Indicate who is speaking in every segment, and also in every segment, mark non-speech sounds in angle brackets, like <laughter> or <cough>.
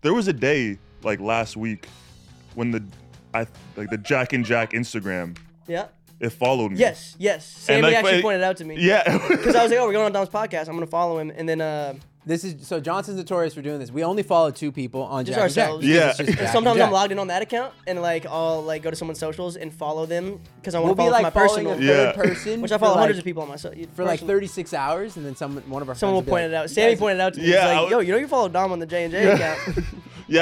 Speaker 1: There was a day like last week when the I like the Jack and Jack Instagram
Speaker 2: Yeah.
Speaker 1: it followed me.
Speaker 2: Yes, yes. Sammy
Speaker 1: like,
Speaker 2: actually
Speaker 1: wait-
Speaker 2: pointed it out to me.
Speaker 1: Yeah. <laughs>
Speaker 2: Because I was like, oh, we're going on Dom's podcast. I'm going to follow him. And then uh,
Speaker 3: This is so Johnson's notorious for doing this. We only follow two people on
Speaker 2: just
Speaker 3: Jack and Jack
Speaker 2: ourselves.
Speaker 3: because
Speaker 1: Yeah.
Speaker 3: it's just
Speaker 1: And
Speaker 3: Jack and
Speaker 2: sometimes
Speaker 3: Jack.
Speaker 2: I'm logged in on that account and like I'll like go to someone's socials and follow them because I want
Speaker 3: We'll
Speaker 2: to follow
Speaker 3: be like
Speaker 2: my
Speaker 3: following
Speaker 2: personal.
Speaker 3: a third
Speaker 1: Yeah.
Speaker 3: person,
Speaker 2: <laughs> Which I
Speaker 3: for,
Speaker 2: follow hundreds
Speaker 3: like-
Speaker 2: of people on my so- personal.
Speaker 3: for like 36 hours, and then someone one of our
Speaker 2: Someone will
Speaker 3: friends will
Speaker 2: point it out.
Speaker 3: be
Speaker 2: Sammy
Speaker 3: like,
Speaker 2: pointed it out to me.
Speaker 1: Yeah,
Speaker 2: Yeah,
Speaker 1: I
Speaker 2: like,
Speaker 1: would-
Speaker 2: yo, you know you follow Dom on the J and
Speaker 1: <laughs>
Speaker 2: J account.
Speaker 1: Yeah,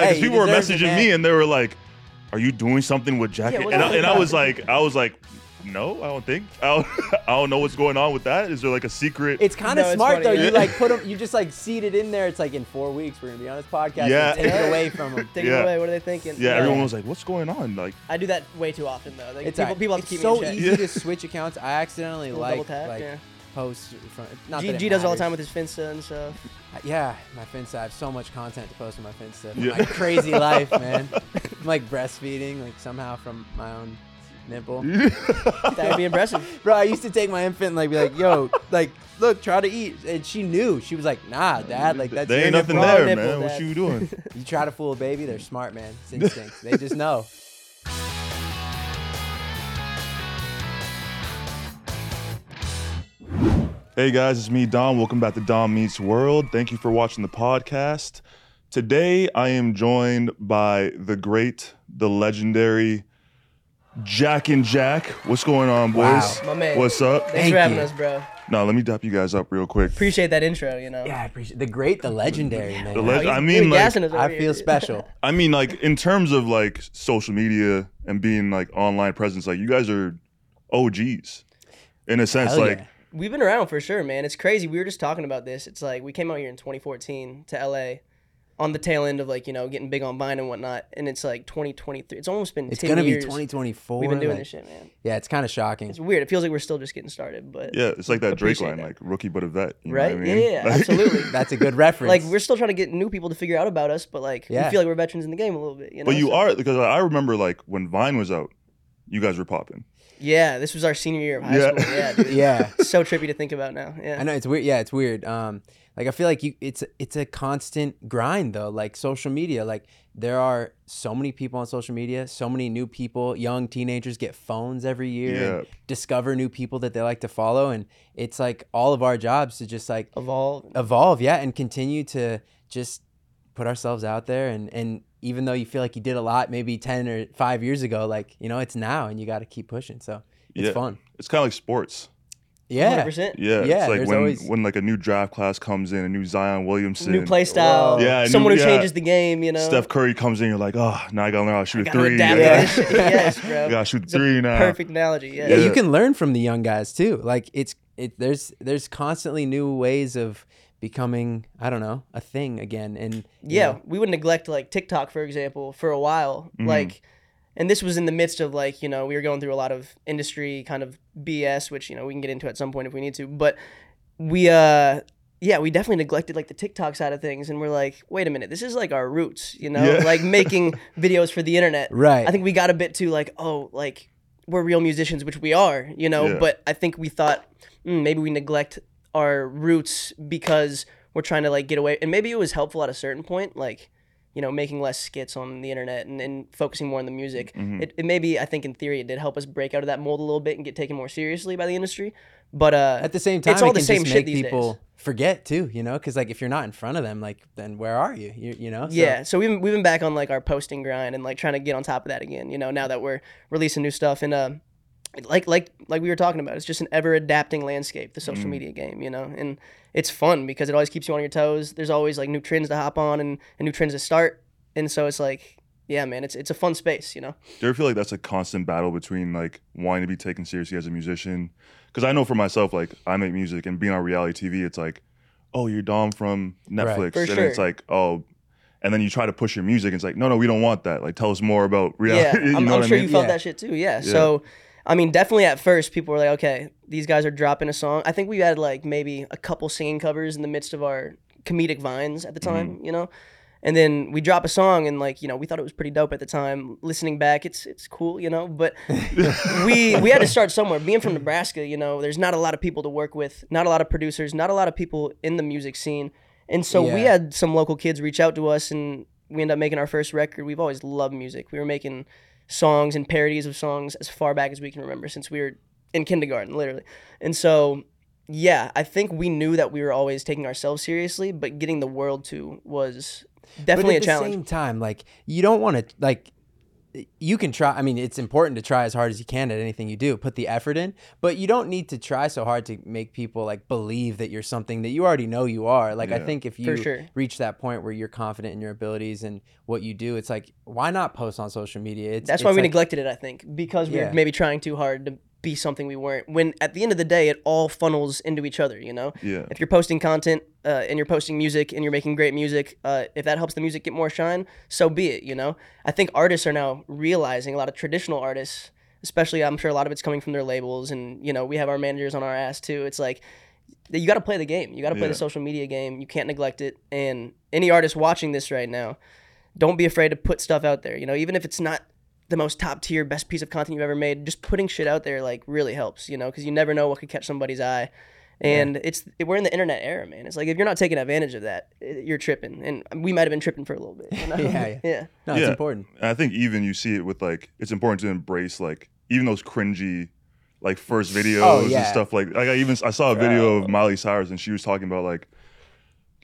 Speaker 1: because
Speaker 3: Hey,
Speaker 1: people were
Speaker 3: he deserves it,
Speaker 1: messaging me
Speaker 3: man.
Speaker 1: and they were like, Are you doing something with Jack?
Speaker 2: Yeah,
Speaker 1: and
Speaker 2: what
Speaker 1: I,
Speaker 2: the
Speaker 1: and I
Speaker 2: fuck?
Speaker 1: was like, I was like, No, I don't think. I don't, <laughs> I don't know what's going on with that. Is there like a secret?
Speaker 3: It's kind of
Speaker 2: No, it's
Speaker 3: smart
Speaker 2: funny.
Speaker 3: though.
Speaker 2: Yeah.
Speaker 3: You like put them. You just like seed it in there. It's like in four weeks we're gonna be on this podcast.
Speaker 1: Yeah.
Speaker 3: and take
Speaker 2: <laughs>
Speaker 3: it away from them.
Speaker 2: Take it
Speaker 1: Yeah.
Speaker 2: away. What are they thinking?
Speaker 1: yeah, everyone was like, What's going on? Like,
Speaker 2: I do that way too often though. Like,
Speaker 3: It's
Speaker 2: people,
Speaker 3: alright.
Speaker 2: people have
Speaker 3: It's
Speaker 2: to keep
Speaker 3: so
Speaker 2: me in check. <laughs>
Speaker 3: easy to switch accounts. I accidentally
Speaker 2: Little double
Speaker 3: like
Speaker 2: tap,
Speaker 3: like
Speaker 2: yeah.
Speaker 3: post from. Not
Speaker 2: G,
Speaker 3: that it
Speaker 2: G does it all the
Speaker 3: matters.
Speaker 2: time with his Finsta and stuff.
Speaker 1: <laughs>
Speaker 3: Uh, Yeah, my Finsta. I have so much content to post on my Finsta.
Speaker 1: Yeah.
Speaker 3: My crazy
Speaker 1: <laughs>
Speaker 3: life, man. I'm like breastfeeding, like somehow from my own
Speaker 1: <laughs>
Speaker 3: nipple.
Speaker 2: That would be impressive.
Speaker 3: Bro, I used to take my infant and like be like, yo, like, look, try to eat. And she knew. She was like, nah, dad, like that's
Speaker 1: there
Speaker 3: your
Speaker 1: ain't nothing
Speaker 3: nipple.
Speaker 1: there,
Speaker 2: nipple,
Speaker 1: man. What
Speaker 2: Dad.
Speaker 1: you
Speaker 2: <laughs>
Speaker 1: doing?
Speaker 3: You try to fool a baby, they're smart, man.
Speaker 1: <laughs>
Speaker 3: It's instinct. they just know.
Speaker 1: Hey guys, it's me, Dom. Welcome back to Dom Meets World. Thank you for watching the podcast. Today, I am joined by the great, the legendary Jack and Jack. What's going on, boys?
Speaker 3: Wow.
Speaker 2: My man.
Speaker 1: What's up?
Speaker 2: Thanks for having
Speaker 3: you.
Speaker 2: us, bro.
Speaker 1: Now, let me dap you guys up real quick.
Speaker 2: Appreciate that intro. You know.
Speaker 3: Yeah, I appreciate the great, the legendary, man.
Speaker 1: The leg- I mean,
Speaker 2: Really
Speaker 1: like,
Speaker 2: gassing us over
Speaker 3: I
Speaker 2: here,
Speaker 3: feel
Speaker 2: dude. <laughs>
Speaker 3: special.
Speaker 1: I mean, like in terms of like social media and being like online presence, like you guys are OGs in a sense.
Speaker 3: Hell
Speaker 1: like,
Speaker 3: yeah.
Speaker 2: We've been around for sure, man. It's crazy. We were just talking about this. It's like we came out here in 2014 to LA on the tail end of like, you know, getting big on Vine and whatnot. And it's like 2023. It's almost been
Speaker 3: It's
Speaker 2: 10
Speaker 3: gonna be
Speaker 2: years
Speaker 3: 2024.
Speaker 2: We've been doing
Speaker 3: like-
Speaker 2: this shit, man.
Speaker 3: Yeah, it's kind of shocking.
Speaker 2: It's <laughs> weird. It feels like we're still just getting started, but
Speaker 1: yeah, it's like that Drake
Speaker 2: Appreciate
Speaker 1: line,
Speaker 2: that.
Speaker 1: like rookie but a vet. you know what I
Speaker 2: right?
Speaker 1: mean?
Speaker 2: Yeah, yeah,
Speaker 1: Like- <laughs>
Speaker 2: absolutely.
Speaker 3: That's a good reference.
Speaker 2: like we're still trying to get new people to figure out about us, but like we
Speaker 3: Yeah.
Speaker 2: feel like we're veterans in the game a little bit, you know.
Speaker 1: But you
Speaker 2: So-
Speaker 1: are because I remember like when Vine was out, you guys were popping.
Speaker 2: Yeah, this was our senior year of high
Speaker 1: Yeah.
Speaker 2: school.
Speaker 1: <laughs>
Speaker 2: Yeah, dude.
Speaker 3: yeah.
Speaker 2: It's so trippy to think about now. Yeah.
Speaker 3: I know it's weird. Yeah, it's weird. Um, like I feel like you, it's it's a constant grind though. Like social media, like there are so many people on social media, so many new people. Young teenagers get phones every year, and
Speaker 1: Yeah.
Speaker 3: discover new people that they like to follow, and it's like all of our jobs to just like
Speaker 2: Evolve.
Speaker 3: evolve, yeah, and continue to just put ourselves out there. And and even though you feel like you did a lot maybe ten or five years ago, like you know it's now, and you got to keep pushing. So it's
Speaker 1: Yeah.
Speaker 3: fun.
Speaker 1: It's kind of like sports.
Speaker 3: Yeah,
Speaker 2: 100%.
Speaker 1: Yeah,
Speaker 3: Yeah,
Speaker 1: it's like
Speaker 3: there's
Speaker 1: when
Speaker 3: always-
Speaker 1: when like a new draft class comes in, a new Zion Williamson,
Speaker 2: New play style.
Speaker 3: Whoa.
Speaker 1: Yeah, new-
Speaker 2: Someone who
Speaker 1: yeah.
Speaker 2: changes the game, you know.
Speaker 1: Steph Curry comes in, you're like, oh, now I gotta learn how to shoot a
Speaker 2: Gotta
Speaker 1: three.
Speaker 2: adapt
Speaker 1: I
Speaker 2: to
Speaker 1: gotta-
Speaker 2: this shit. yes,
Speaker 1: <laughs>
Speaker 2: bro.
Speaker 1: I gotta shoot
Speaker 2: a
Speaker 1: three now.
Speaker 2: Perfect analogy. Yeah.
Speaker 3: yeah,
Speaker 1: Yeah.
Speaker 3: you can learn from the young guys too. Like it's it there's there's constantly new ways of becoming I don't know a thing again. And you
Speaker 2: Yeah,
Speaker 3: know,
Speaker 2: we would neglect like TikTok for example for a while. Like and this was in the midst of like, you know, we were going through a lot of industry kind of BS which, you know, we can get into at some point if we need to, but we uh yeah, we definitely neglected like the TikTok side of things and we're like, wait a minute, this is like our roots, you know,
Speaker 1: Yeah.
Speaker 2: like making videos for the internet.
Speaker 3: right.
Speaker 2: I think we got a bit too like, oh, like we're real musicians, which we are, you know.
Speaker 1: Yeah.
Speaker 2: But I think we thought mm, maybe we neglect our roots because we're trying to like get away. And maybe it was helpful at a certain point, like you know, making less skits on the internet and, and focusing more on the music.
Speaker 1: Mm-hmm. Hmm.
Speaker 2: It, it maybe I think in theory it did help us break out of that mold a little bit and get taken more seriously by the industry. But uh,
Speaker 3: at the same time,
Speaker 2: it's all
Speaker 3: it
Speaker 2: the
Speaker 3: can
Speaker 2: same
Speaker 3: just
Speaker 2: shit
Speaker 3: make
Speaker 2: these
Speaker 3: people
Speaker 2: days.
Speaker 3: forget too. You know, because like if you're not in front of them, like then where are you? You, you know. So,
Speaker 2: Yeah, so we've been, we've been back on like our posting grind and like trying to get on top of that again. You know, now that we're releasing new stuff and uh, like like like we were talking about, it's just an ever adapting landscape, the
Speaker 3: Mm.
Speaker 2: social media game. You know, and it's fun because it always keeps you on your toes. There's always like new trends to hop on and, and new trends to start, and so it's like, yeah, man, it's it's a fun space. You know,
Speaker 1: Do you ever feel like that's a constant battle between like wanting to be taken seriously as a musician? Because I know for myself, like I make music and being on reality TV, it's like, oh, you're Dom from Netflix,
Speaker 3: Right.
Speaker 2: For
Speaker 1: and
Speaker 2: sure.
Speaker 1: it's like, oh, and then you try to push your music. And it's like, no, no, we don't want that. Like, tell us more about
Speaker 2: yeah,
Speaker 1: reality. <laughs> you
Speaker 2: I'm,
Speaker 1: know
Speaker 2: I'm
Speaker 1: what
Speaker 2: sure
Speaker 1: I mean?
Speaker 2: you felt
Speaker 3: Yeah.
Speaker 2: that shit too. Yeah. So, I mean, definitely at first, people were like, "Okay, these guys are dropping a song." I think we had like maybe a couple singing covers in the midst of our comedic vines at the time,
Speaker 1: Mm-hmm.
Speaker 2: you know. And then we drop a song, and like you know, we thought it was pretty dope at the time. Listening back, it's it's cool, you know. But
Speaker 1: <laughs>
Speaker 2: we we had to
Speaker 3: <laughs>
Speaker 2: start somewhere. Being from Nebraska, you know, there's not a lot of people to work with, not a lot of producers, not a lot of people in the music scene, and so we
Speaker 3: Yeah.
Speaker 2: had some local kids reach out to us, and we ended up making our first record. We've always loved music. We were making songs and parodies of songs as far back as we can remember since we were in kindergarten, literally. And so, yeah, I think we knew that we were always taking ourselves seriously, but getting the world to was definitely a
Speaker 3: but at the
Speaker 2: challenge.
Speaker 3: same time, like you don't want to like you can try. I mean, it's important to try as hard as you can at anything you do. Put the effort in, but you don't need to try so hard to make people like believe that you're something that you already know you are. Like I
Speaker 1: Yeah.
Speaker 3: think if you
Speaker 2: For sure.
Speaker 3: reach that point where you're confident in your abilities and what you do, it's like why not post on social media? It's,
Speaker 2: That's why
Speaker 3: it's
Speaker 2: we
Speaker 3: like-
Speaker 2: neglected it, I think, because we
Speaker 3: Yeah.
Speaker 2: were maybe trying too hard to be something we weren't. When at the end of the day, it all funnels into each other, you know?
Speaker 1: Yeah.
Speaker 2: If you're posting content uh, and you're posting music and you're making great music, uh, if that helps the music get more shine, so be it, you know? I think artists are now realizing, a lot of traditional artists, especially, I'm sure a lot of it's coming from their labels, and, you know, we have our managers on our ass too. It's like, that you got to play the game. You got to play
Speaker 1: Yeah.
Speaker 2: the social media game. You can't neglect it. And any artist watching this right now, don't be afraid to put stuff out there. You know, even if it's not the most top tier, best piece of content you've ever made, just putting shit out there like really helps. You know, because you never know what could catch somebody's eye. And it's we're in the internet era, man. It's like if you're not taking advantage of that, i- you're tripping. And we might have been tripping for a little
Speaker 3: <laughs>
Speaker 2: bit. You know?
Speaker 3: Yeah, yeah.
Speaker 2: yeah.
Speaker 3: No, it's
Speaker 1: Yeah.
Speaker 3: important.
Speaker 1: And I think even you see it with like it's important to embrace like even those cringy like
Speaker 2: Oh,
Speaker 1: first videos and
Speaker 3: yeah.
Speaker 1: stuff like like I even I saw a video of Miley Cyrus and she was talking about like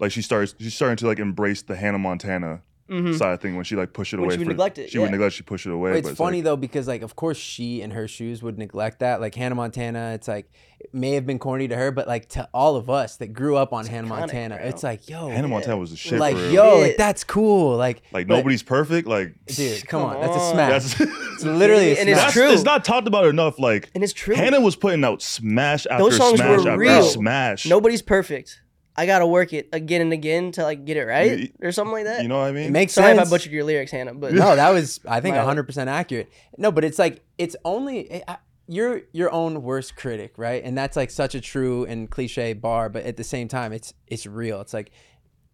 Speaker 1: like she starts she's starting to like embrace the Hannah Montana
Speaker 2: Mm-hmm.
Speaker 1: side of thing when she like push it
Speaker 2: Hmm. When
Speaker 1: away.
Speaker 2: she would neglect it,
Speaker 1: She would
Speaker 2: yeah.
Speaker 1: neglect. She push it away.
Speaker 3: But
Speaker 1: but
Speaker 3: it's funny though because like of course she in her shoes would neglect that. Like Hannah Montana, it's like it may have been corny to her, but like to all of us that grew up on Hannah
Speaker 2: iconic,
Speaker 3: Montana,
Speaker 2: bro.
Speaker 3: it's like yo,
Speaker 1: Like, Hannah Montana was the shit.
Speaker 3: like
Speaker 1: for real.
Speaker 3: yo,
Speaker 2: Yeah.
Speaker 3: like that's cool. Like
Speaker 1: like
Speaker 3: but-
Speaker 1: nobody's perfect. Like
Speaker 3: dude. Come,
Speaker 2: Come
Speaker 3: on. that's a
Speaker 2: on.
Speaker 1: <laughs>
Speaker 3: smash.
Speaker 1: that's.
Speaker 3: it's literally a
Speaker 2: And it's
Speaker 3: smash.
Speaker 1: That's,
Speaker 2: true.
Speaker 1: It's not talked about enough. Like
Speaker 2: And it's true.
Speaker 1: Hannah was putting out smash after
Speaker 2: songs
Speaker 1: smash
Speaker 2: were
Speaker 1: after
Speaker 2: real.
Speaker 1: smash.
Speaker 2: Nobody's perfect. I gotta work it again and again to like get it right
Speaker 1: You-
Speaker 2: or something like that.
Speaker 1: you know what I mean?
Speaker 3: It makes
Speaker 2: Sorry if
Speaker 3: sense.
Speaker 2: I butchered your lyrics, Hannah, but <laughs>
Speaker 3: no, that was I think
Speaker 2: My-
Speaker 3: 100 percent accurate. No, but it's like it's only eh, I- I- you're your own worst critic, right? And that's like such a true and cliche bar, but at the same time, it's it's real. It's like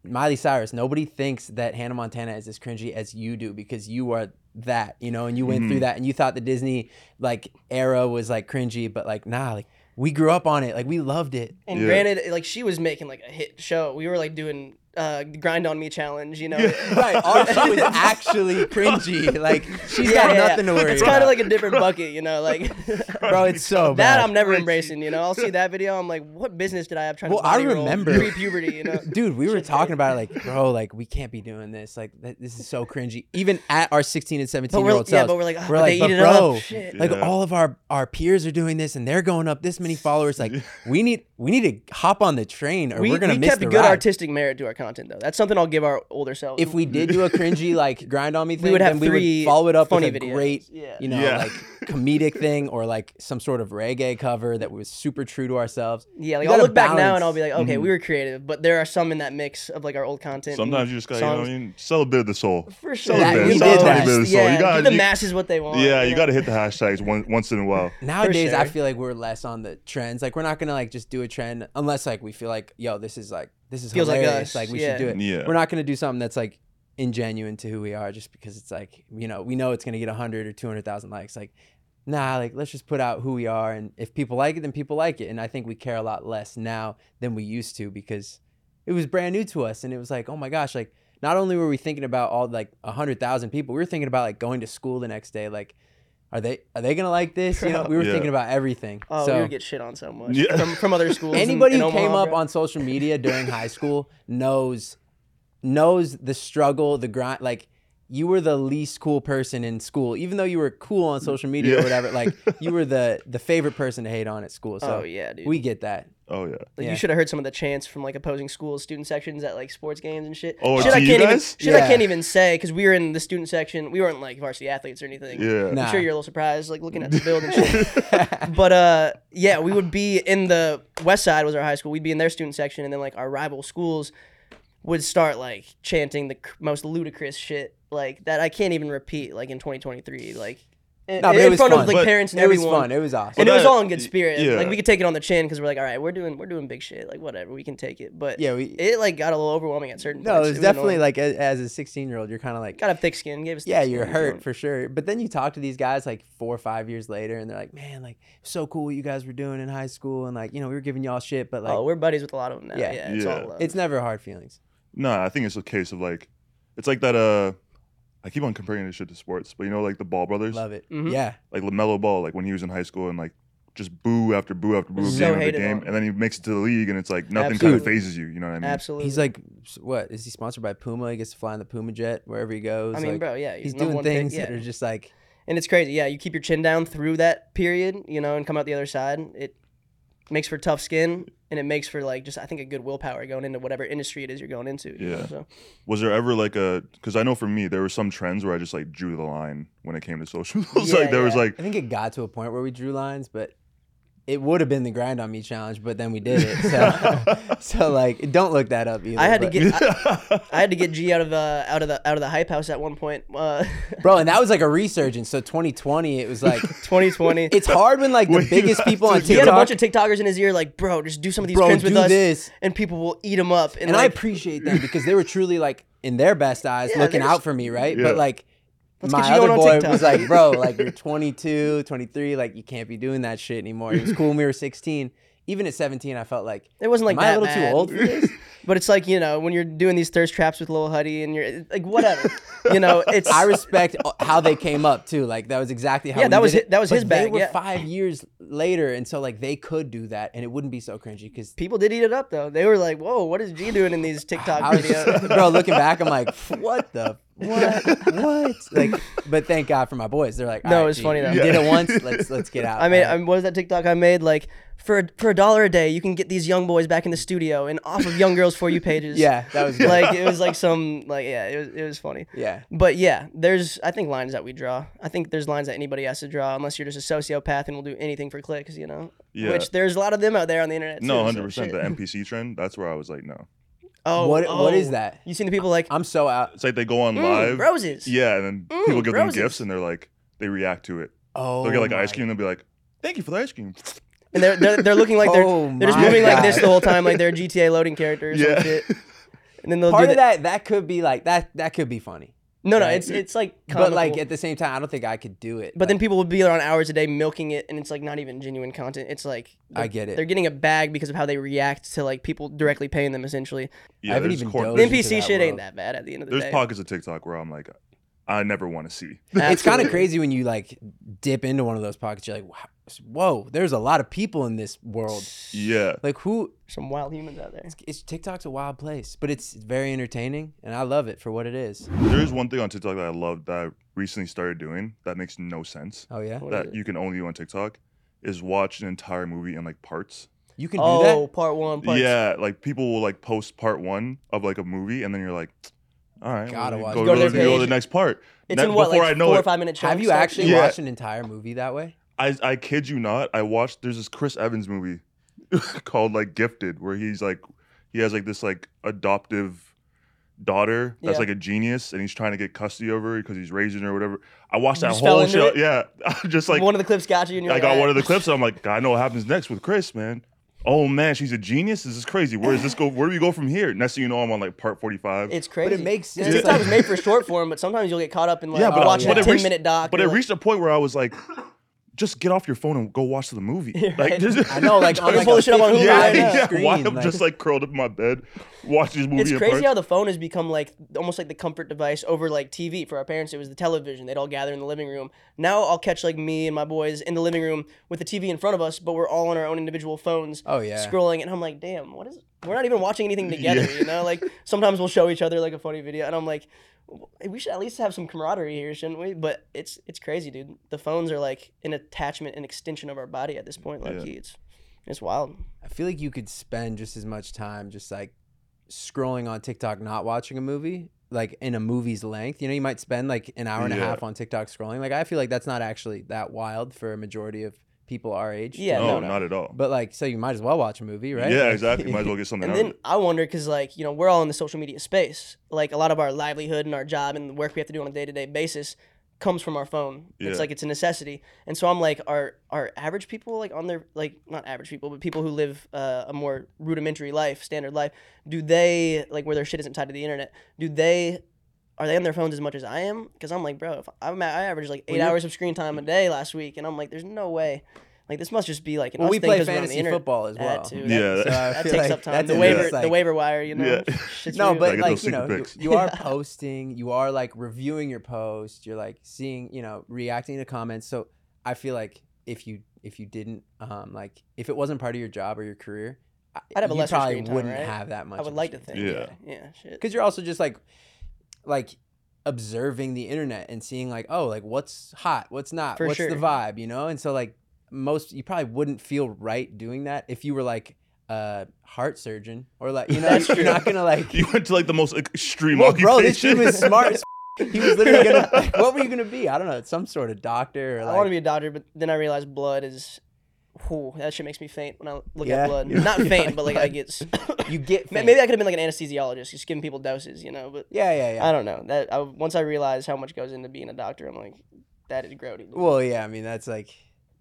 Speaker 3: Miley Cyrus. Nobody thinks that Hannah Montana is as cringy as you do because you are that, you know, and you went
Speaker 2: Mm-hmm.
Speaker 3: through that, and you thought the Disney like era was like cringy, but like nah, like we grew up on it, like we
Speaker 2: <laughs>
Speaker 3: loved it.
Speaker 2: And
Speaker 1: Yeah.
Speaker 2: granted, like she was making like a hit show. We were like doing uh grind on me challenge, you know.
Speaker 3: Right, all she was actually cringy. Like she's got nothing to worry
Speaker 2: It's
Speaker 3: about.
Speaker 2: kind of like a different bucket, you know.
Speaker 3: <laughs>
Speaker 2: Like
Speaker 3: bro,
Speaker 2: <laughs>
Speaker 3: it's so bad.
Speaker 2: that, I'm never embracing. You know, I'll see that video. I'm like, what business did I have trying
Speaker 3: Well,
Speaker 2: to?
Speaker 3: I
Speaker 2: body roll
Speaker 3: remember.
Speaker 2: pre-puberty. You know,
Speaker 3: <laughs> Dude, we were talking about it like, bro, like we can't be doing this. Like th- this is so cringy. Even at our 16 and 17
Speaker 2: we're-
Speaker 3: year old
Speaker 2: yeah,
Speaker 3: selves,
Speaker 2: but we're like, "Ah,
Speaker 3: we're
Speaker 2: but
Speaker 3: like,
Speaker 2: they
Speaker 3: but
Speaker 2: eat it up.
Speaker 3: bro,
Speaker 2: Shit."
Speaker 3: like
Speaker 1: Yeah.
Speaker 3: all of our our peers are doing this and they're going up this many followers. Like we need we need to hop on the train or
Speaker 2: we,
Speaker 3: are gonna
Speaker 2: we
Speaker 3: miss
Speaker 2: kept
Speaker 3: the
Speaker 2: good
Speaker 3: ride.
Speaker 2: artistic merit to our content, though. That's something I'll give our older selves.
Speaker 3: if we did do a cringy like grind on me thing,
Speaker 2: would have
Speaker 3: then
Speaker 2: three
Speaker 3: we would follow it up
Speaker 2: funny
Speaker 3: with a
Speaker 2: videos.
Speaker 3: great,
Speaker 2: Yeah.
Speaker 3: you know,
Speaker 1: Yeah.
Speaker 3: like comedic thing or like some sort of reggae cover that was super true to ourselves.
Speaker 2: yeah, like
Speaker 3: You
Speaker 2: I'll
Speaker 3: gotta
Speaker 2: look back now
Speaker 3: balance. Mm-hmm.
Speaker 2: and I'll be like, okay, we were creative, but there are some in that mix of like our old content. and
Speaker 1: Sometimes you just gotta, you know, what
Speaker 2: songs.
Speaker 1: I mean, sell a bit of the soul.
Speaker 2: For
Speaker 1: Sell
Speaker 2: sure,
Speaker 1: a
Speaker 3: That-
Speaker 1: bit,
Speaker 3: we
Speaker 1: sell a
Speaker 3: did
Speaker 1: tiny
Speaker 3: that.
Speaker 1: bit of the soul.
Speaker 2: Yeah,
Speaker 1: you gotta,
Speaker 2: give the
Speaker 1: you-
Speaker 2: masses what they want.
Speaker 1: yeah, you
Speaker 2: know?
Speaker 1: gotta hit the hashtags one, once in a while.
Speaker 3: Nowadays, I
Speaker 2: sure.
Speaker 3: feel like we're less on the trends. Like we're not gonna like just do a trend unless like we feel like, yo, this is like this is
Speaker 2: Feels like us,
Speaker 3: hilarious. Like, we
Speaker 2: yeah.
Speaker 3: should do it.
Speaker 1: Yeah.
Speaker 3: We're not gonna do something that's like ingenuine to who we are, just because it's like you know we know it's gonna get hundred or two hundred thousand likes. Like, nah, like let's just put out who we are, and if people like it, then people like it. And I think we care a lot less now than we used to because it was brand new to us, and it was like, oh my gosh, like not only were we thinking about all like hundred thousand people, we were thinking about like going to school the next day, like. Are they are they gonna like this? You know,
Speaker 1: <laughs>
Speaker 3: we were
Speaker 1: Yeah.
Speaker 3: thinking about everything.
Speaker 2: Oh,
Speaker 3: so
Speaker 2: we would get shit on so much
Speaker 1: Yeah.
Speaker 2: from, from other
Speaker 3: <laughs>
Speaker 2: schools. in-
Speaker 3: anybody
Speaker 2: in
Speaker 3: who came
Speaker 2: Omaha,
Speaker 3: up
Speaker 2: bro.
Speaker 3: on social media during high school knows knows the struggle, the grind. Like you were the least cool person in school, even though you were cool on social media
Speaker 1: Yeah.
Speaker 3: or whatever.
Speaker 2: <laughs>
Speaker 3: Like you were the the favorite person to hate on at school. So
Speaker 2: Oh, yeah, dude.
Speaker 3: we get that.
Speaker 1: Oh yeah.
Speaker 2: Like,
Speaker 3: Yeah. <laughs>
Speaker 2: You should have heard some of the chants from like opposing schools, student sections at like sports games and shit.
Speaker 1: Oh,
Speaker 2: shit
Speaker 1: to
Speaker 2: I
Speaker 1: you
Speaker 2: can't even
Speaker 1: guys?
Speaker 2: shit I
Speaker 3: Yeah.
Speaker 2: can't even say because we were in the student section. We weren't like varsity athletes or anything.
Speaker 1: Yeah.
Speaker 3: Nah.
Speaker 2: I'm sure you're a little surprised, like looking at the
Speaker 1: <laughs>
Speaker 2: build and shit. but uh, yeah, we would be in the West Side was our high school. We'd be in their student section, and then like our rival schools would start like chanting the cr- most ludicrous shit like that I can't even repeat like in 2023 like in,
Speaker 3: No, but it
Speaker 2: in
Speaker 3: was
Speaker 2: front
Speaker 3: fun.
Speaker 2: of like
Speaker 1: But
Speaker 2: parents and
Speaker 3: It was
Speaker 2: everyone.
Speaker 3: fun. It was awesome.
Speaker 2: and it was
Speaker 1: that-
Speaker 2: all in good spirit.
Speaker 1: yeah.
Speaker 2: Like we could take it on the chin because we're like, all right, we're doing we're doing big shit. Like whatever, we can take it. But
Speaker 3: Yeah, we-
Speaker 2: it like got a little overwhelming at certain.
Speaker 3: No, it
Speaker 2: points.
Speaker 3: was definitely
Speaker 2: annoying.
Speaker 3: like a- as a 16 year old, you're kind of like,
Speaker 2: got a thick skin. Gave us thick
Speaker 3: yeah,
Speaker 2: skin, you
Speaker 3: you're
Speaker 2: know?
Speaker 3: hurt for sure. But then you talk to these guys like four or five years later, and they're like, man, like so cool what you guys were doing in high school, and like you know we were giving y'all shit, but like
Speaker 2: oh, we're buddies with a lot of them now.
Speaker 3: Yeah.
Speaker 2: Yeah, it's
Speaker 1: Yeah.
Speaker 2: all love.
Speaker 3: it's never hard feelings.
Speaker 1: No, I think it's a case of like, it's like that. Uh, I keep on comparing this shit to sports, but you know, like the Ball brothers,
Speaker 3: Love it.
Speaker 2: Mhm.
Speaker 3: Yeah,
Speaker 1: like Lamelo Ball, like when he was in high school, and like just boo after boo after boo,
Speaker 2: So
Speaker 1: game after
Speaker 2: hated
Speaker 1: game,
Speaker 2: on.
Speaker 1: and then he makes it to the league, and it's like nothing kind of
Speaker 2: Absolutely.
Speaker 1: phases you. You know what I mean?
Speaker 2: absolutely.
Speaker 3: he's like, s- what is he sponsored by Puma? He gets to fly on the Puma jet wherever he goes.
Speaker 2: I mean,
Speaker 3: like,
Speaker 2: bro, yeah,
Speaker 3: he's
Speaker 2: number
Speaker 3: doing
Speaker 2: one pick,
Speaker 3: things
Speaker 2: yeah.
Speaker 3: that are just like,
Speaker 2: and it's crazy. Yeah, you keep your chin down through that period, you know, and come out the other side. It makes for tough skin, and it makes for like just I think a good willpower going into whatever industry it is you're going into. you know,
Speaker 1: Yeah.
Speaker 2: so.
Speaker 1: Was there ever like a? Because I know for me, there were some trends where I just like drew the line when <laughs> it came to socials. like
Speaker 2: Yeah,
Speaker 1: there was
Speaker 2: yeah.
Speaker 1: like,
Speaker 3: I think it got to a point where we drew lines, but it would have been the grind on me challenge, but then we did it.
Speaker 2: <laughs>
Speaker 3: So, so like, don't look that up either.
Speaker 2: I had to
Speaker 3: but-
Speaker 2: get
Speaker 3: <laughs>
Speaker 2: I had to get G out of uh, out of the out of the hype house at one point. Uh, <laughs>
Speaker 3: bro, and that was like a resurgence. So 2020, it was like.
Speaker 2: 2020.
Speaker 3: It's hard when like the biggest people on
Speaker 2: he had a
Speaker 3: TikTok,
Speaker 2: bunch of TikTokers in his ear, like, bro, just do some of these
Speaker 3: bro,
Speaker 2: prints
Speaker 3: do
Speaker 2: with us,
Speaker 3: this,
Speaker 2: and people will eat them up. And,
Speaker 3: and I
Speaker 2: like, <laughs>
Speaker 3: appreciate them because they were truly like in their best eyes,
Speaker 2: Yeah,
Speaker 3: looking
Speaker 2: they're
Speaker 3: out for me, right?
Speaker 1: Yeah.
Speaker 3: But like,
Speaker 2: Let's
Speaker 3: my
Speaker 2: get you
Speaker 3: other
Speaker 2: going on
Speaker 3: boy
Speaker 2: TikTok.
Speaker 3: was like, bro,
Speaker 2: <laughs>
Speaker 3: like you're 22, 23, like you can't be doing that shit anymore. It was cool when we were 16. Even at 17, I felt like
Speaker 2: It wasn't like
Speaker 3: am I a
Speaker 2: that
Speaker 3: little
Speaker 2: bad."
Speaker 3: too old for this?
Speaker 2: but it's like you know when you're doing these thirst traps with Lil Huddy, and you're it- like, whatever, you
Speaker 3: <laughs>
Speaker 2: know, <laughs> it's
Speaker 3: I respect how they came up too. Like that was exactly how.
Speaker 2: Yeah,
Speaker 3: we
Speaker 2: that was
Speaker 3: did
Speaker 2: hi-
Speaker 3: it.
Speaker 2: that was
Speaker 3: But
Speaker 2: his
Speaker 3: They
Speaker 2: bag,
Speaker 3: were
Speaker 2: yeah.
Speaker 3: five years later, and so like they could do that, and it wouldn't be so cringy because
Speaker 2: people did eat it up though. They were like, "Whoa, what is G doing in these TikTok
Speaker 3: I was just, <laughs>
Speaker 2: videos?"
Speaker 3: bro, looking back, I'm like, what
Speaker 1: <laughs>
Speaker 3: the, what, what? Like, but thank God for my boys. They're like,
Speaker 2: No,
Speaker 3: "Alright,
Speaker 2: it's
Speaker 3: G,
Speaker 2: funny though.
Speaker 3: You did it once. Let's let's get out.
Speaker 2: I made,
Speaker 3: Alright.
Speaker 2: I mean, what is that TikTok I made? Like for for a dollar a day, you can get these young boys back in the studio and off of young girls for you pages.
Speaker 3: yeah, that was good. <laughs>
Speaker 2: like it was like some like yeah, it was it was funny.
Speaker 3: yeah,
Speaker 2: But yeah, there's I think lines that we draw. I think there's lines that anybody has to draw unless you're just a sociopath and will do anything for clicks, you know.
Speaker 1: Yeah.
Speaker 2: <laughs> Which there's a lot of them out there on the internet.
Speaker 1: no,
Speaker 2: too, so
Speaker 1: hundred percent. The
Speaker 2: shit.
Speaker 1: NPC trend. That's where I was like, no.
Speaker 2: Oh,
Speaker 3: What-
Speaker 2: oh.
Speaker 3: what is that?
Speaker 2: You seen the people like
Speaker 3: I'm so out.
Speaker 1: It's like they go on
Speaker 2: "Mm,
Speaker 1: live,
Speaker 2: roses?
Speaker 1: yeah, and then
Speaker 2: Mm,
Speaker 1: people give
Speaker 2: roses.
Speaker 1: them gifts, and they're like, they react to it.
Speaker 3: Oh,
Speaker 1: They'll get like
Speaker 3: my-
Speaker 1: ice cream, and they'll be like, thank you for the ice cream.
Speaker 2: And they're they're, they're looking like they're
Speaker 3: Oh
Speaker 2: they're just
Speaker 3: my
Speaker 2: moving like
Speaker 3: God.
Speaker 2: this the whole time, like they're a GTA loading character <laughs> or
Speaker 1: <laughs> Yeah.
Speaker 2: some shit. And then they'll
Speaker 3: Part
Speaker 2: do
Speaker 3: of that that could be like that that could be funny,
Speaker 2: No, no,
Speaker 3: right?
Speaker 2: it's it's like
Speaker 3: but like
Speaker 2: comical.
Speaker 3: at the same time, I don't think I could do it.
Speaker 2: But then people would be there on hours a day milking it, and it's like not even genuine content. It's like
Speaker 3: I get it.
Speaker 2: They're getting a bag because of how they react to like people directly paying them. Essentially,
Speaker 1: Yeah,
Speaker 3: haven't
Speaker 1: there's
Speaker 3: even
Speaker 1: corn-
Speaker 3: dove
Speaker 2: the
Speaker 3: Those into
Speaker 2: NPC
Speaker 3: that
Speaker 2: shit ain't
Speaker 3: world.
Speaker 2: that bad at the end of the
Speaker 1: There's
Speaker 2: day.
Speaker 1: pockets of TikTok where I'm like, I never want to see.
Speaker 3: it's kind
Speaker 2: Absolutely.
Speaker 3: of crazy when you like dip into one of those pockets. You're like, wow, whoa, there's a lot of people in this world.
Speaker 1: Yeah,
Speaker 3: Like who
Speaker 2: Some wild humans out there.
Speaker 3: it's TikTok's a wild place, but it's very entertaining, and I love it for what it is.
Speaker 1: there is one thing on TikTok that I love that I recently started doing that makes no sense
Speaker 3: Oh yeah,
Speaker 2: What is
Speaker 1: that
Speaker 2: it?
Speaker 1: you can only do on TikTok is watch an entire movie in like parts.
Speaker 3: you can do
Speaker 2: Oh, part one, part two.
Speaker 1: Yeah, like people will like post part one of like a movie, and then you're like, all right,
Speaker 3: Gotta
Speaker 1: well,
Speaker 3: watch
Speaker 1: go,
Speaker 3: it.
Speaker 1: go,
Speaker 2: Go
Speaker 1: to
Speaker 2: to
Speaker 1: the,
Speaker 2: their
Speaker 1: go to the
Speaker 2: page.
Speaker 1: next part.
Speaker 2: It's
Speaker 1: Ne-
Speaker 2: in what, like
Speaker 1: before I know
Speaker 2: four
Speaker 1: it-
Speaker 2: or five minute
Speaker 3: that.
Speaker 2: chunks.
Speaker 3: Have you
Speaker 2: type
Speaker 3: actually
Speaker 2: shit?
Speaker 1: Yeah.
Speaker 3: watched an entire movie that way?
Speaker 1: I I kid you not. I watched. There's this Chris Evans movie <laughs> called like Gifted, where he's like he has like this like adoptive daughter that's
Speaker 2: Yeah.
Speaker 1: like a genius, and he's trying to get custody over her because he's raising her or whatever. I watched
Speaker 2: You
Speaker 1: that
Speaker 2: just fell
Speaker 1: whole
Speaker 2: into
Speaker 1: shit.
Speaker 2: it?
Speaker 1: Yeah, <laughs> I'm just like
Speaker 2: one of the clips got you, and you're
Speaker 1: I
Speaker 2: like,
Speaker 1: got one of
Speaker 2: "Alright."
Speaker 1: the clips. And I'm like, I know what happens next with Chris, man. Oh man, she's a genius. This is crazy. Where does this go? Where do we go from here? Next thing you know, I'm on like part 45.
Speaker 2: It's crazy.
Speaker 3: makes
Speaker 2: 'Cause
Speaker 3: sense.
Speaker 2: TikTok was made for short form, but sometimes you'll get caught up in like
Speaker 1: yeah, but, uh,
Speaker 2: watching
Speaker 1: but
Speaker 2: a
Speaker 1: it
Speaker 2: ten
Speaker 1: reached,
Speaker 2: minute doc.
Speaker 1: But it
Speaker 2: you're like-
Speaker 1: reached a point where I was like, just get off your phone and go watch the movie.
Speaker 3: <laughs>
Speaker 1: Like, just-
Speaker 3: I know,
Speaker 1: <laughs>
Speaker 3: like on
Speaker 2: You
Speaker 3: like
Speaker 2: pull
Speaker 3: a
Speaker 2: this shit up on Hulu,
Speaker 1: yeah,
Speaker 2: Right.
Speaker 1: yeah.
Speaker 3: screen,
Speaker 1: Why I'm
Speaker 3: like-
Speaker 1: just like curled up in my bed, watching this movie.
Speaker 2: It's
Speaker 1: in
Speaker 2: crazy
Speaker 1: parts.
Speaker 2: how the phone has become like almost like the comfort device over like TV. For our parents, it was the television. They'd all gather in the living room. Now I'll catch like me and my boys in the living room with the TV in front of us, but we're all on our own individual phones.
Speaker 3: Oh, yeah.
Speaker 2: scrolling, and I'm like, damn, what is? We're not even watching anything together, you know. Like sometimes we'll show each other like a funny video, and I'm like, "W- we should at least have some camaraderie here, shouldn't we? But it's it's crazy, dude. The phones are like an attachment, an extension of our body at this point. Like
Speaker 1: Yeah.
Speaker 2: it's it's wild.
Speaker 3: I feel like you could spend just as much time just like scrolling on TikTok, not watching a movie, like in a movie's length. You know, you might spend like an hour and
Speaker 1: Yeah.
Speaker 3: a half on TikTok scrolling. Like I feel like that's not actually that wild for a majority of people our age. to
Speaker 2: Yeah,
Speaker 3: do
Speaker 1: no,
Speaker 3: it.
Speaker 1: not at all.
Speaker 3: But like, so you might as well watch a movie, right?
Speaker 1: Yeah,
Speaker 3: Like,
Speaker 1: exactly. Might as well get something
Speaker 2: And
Speaker 1: out
Speaker 2: then
Speaker 1: of it. <laughs>
Speaker 2: I wonder because, like, you know, we're all in the social media space. Like, a lot of our livelihood and our job and the work we have to do on a day to day basis comes from our phone.
Speaker 1: Yeah.
Speaker 2: It's like it's a necessity. And so I'm like, are are average people like on their like not average people, but people who live uh, a more rudimentary life, standard life? Do they like where their shit isn't tied to the internet? Do they are they on their phones as much as I am? Because I'm like, bro, if I'm at, I averaged like eight hours of screen time a day last week, and I'm like, there's no way. Like this must just be like an
Speaker 3: <laughs> Well,
Speaker 2: us
Speaker 3: we
Speaker 2: thing
Speaker 3: play
Speaker 2: 'cause we're on the
Speaker 3: fantasy
Speaker 2: internet.
Speaker 3: football as
Speaker 2: That
Speaker 3: well.
Speaker 2: too.
Speaker 1: Yeah, that-
Speaker 2: That-
Speaker 3: I
Speaker 2: that
Speaker 3: feel
Speaker 2: takes
Speaker 3: like
Speaker 2: up time.
Speaker 3: that's
Speaker 2: The
Speaker 3: in
Speaker 2: waiver,
Speaker 3: just, like-
Speaker 2: the waiver wire, you know.
Speaker 1: Yeah.
Speaker 3: <laughs>
Speaker 2: Shit's
Speaker 3: no,
Speaker 2: real.
Speaker 3: but
Speaker 1: Gotta get
Speaker 3: like
Speaker 1: those
Speaker 3: you know,
Speaker 1: secret
Speaker 3: you,
Speaker 1: pics.
Speaker 2: <laughs>
Speaker 3: you are posting, you are like reviewing your post, you're like seeing, you know, reacting to comments. So I feel like if you if you didn't, um, like if it wasn't part of your job or your career, I-
Speaker 2: I'd have a
Speaker 3: you
Speaker 2: lesser
Speaker 3: probably
Speaker 2: screen time,
Speaker 3: wouldn't
Speaker 2: right?
Speaker 3: have that much.
Speaker 2: I would like to think.
Speaker 1: Yeah.
Speaker 2: Yeah, yeah, shit.
Speaker 3: because you're also just like, like observing the internet and seeing like, oh, like what's hot, what's not,
Speaker 2: For
Speaker 3: what's the
Speaker 2: sure.
Speaker 3: vibe, you know. And so like most, you probably wouldn't feel right doing that if you were like a heart surgeon or like you know
Speaker 2: That's
Speaker 3: you're
Speaker 2: true.
Speaker 3: not gonna
Speaker 2: <laughs>
Speaker 3: like
Speaker 1: You went to like the most extreme
Speaker 3: well,
Speaker 1: occupation.
Speaker 3: bro, this dude was smart. as f- he was literally gonna. like, what were you gonna be? I don't know. Some sort of doctor or
Speaker 2: I want to
Speaker 3: like.
Speaker 2: be a doctor, but then I realized blood is. Whew, that shit makes me faint when I look
Speaker 3: Yeah.
Speaker 2: at blood.
Speaker 3: <laughs> You're
Speaker 2: Not
Speaker 3: like,
Speaker 2: faint, but like I
Speaker 3: "Blood."
Speaker 2: get. s-
Speaker 3: you get
Speaker 2: Ma-
Speaker 3: <laughs>
Speaker 2: <laughs>
Speaker 3: faint.
Speaker 2: Maybe I could have been like an anesthesiologist, just giving people doses, you know. But
Speaker 3: yeah, yeah, yeah.
Speaker 2: I don't know. That I, once I realized how much goes into being a doctor, I'm like, that is grody. dude.
Speaker 3: well, yeah. I mean, that's like.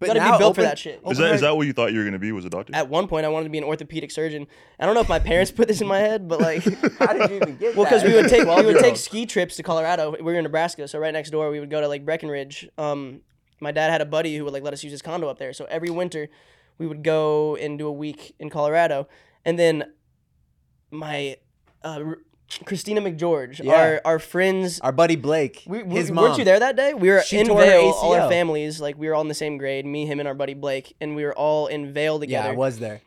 Speaker 3: But
Speaker 2: gotta be
Speaker 3: now
Speaker 2: built for
Speaker 3: open-
Speaker 2: that shit.
Speaker 1: <laughs> Is
Speaker 3: open
Speaker 1: that is
Speaker 3: heart-
Speaker 1: that what you thought you were gonna be? Was a doctor?
Speaker 2: At one point, I wanted to be an orthopedic surgeon. I don't know if my parents put this in my head, but
Speaker 3: <laughs>
Speaker 2: like,
Speaker 3: How did you even get
Speaker 2: Well, because
Speaker 3: that?
Speaker 2: we would take we would
Speaker 3: 12-year-old.
Speaker 2: take ski trips to Colorado. We were in Nebraska, so right next door we would go to like Breckenridge. Um, my dad had a buddy who would like let us use his condo up there. So every winter, we would go and do a week in Colorado, and then my uh, R- Christina McGeorge,
Speaker 3: Yeah.
Speaker 2: our our friends.
Speaker 3: Our buddy Blake.
Speaker 2: we, we,
Speaker 3: his mom.
Speaker 2: weren't you there that day? We were
Speaker 3: She
Speaker 2: in
Speaker 3: tore her
Speaker 2: Vail, all our
Speaker 3: ACL.
Speaker 2: families, like we were all in the same grade, me, him, and our buddy Blake, and we were all in Vail
Speaker 3: Yeah,
Speaker 2: together
Speaker 3: I was there.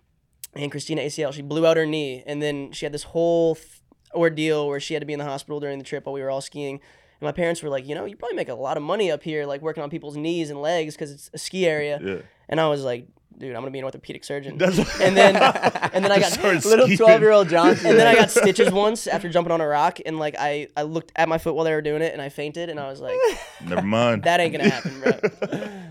Speaker 2: and Christina ACL, she blew out her knee, and then she had this whole th- ordeal where she had to be in the hospital during the trip while we were all skiing. And my parents were like, you know, you probably make a lot of money up here, like working on people's knees and legs because it's a ski area.
Speaker 1: <laughs> <laughs> yeah.
Speaker 2: And I was like, dude, I'm gonna be an orthopedic surgeon.
Speaker 1: That's <laughs>
Speaker 2: and then, and
Speaker 3: <laughs>
Speaker 2: then I got
Speaker 1: Sorry,
Speaker 3: Little
Speaker 1: Steven.
Speaker 3: twelve-year-old
Speaker 2: <laughs>
Speaker 3: Johnson. <laughs>
Speaker 2: and then I got stitches once after jumping on a rock, and like I I looked at my foot while they were doing it, and I fainted, and I was like,
Speaker 1: Never mind.
Speaker 2: that
Speaker 1: <laughs>
Speaker 2: ain't gonna happen, bro.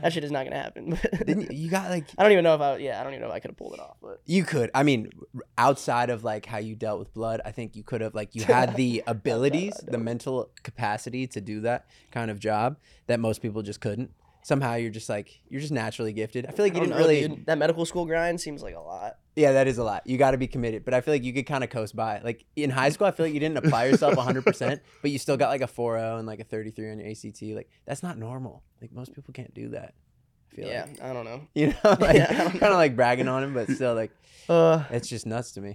Speaker 2: that shit is not gonna happen. <laughs>
Speaker 3: Didn't you, you got like
Speaker 2: I don't even know if I yeah I don't even know if I could have pulled it off, but
Speaker 3: you could. I mean, r- outside of like how you dealt with blood, I think you could
Speaker 2: <laughs>
Speaker 3: have like you had the abilities, the mental capacity to do that kind of job that most people just couldn't. Somehow you're just like you're just naturally gifted. I feel like
Speaker 2: I
Speaker 3: you
Speaker 2: don't
Speaker 3: didn't
Speaker 2: know,
Speaker 3: really.
Speaker 2: dude. that medical school grind seems like a lot.
Speaker 3: Yeah, that is a lot. You got to be committed, but I feel like you could kind of coast by. Like in high school, I feel like you didn't apply yourself 100,
Speaker 2: <laughs>
Speaker 3: percent but you still got like a 4.0 and like a 33 on your ACT. Like that's not normal. Like most people can't do that. I feel
Speaker 2: Yeah,
Speaker 3: like <laughs>
Speaker 2: I don't know.
Speaker 3: you know,
Speaker 2: <laughs>
Speaker 3: like,
Speaker 2: Yeah, I don't
Speaker 3: kind of like bragging on him, but still like
Speaker 2: Uh,
Speaker 3: it's just nuts to me.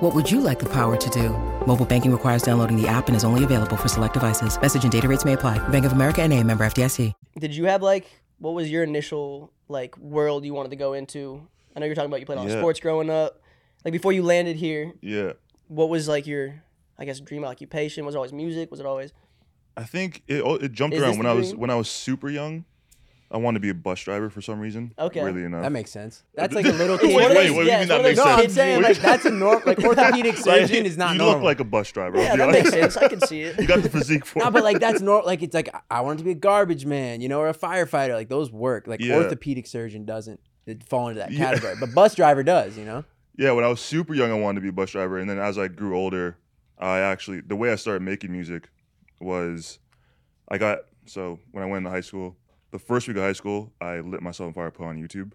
Speaker 4: What would you like the power to do? Mobile banking requires downloading the app and is only available for select devices. Message and data rates may apply. Bank of America and a member FDIC.
Speaker 2: Did you have like what was your initial like world you wanted to go into? I know you're talking about you played a lot of
Speaker 1: Yeah.
Speaker 2: sports growing up. Like before you landed here,
Speaker 1: yeah.
Speaker 2: what was like your I guess dream occupation? Was it always music? Was it always
Speaker 1: I think it all- it jumped
Speaker 2: Is
Speaker 1: around
Speaker 2: this
Speaker 1: when
Speaker 2: the
Speaker 1: I was
Speaker 2: dream?
Speaker 1: when I was super young. I wanted to be a bus driver for some reason.
Speaker 2: Okay.
Speaker 1: Really enough.
Speaker 3: That makes sense.
Speaker 1: <laughs>
Speaker 3: That's like a little
Speaker 2: It's
Speaker 3: kid.
Speaker 2: one of
Speaker 1: Wait,
Speaker 2: those-
Speaker 1: wait, what do you
Speaker 2: yeah,
Speaker 1: mean
Speaker 2: it's
Speaker 1: that
Speaker 2: one of
Speaker 1: makes
Speaker 2: those
Speaker 3: no,
Speaker 1: sense?
Speaker 3: I'm
Speaker 2: kid
Speaker 3: saying
Speaker 2: dreams.
Speaker 3: like that's a normal like
Speaker 1: <laughs>
Speaker 3: orthopedic
Speaker 1: Like,
Speaker 3: surgeon is not
Speaker 1: You
Speaker 3: normal.
Speaker 1: look like a bus driver. I'll
Speaker 2: Yeah,
Speaker 1: be
Speaker 2: that
Speaker 1: honest.
Speaker 2: makes sense. I can see
Speaker 1: <laughs>
Speaker 2: it.
Speaker 1: You got the physique for
Speaker 3: no,
Speaker 1: it.
Speaker 3: but like that's normal. Like it's like I- I wanted to be a garbage man, you know, or a firefighter. Like those work. Like
Speaker 1: Yeah.
Speaker 3: orthopedic surgeon doesn't fall into that
Speaker 1: Yeah.
Speaker 3: category, but bus driver does. You know,
Speaker 1: Yeah, when I was super young, I wanted to be a bus driver, and then as I grew older, I actually the way I started making music was I got so when I went into high school, the first week of high school, I lit myself on fire, put it on YouTube.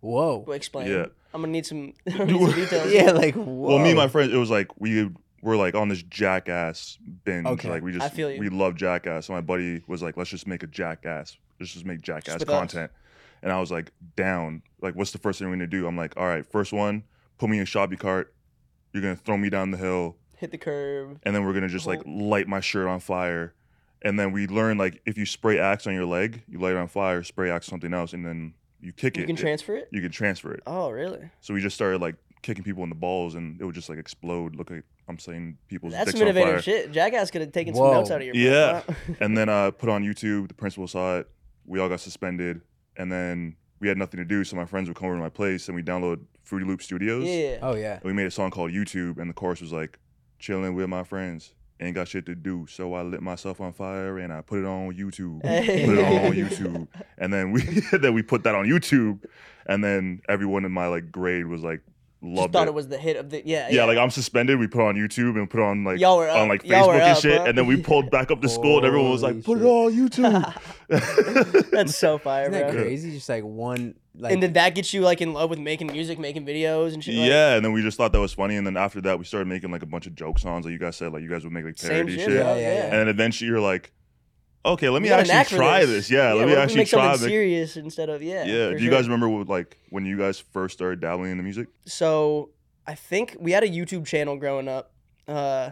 Speaker 3: whoa.
Speaker 2: Well, explain.
Speaker 1: Yeah.
Speaker 2: <laughs>
Speaker 1: <laughs>
Speaker 2: I'm gonna need some, I'm gonna need some details.
Speaker 3: <laughs> Yeah, like whoa.
Speaker 1: Well, me and my friends, it was like we we're like on this jackass binge.
Speaker 3: Okay.
Speaker 1: Like we just
Speaker 2: I feel you.
Speaker 1: we love jackass. So my buddy was like, let's just make a jackass. Let's just make jackass
Speaker 2: with us.
Speaker 1: content. And I was like, down. Like, what's the first thing we're gonna do? I'm like, all right, first one, put me in a shopping cart. You're gonna throw me down the hill,
Speaker 2: Hit the curb.
Speaker 1: and then we're gonna just like light my shirt on fire. And then we learn like if you spray axe on your leg, you light it on fire, spray axe something else, and then you kick it.
Speaker 2: You can
Speaker 1: It-
Speaker 2: transfer it.
Speaker 1: you can transfer it.
Speaker 2: Oh, really?
Speaker 1: So we just started like kicking people in the balls, and it would just like explode. Look like I'm saying people's
Speaker 2: That's
Speaker 1: dicks
Speaker 2: some
Speaker 1: on fire.
Speaker 2: innovative shit. Jackass could have taken
Speaker 3: Whoa.
Speaker 2: some notes out of your.
Speaker 1: Yeah.
Speaker 2: <laughs> Wow.
Speaker 1: And then uh, put on YouTube. The principal saw it. We all got suspended, and then we had nothing to do. So my friends would come over to my place, and we download Fruity Loop Studios.
Speaker 2: yeah.
Speaker 3: Oh yeah.
Speaker 1: And we made a song called YouTube, and the chorus was like, "Chilling with my friends." Ain't got shit to do, so I lit myself on fire and I put it on YouTube.
Speaker 2: <laughs> Hey.
Speaker 1: Put it on YouTube, and then we <laughs> then we put that on YouTube, and then everyone in my like grade was like
Speaker 2: Just
Speaker 1: loved
Speaker 2: thought
Speaker 1: it.
Speaker 2: it. was the hit of the yeah.
Speaker 1: Yeah, like I'm suspended. We put on YouTube and put on like
Speaker 2: Y'all were
Speaker 1: on
Speaker 2: up.
Speaker 1: like
Speaker 2: Y'all were
Speaker 1: Facebook and
Speaker 2: up,
Speaker 1: shit,
Speaker 2: huh?
Speaker 1: and then
Speaker 2: <laughs>
Speaker 1: we pulled back up to school, and everyone was like,
Speaker 3: Holy
Speaker 1: "Put it
Speaker 3: shit.
Speaker 1: on YouTube."
Speaker 2: <laughs> That's so fire,
Speaker 3: Isn't that
Speaker 2: bro.
Speaker 3: crazy? Just like one like
Speaker 2: and did that get you like in love with making music, making videos and shit? like-
Speaker 1: yeah, and then we just thought that was funny, and then after that, we started making like a bunch of joke songs. Like you guys said, like you guys would make like
Speaker 2: Same
Speaker 1: parody
Speaker 2: shit.
Speaker 1: shit,
Speaker 2: bro,
Speaker 3: Yeah, yeah,
Speaker 1: and then eventually you're like, "Okay, let
Speaker 2: We
Speaker 1: me
Speaker 2: got an knack
Speaker 1: actually
Speaker 2: for
Speaker 1: try this. Yeah,
Speaker 2: what
Speaker 1: let
Speaker 2: if
Speaker 1: me
Speaker 2: we
Speaker 1: actually
Speaker 2: make
Speaker 1: try
Speaker 2: something
Speaker 1: this.
Speaker 2: serious instead of yeah.
Speaker 1: yeah,
Speaker 2: for
Speaker 1: do you guys
Speaker 2: sure.
Speaker 1: remember what, like when you guys first started dabbling into music? <laughs>
Speaker 2: so I think we had a YouTube channel growing up, uh,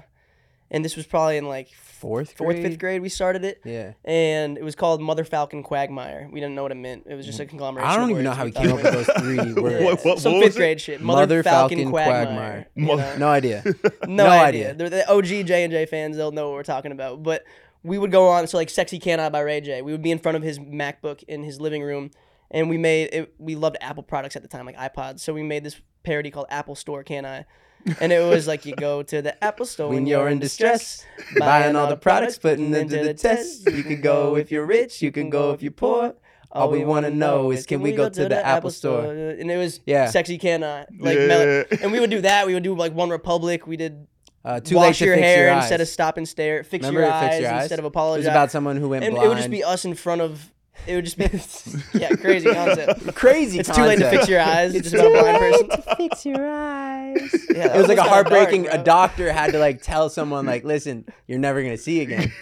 Speaker 2: and this was probably in like
Speaker 3: Fourth
Speaker 2: fourth, fifth
Speaker 3: grade?
Speaker 2: grade. We started it,
Speaker 3: Yeah.
Speaker 2: and it was called Mother Falcon Quagmire. We didn't know what it meant. It was just a conglomeration.
Speaker 3: Mm. I don't
Speaker 2: of
Speaker 3: even know
Speaker 2: words
Speaker 3: how we
Speaker 2: thought
Speaker 3: came
Speaker 2: it
Speaker 3: up with
Speaker 2: meant.
Speaker 3: those three words.
Speaker 1: <laughs> What- what-
Speaker 2: Some
Speaker 1: what
Speaker 2: fifth
Speaker 1: was it?
Speaker 2: grade shit. Mother,
Speaker 3: Mother
Speaker 2: Falcon,
Speaker 3: Falcon
Speaker 2: Quagmire.
Speaker 3: Quagmire.
Speaker 2: you
Speaker 1: Mother-
Speaker 2: know?
Speaker 3: No idea.
Speaker 2: no,
Speaker 3: No
Speaker 2: idea.
Speaker 3: idea.
Speaker 2: They're the OG J and J fans. They'll know what we're talking about. But we would go on. So like "Sexy Can I" by Ray J. We would be in front of his MacBook in his living room, and we made. It, we loved Apple products at the time, like iPods. So we made this parody called "Apple Store Can I," and it was like you go to the Apple Store
Speaker 3: When you're in distress,
Speaker 2: distress,
Speaker 3: buying all the products, putting them to the test. You can go if you're rich, you can go if you're poor. All we wanna know is, can we go to the Apple Store?
Speaker 2: And it was
Speaker 3: Yeah.
Speaker 2: "Sexy Can I," like,
Speaker 1: Yeah.
Speaker 2: mel- and we would do that. We would do like One Republic. We did
Speaker 3: Uh, too
Speaker 2: wash
Speaker 3: late to
Speaker 2: your
Speaker 3: fix
Speaker 2: hair
Speaker 3: your eyes.
Speaker 2: instead of stop and stare. Fix,
Speaker 3: Remember
Speaker 2: your,
Speaker 3: to
Speaker 2: eyes
Speaker 3: fix your eyes
Speaker 2: instead of
Speaker 3: It was
Speaker 2: apologize.
Speaker 3: about someone who went
Speaker 2: and
Speaker 3: blind.
Speaker 2: it would just be us in front of. It would just
Speaker 3: <laughs>
Speaker 2: be yeah, crazy concept.
Speaker 3: crazy.
Speaker 2: It's too late to fix your eyes. It's just about a blind person. To fix your eyes. Yeah,
Speaker 3: It was like a heartbreaking.
Speaker 2: Dark,
Speaker 3: a
Speaker 2: bro.
Speaker 3: <laughs> doctor had to like tell someone like, "Listen, you're never gonna <laughs> see again."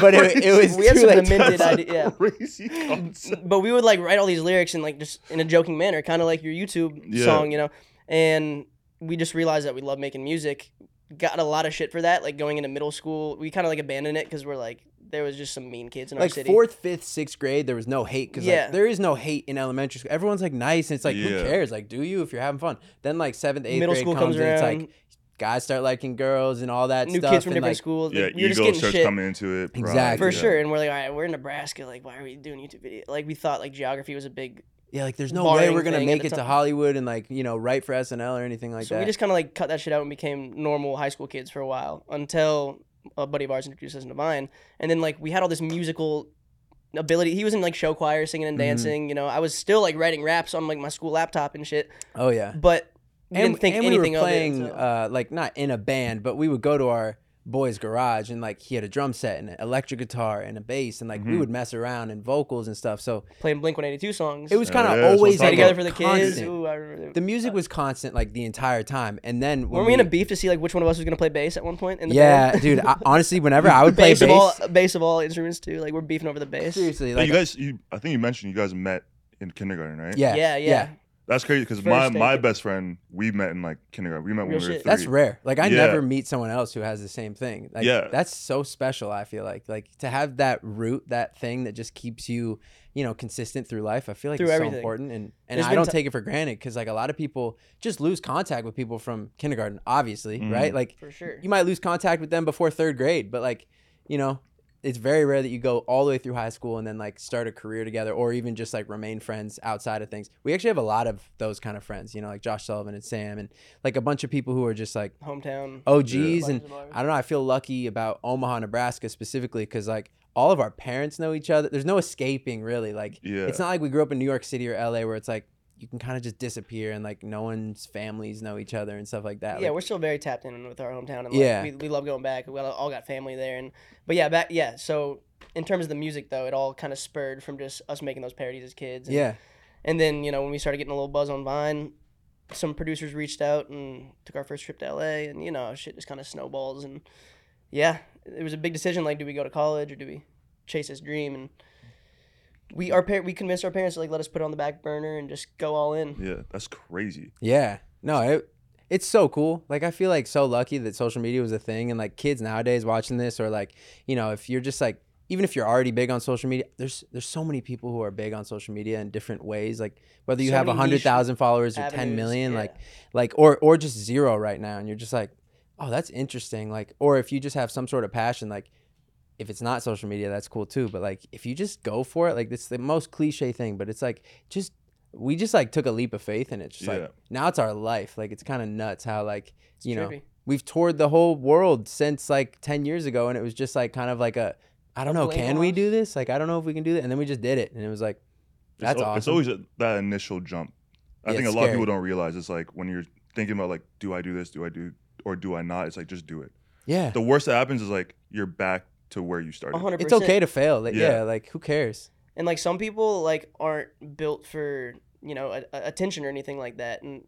Speaker 3: but it, it was
Speaker 2: We had
Speaker 3: too
Speaker 2: some
Speaker 3: late. to-
Speaker 2: demented idea. Yeah. <laughs>
Speaker 1: Crazy concept.
Speaker 2: but we would like write all these lyrics and like just in a joking manner, kind of like your YouTube
Speaker 1: Yeah.
Speaker 2: song, you know. And we just realized that we love making music. Got a lot of shit for that. Like going into middle school, we kind of like abandoned it because we're like there was just some mean kids in our
Speaker 3: like
Speaker 2: city.
Speaker 3: fourth, fifth, sixth grade, there was no hate because
Speaker 2: Yeah.
Speaker 3: like, there is no hate in elementary school. Everyone's like nice, and it's like
Speaker 1: Yeah.
Speaker 3: who cares? Like, do you if you're having fun? Then like seventh, eighth
Speaker 2: Middle
Speaker 3: grade
Speaker 2: school comes
Speaker 3: comes, and
Speaker 2: around.
Speaker 3: it's like guys start liking girls and all that
Speaker 2: new
Speaker 3: stuff.
Speaker 2: kids from
Speaker 3: and,
Speaker 2: different
Speaker 3: like,
Speaker 2: schools.
Speaker 1: Yeah,
Speaker 2: Like, we were just
Speaker 1: ego
Speaker 2: getting
Speaker 1: starts
Speaker 2: shit
Speaker 1: coming into it. pride,
Speaker 3: Exactly.
Speaker 2: for
Speaker 1: yeah.
Speaker 2: sure, and we're like, all right, we're in Nebraska. Like, why are we doing YouTube video? Like, we thought like geography was a big,
Speaker 3: Yeah, like there's no way
Speaker 2: barring
Speaker 3: we're gonna
Speaker 2: thing at
Speaker 3: make
Speaker 2: the
Speaker 3: it to
Speaker 2: time.
Speaker 3: Hollywood and like you know write for SNL or anything like
Speaker 2: so
Speaker 3: that.
Speaker 2: we just kind of like cut that shit out and became normal high school kids for a while until a buddy of ours introduced us to Vine, and then like we had all this musical ability. He was in like show choir, singing and
Speaker 3: Mhm.
Speaker 2: dancing. You know, I was still like writing raps on like my school laptop and shit,
Speaker 3: oh yeah.
Speaker 2: but we
Speaker 3: and,
Speaker 2: didn't think
Speaker 3: and
Speaker 2: anything
Speaker 3: we were playing
Speaker 2: of it. so-
Speaker 3: uh, like not in a band, but we would go to our boy's garage and like he had a drum set and an electric guitar and a bass and like we
Speaker 2: Mm-hmm.
Speaker 1: Mhm.
Speaker 3: would mess around and vocals and stuff. So
Speaker 2: playing Blink One Eighty Two songs.
Speaker 3: it was
Speaker 1: Yeah,
Speaker 3: kind of
Speaker 1: that's what I'm talking
Speaker 3: always
Speaker 2: Stay
Speaker 3: like,
Speaker 2: together for the kids.
Speaker 3: constant.
Speaker 2: Ooh, I remember.
Speaker 3: The music was constant like the entire time, and then when
Speaker 2: Weren't we in a beef to see like which one of us was gonna play bass at one point? In the
Speaker 3: yeah,
Speaker 2: band? <laughs>
Speaker 3: dude. I, honestly, whenever I would play
Speaker 2: bass,
Speaker 3: bass,
Speaker 2: of all bass of all instruments too. Like we're beefing over the bass.
Speaker 3: seriously,
Speaker 1: Now,
Speaker 3: like
Speaker 1: you guys, you, I think you mentioned you guys met in kindergarten, right?
Speaker 3: yeah,
Speaker 2: Yeah, yeah.
Speaker 1: That's crazy because my,
Speaker 2: First
Speaker 1: my
Speaker 2: date.
Speaker 1: best friend, we met in like kindergarten. We met when
Speaker 2: Real
Speaker 1: we were
Speaker 2: shit.
Speaker 1: three.
Speaker 3: That's rare. Like I
Speaker 1: Yeah.
Speaker 3: never meet someone else who has the same thing. Like
Speaker 1: Yeah.
Speaker 3: that's so special, I feel like. Like to have that root, that thing that just keeps you, you know, consistent through life. I feel like
Speaker 2: Through
Speaker 3: it's so
Speaker 2: everything.
Speaker 3: important and and
Speaker 2: There's
Speaker 3: I
Speaker 2: been
Speaker 3: don't
Speaker 2: ti-
Speaker 3: take it for granted cuz like a lot of people just lose contact with people from kindergarten, obviously, right? Like
Speaker 2: For sure.
Speaker 3: you might lose contact with them before 3rd grade, but like, you know, it's very rare that you go all the way through high school and then like start a career together or even just like remain friends outside of things. We actually have a lot of those kind of friends, you know, like Josh Sullivan and Sam and like a bunch of people who are just like
Speaker 2: Hometown.
Speaker 3: OGs
Speaker 2: Buddies
Speaker 3: and
Speaker 2: of ours.
Speaker 3: I don't know. I feel lucky about Omaha, Nebraska specifically because like all of our parents know each other. There's no escaping really. Like
Speaker 1: Yeah.
Speaker 3: it's not like we grew up in New York City or LA where it's like you can kind of just disappear and like no one's families know each other and stuff like that.
Speaker 2: Yeah,
Speaker 3: Like,
Speaker 2: we're still very tapped in with our hometown, and like,
Speaker 3: Yeah.
Speaker 2: we, we love going back. We all- all got family there, and but yeah, back yeah. So in terms of the music, though, it all kind of spurred from just us making those parodies as kids. And,
Speaker 3: yeah.
Speaker 2: and then you know when we started getting a little buzz on Vine, some producers reached out and took our first trip to LA, and you know, shit just kind of snowballs. And yeah, it was a big decision. Like, do we go to college or do we chase this dream? And we our par- we convinced our parents to like let us put it on the back burner and just go all in.
Speaker 1: Yeah, that's crazy.
Speaker 3: Yeah. No, it it's so cool. Like I feel like so lucky that social media was a thing and like kids nowadays watching this or like, you know, if you're just like even if you're already big on social media, there's there's so many people who are big on social media in different ways. Like whether you
Speaker 2: So
Speaker 3: have
Speaker 2: many
Speaker 3: have
Speaker 2: niche
Speaker 3: hundred thousand followers or ten
Speaker 2: avenues,
Speaker 3: million,
Speaker 2: yeah.
Speaker 3: like like or or just zero right now, and you're just like, oh, that's interesting. Like or if you just have some sort of passion, like if it's not social media, that's cool too. But like if you just go for it, like it's the most cliche thing, but it's like just we just like took a leap of faith and it's just
Speaker 1: Yeah.
Speaker 3: like now it's our life. Like it's kind of nuts how like you know
Speaker 2: trippy.
Speaker 3: we've toured the whole world since like ten years ago, and it was just like kind of like a I don't know,
Speaker 2: blame
Speaker 3: can we
Speaker 2: off.
Speaker 3: do this? Like I don't know if we can do that, and then we just did it, and it was like
Speaker 1: It's
Speaker 3: that's
Speaker 1: al-
Speaker 3: awesome.
Speaker 1: It's always a, that initial jump. I
Speaker 3: Yeah,
Speaker 1: think a
Speaker 3: it's
Speaker 1: lot of
Speaker 3: scary.
Speaker 1: people don't realize it's like when you're thinking about like, do I do this? Do I do or do I not? It's like just do it.
Speaker 3: yeah,
Speaker 1: The worst that happens is like you're back to where you started.
Speaker 2: A hundred
Speaker 3: it's okay
Speaker 2: percent.
Speaker 3: to fail. Like
Speaker 1: Yeah.
Speaker 3: yeah, like who cares?
Speaker 2: and like some people like aren't built for you know a, a- attention or anything like that and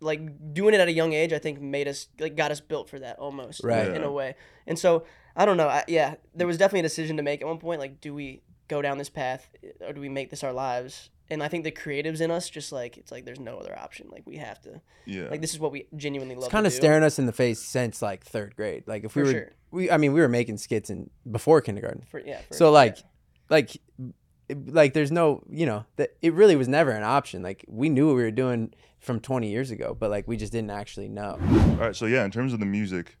Speaker 2: like doing it at a young age i think made us like got us built for that almost
Speaker 3: Right.
Speaker 2: in
Speaker 1: Yeah.
Speaker 2: a way and so i don't know I, yeah there was definitely a decision to make at one point like do we go down this path or do we make this our lives and i think the creatives in us just like it's like there's no other option like we have to
Speaker 1: Yeah.
Speaker 2: like this is what we genuinely love
Speaker 3: It's kind of
Speaker 2: to do.
Speaker 3: staring us in the face since like third grade. Like if we
Speaker 2: For
Speaker 3: were,
Speaker 2: sure.
Speaker 3: we I mean we were making skits in before kindergarten.
Speaker 2: for, yeah for-
Speaker 3: so like
Speaker 2: yeah.
Speaker 3: like it- like there's no you know that it really was never an option like we knew what we were doing from 20 years ago but like we just didn't actually know
Speaker 1: All right. So yeah, in terms of the music,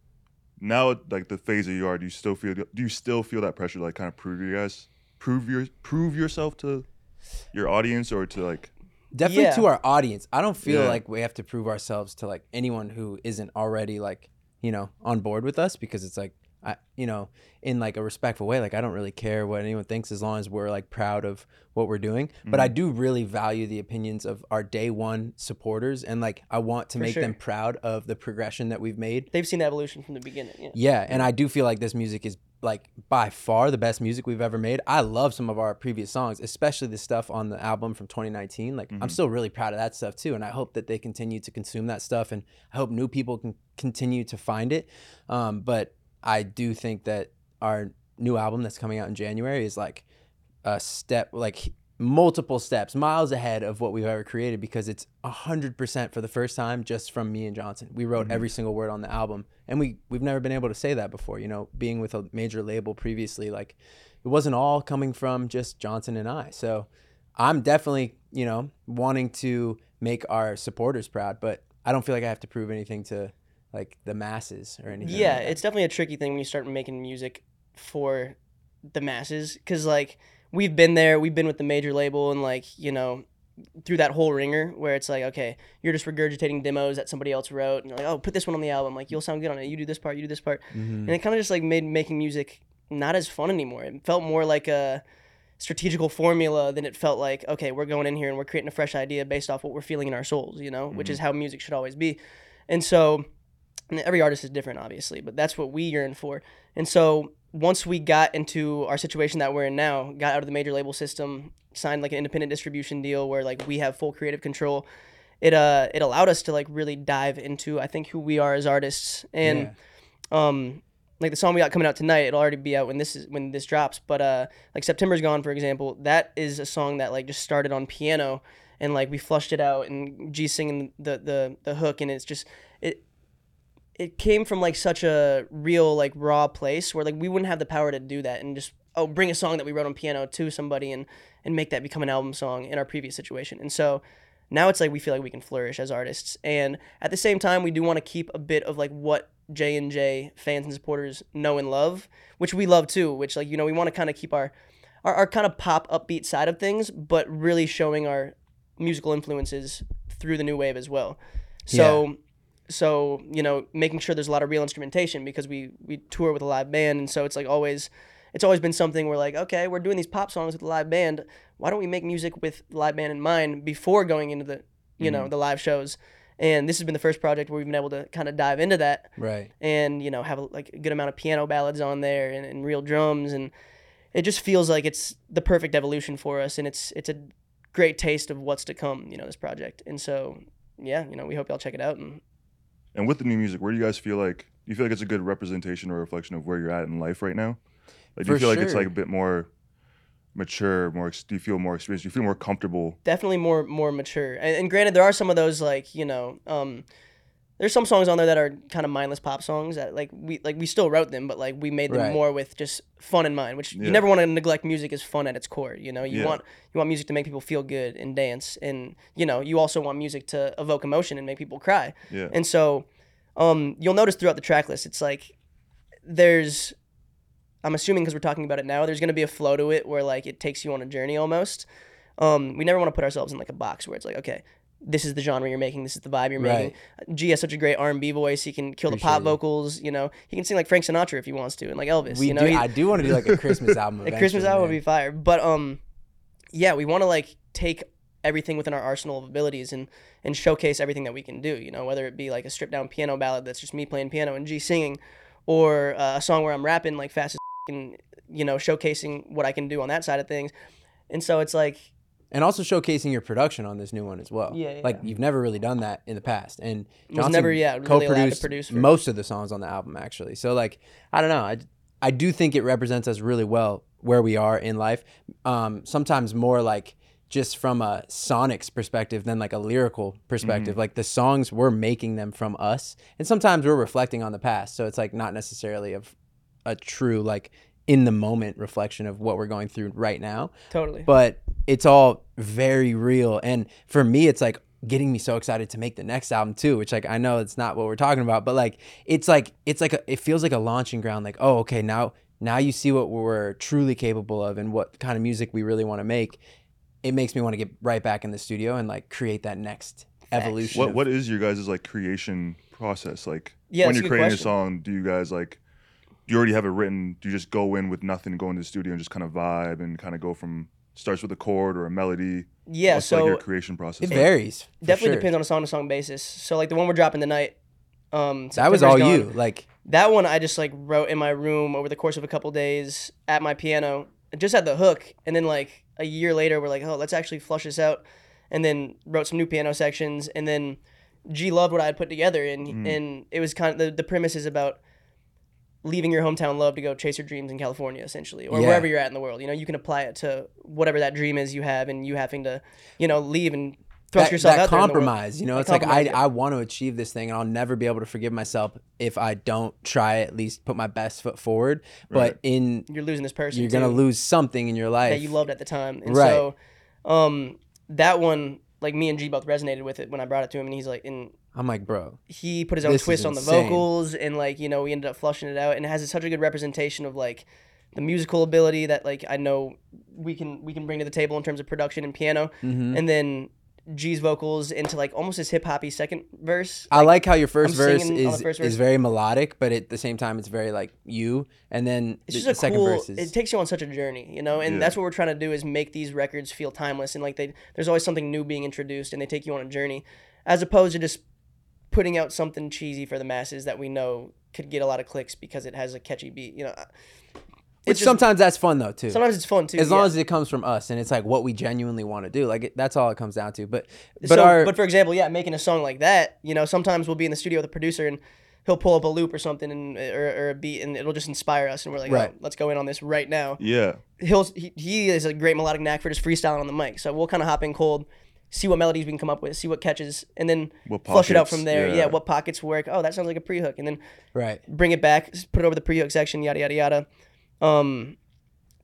Speaker 1: now like the phase that you are, do you still feel do you still feel that pressure to like kind of prove you guys prove your prove yourself to your audience or to like
Speaker 3: definitely
Speaker 2: Yeah.
Speaker 3: to our audience i don't feel
Speaker 1: Yeah.
Speaker 3: like we have to prove ourselves to like anyone who isn't already like you know on board with us because it's like i you know in like a respectful way like i don't really care what anyone thinks as long as we're like proud of what we're doing but
Speaker 2: Mm-hmm.
Speaker 3: i do really value the opinions of our day one supporters and like i want to make them
Speaker 2: sure.
Speaker 3: proud of the progression that we've made
Speaker 2: they've seen the evolution from the beginning yeah
Speaker 3: Yeah, and I do feel like this music is like by far the best music we've ever made. I love some of our previous songs, especially the stuff on the album from 2019. Like I'm still really proud of that stuff too, and I hope that they continue to consume that stuff, and I hope new people can continue to find it. Um, but I do think that our new album that's coming out in January is like a step like multiple steps miles ahead of what we've ever created because it's 100% for the first time just from me and johnson we wrote
Speaker 2: Mm-hmm.
Speaker 3: every single word on the album and we we've never been able to say that before you know being with a major label previously like it wasn't all coming from just johnson and i so i'm definitely you know wanting to make our supporters proud but i don't feel like i have to prove anything to like the masses or anything
Speaker 2: Yeah,
Speaker 3: like that.
Speaker 2: it's definitely a tricky thing when you start making music for the masses because like we've been there, we've been with the major label, and like you know through that whole ringer where it's like okay you're just regurgitating demos that somebody else wrote and you're like oh put this one on the album like you'll sound good on it you do this part you do this part and
Speaker 3: Mm-hmm.
Speaker 2: it kind of just like made making music not as fun anymore it felt more like a strategical formula than it felt like okay we're going in here and we're creating a fresh idea based off what we're feeling in our souls you know which is how music should always be and so and every artist is different obviously but that's what we yearn for and so once we got into our situation that we're in now got out of the major label system signed like an independent distribution deal where like we have full creative control it uh it allowed us to like really dive into i think who we are as artists and
Speaker 3: Yeah.
Speaker 2: um like the song we got coming out tonight it'll already be out when this is when this drops but uh like september's gone for example that is a song that like just started on piano and like we flushed it out and g singing the the the hook and it's just it it came from like such a real like raw place where like we wouldn't have the power to do that and just oh bring a song that we wrote on piano to somebody and and make that become an album song in our previous situation and so now it's like we feel like we can flourish as artists and at the same time we do want to keep a bit of like what J and J fans and supporters know and love which we love too which like you know we want to kind of keep our our, our kind of pop upbeat side of things but really showing our musical influences through the new wave as well so so you know making sure there's a lot of real instrumentation because we we tour with a live band and so it's like always it's always been something where like okay we're doing these pop songs with a live band why don't we make music with the live band in mind before going into the you know the live shows and this has been the first project where we've been able to kind of dive into that
Speaker 3: right
Speaker 2: and you know have a, like a good amount of piano ballads on there and, and real drums and it just feels like it's the perfect evolution for us and it's it's a great taste of what's to come you know this project and so yeah, you know, we hope y'all check it out. And
Speaker 1: And with the new music, where do you guys feel like do you feel like it's a good representation or reflection of where you're at in life right now? Like, do you
Speaker 3: For
Speaker 1: feel like it's
Speaker 3: sure.
Speaker 1: like a bit more mature, more? ex- Do you feel more experienced? Do you feel more comfortable?
Speaker 2: definitely more more mature. And, and granted, there are some of those like you know, um, there's some songs on there that are kind of mindless pop songs that like we like we still wrote them, but like we made them
Speaker 3: Right.
Speaker 2: more with just fun in mind. Which
Speaker 1: Yeah.
Speaker 2: you never want to neglect. Music is fun at its core. You know, you
Speaker 1: Yeah.
Speaker 2: want you want music to make people feel good and dance, and you know, you also want music to evoke emotion and make people cry.
Speaker 1: Yeah,
Speaker 2: And so, um, you'll notice throughout the track list, it's like there's, I'm assuming because we're talking about it now, there's gonna be a flow to it where like it takes you on a journey almost. Um, we never want to put ourselves in like a box where it's like, okay, this is the genre you're making, this is the vibe you're making. G has such a great R&B voice; he can kill the
Speaker 3: Appreciate
Speaker 2: pop
Speaker 3: it.
Speaker 2: vocals. You know, he can sing like Frank Sinatra if he wants to, and like Elvis.
Speaker 3: we
Speaker 2: you know,
Speaker 3: do.
Speaker 2: He-
Speaker 3: I do want to do like a Christmas album.
Speaker 2: <laughs> a Christmas
Speaker 3: eventually,
Speaker 2: album would
Speaker 3: man.
Speaker 2: be fire. But um, yeah, we want to like take everything within our arsenal of abilities and and showcase everything that we can do. You know, whether it be like a stripped down piano ballad that's just me playing piano and G singing, or uh, a song where I'm rapping like fast as <laughs> and you know showcasing what I can do on that side of things. And so it's like
Speaker 3: and also showcasing your production on this new one as well.
Speaker 2: Yeah, yeah,
Speaker 3: like
Speaker 2: yeah.
Speaker 3: you've never really done that in the past, and
Speaker 2: Was never, yeah, really allowed to
Speaker 3: co-produced
Speaker 2: produce for-
Speaker 3: most of the songs on the album actually. So like, I don't know, I, I do think it represents us really well where we are in life. Um, sometimes more like just from a sonics perspective than like a lyrical perspective.
Speaker 2: Mm-hmm.
Speaker 3: Like the songs we're making them from us, and sometimes we're reflecting on the past. So it's like not necessarily of a true like in the moment reflection of what we're going through right now
Speaker 2: totally.
Speaker 3: but it's all very real and for me it's like getting me so excited to make the next album too which like i know it's not what we're talking about but like it's like it's like a, it feels like a launching ground like oh okay now now you see what we're truly capable of and what kind of music we really want to make it makes me want to get right back in the studio and like create that next evolution
Speaker 1: what
Speaker 3: of-
Speaker 1: what is your guys' like creation process like
Speaker 2: Yeah,
Speaker 1: when you're
Speaker 2: that's a good
Speaker 1: creating a
Speaker 2: question.
Speaker 1: song do you guys like do you already have it written do you just go in with nothing go into the studio and just kind of vibe and kind of go from starts with a chord or a melody
Speaker 2: yeah,
Speaker 1: What's,
Speaker 2: so
Speaker 1: like your creation process
Speaker 3: it
Speaker 1: like?
Speaker 3: varies for
Speaker 2: definitely
Speaker 3: sure.
Speaker 2: depends on a song to song basis. So like the one we're dropping tonight. Um,
Speaker 3: that was all
Speaker 2: September's Gone.
Speaker 3: you like
Speaker 2: That one I just like wrote in my room over the course of a couple days at my piano, just at the hook, and then like a year later we're like, oh, let's actually flush this out, and then wrote some new piano sections, and then G loved what I had put together, and
Speaker 3: Mm.
Speaker 2: and it was kind of the, the premise is about leaving your hometown love to go chase your dreams in California essentially or
Speaker 3: Yeah.
Speaker 2: wherever you're at in the world you know you can apply it to whatever that dream is you have and you having to you know leave and thrust
Speaker 3: that,
Speaker 2: yourself
Speaker 3: that
Speaker 2: out there in the world.
Speaker 3: compromise you know
Speaker 2: That
Speaker 3: it's like
Speaker 2: compromise,
Speaker 3: I,
Speaker 2: yeah.
Speaker 3: I want to achieve this thing and i'll never be able to forgive myself if i don't try at least put my best foot forward
Speaker 1: Right.
Speaker 3: but in
Speaker 2: you're losing this person
Speaker 3: you're gonna
Speaker 2: too.
Speaker 3: lose something in your life
Speaker 2: that you loved at the time. And
Speaker 3: Right.
Speaker 2: so um that one like me and G both resonated with it when I brought it to him and he's like and
Speaker 3: i'm like bro
Speaker 2: he put his own
Speaker 3: This is
Speaker 2: twist on the
Speaker 3: insane.
Speaker 2: vocals and like you know we ended up flushing it out and it has such a good representation of like the musical ability that like I know we can we can bring to the table in terms of production and piano
Speaker 3: Mm-hmm.
Speaker 2: and then G's vocals into like almost his hip hoppy second verse.
Speaker 3: i like how your 1st
Speaker 2: I'm
Speaker 3: verse
Speaker 2: singing on the
Speaker 3: is
Speaker 2: first verse.
Speaker 3: is very melodic but at the same time it's very like you and then
Speaker 2: it's
Speaker 3: the,
Speaker 2: just
Speaker 3: the
Speaker 2: a
Speaker 3: second
Speaker 2: cool
Speaker 3: verse is
Speaker 2: it takes you on such a journey you know and
Speaker 1: Yeah.
Speaker 2: that's what we're trying to do is make these records feel timeless and like they there's always something new being introduced and they take you on a journey as opposed to just putting out something cheesy for the masses that we know could get a lot of clicks because it has a catchy beat you know uh,
Speaker 3: which
Speaker 2: just-
Speaker 3: sometimes that's fun though too
Speaker 2: sometimes it's fun too
Speaker 3: as long
Speaker 2: yeah.
Speaker 3: as it comes from us and it's like what we genuinely want to do like it, that's all it comes down to but but
Speaker 2: so,
Speaker 3: our
Speaker 2: but for example, yeah, making a song like that, you know, sometimes we'll be in the studio with a producer and he'll pull up a loop or something and or, or a beat and it'll just inspire us and we're like,
Speaker 3: Right.
Speaker 2: oh, let's go in on this right now.
Speaker 1: yeah
Speaker 2: he'll he, he is a great melodic knack for just freestyling on the mic. So we'll kind of hop in cold, see what melodies we can come up with, see what catches, and then
Speaker 1: What
Speaker 2: flush it out
Speaker 1: pockets,
Speaker 2: from there. Yeah.
Speaker 1: yeah.
Speaker 2: what pockets work? Oh, that sounds like a pre hook, and then
Speaker 3: right
Speaker 2: bring it back, s- put it over the pre hook section, yada yada yada. Um,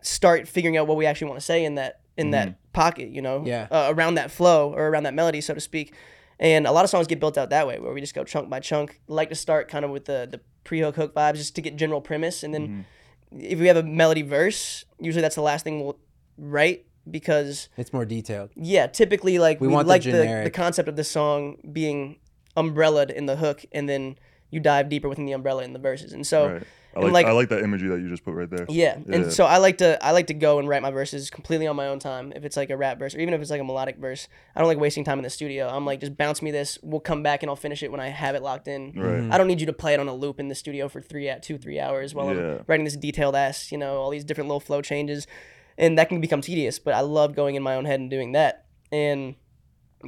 Speaker 2: start figuring out what we actually want to say in that in that pocket, you know,
Speaker 3: Mm-hmm. Yeah.
Speaker 2: uh, around that flow or around that melody, so to speak. And a lot of songs get built out that way, where we just go chunk by chunk. Like to start kind of with the the pre hook hook vibes, just to get general premise, and then
Speaker 3: Mm-hmm.
Speaker 2: if we have a melody verse, usually that's the last thing we'll write because
Speaker 3: it's more detailed
Speaker 2: yeah, typically like we,
Speaker 3: We want the
Speaker 2: like the, the,
Speaker 3: generic.
Speaker 2: concept of the song being umbrellaed in the hook and then you dive deeper within the umbrella in the verses. And so
Speaker 1: right I
Speaker 2: and
Speaker 1: like,
Speaker 2: like-
Speaker 1: I like that imagery that you just put right there
Speaker 2: yeah.
Speaker 1: Yeah.
Speaker 2: And so I like to I like to go and write my verses completely on my own time. If it's like a rap verse or even if it's like a melodic verse, I don't like wasting time in the studio. I'm like just bounce me this, we'll come back and I'll finish it when I have it locked in.
Speaker 1: Right.
Speaker 2: I don't need you to play it on a loop in the studio for three at two three hours while
Speaker 1: Yeah.
Speaker 2: I'm writing this detailed ass, you know, all these different little flow changes, and that can become tedious. But I love going in my own head and doing that. And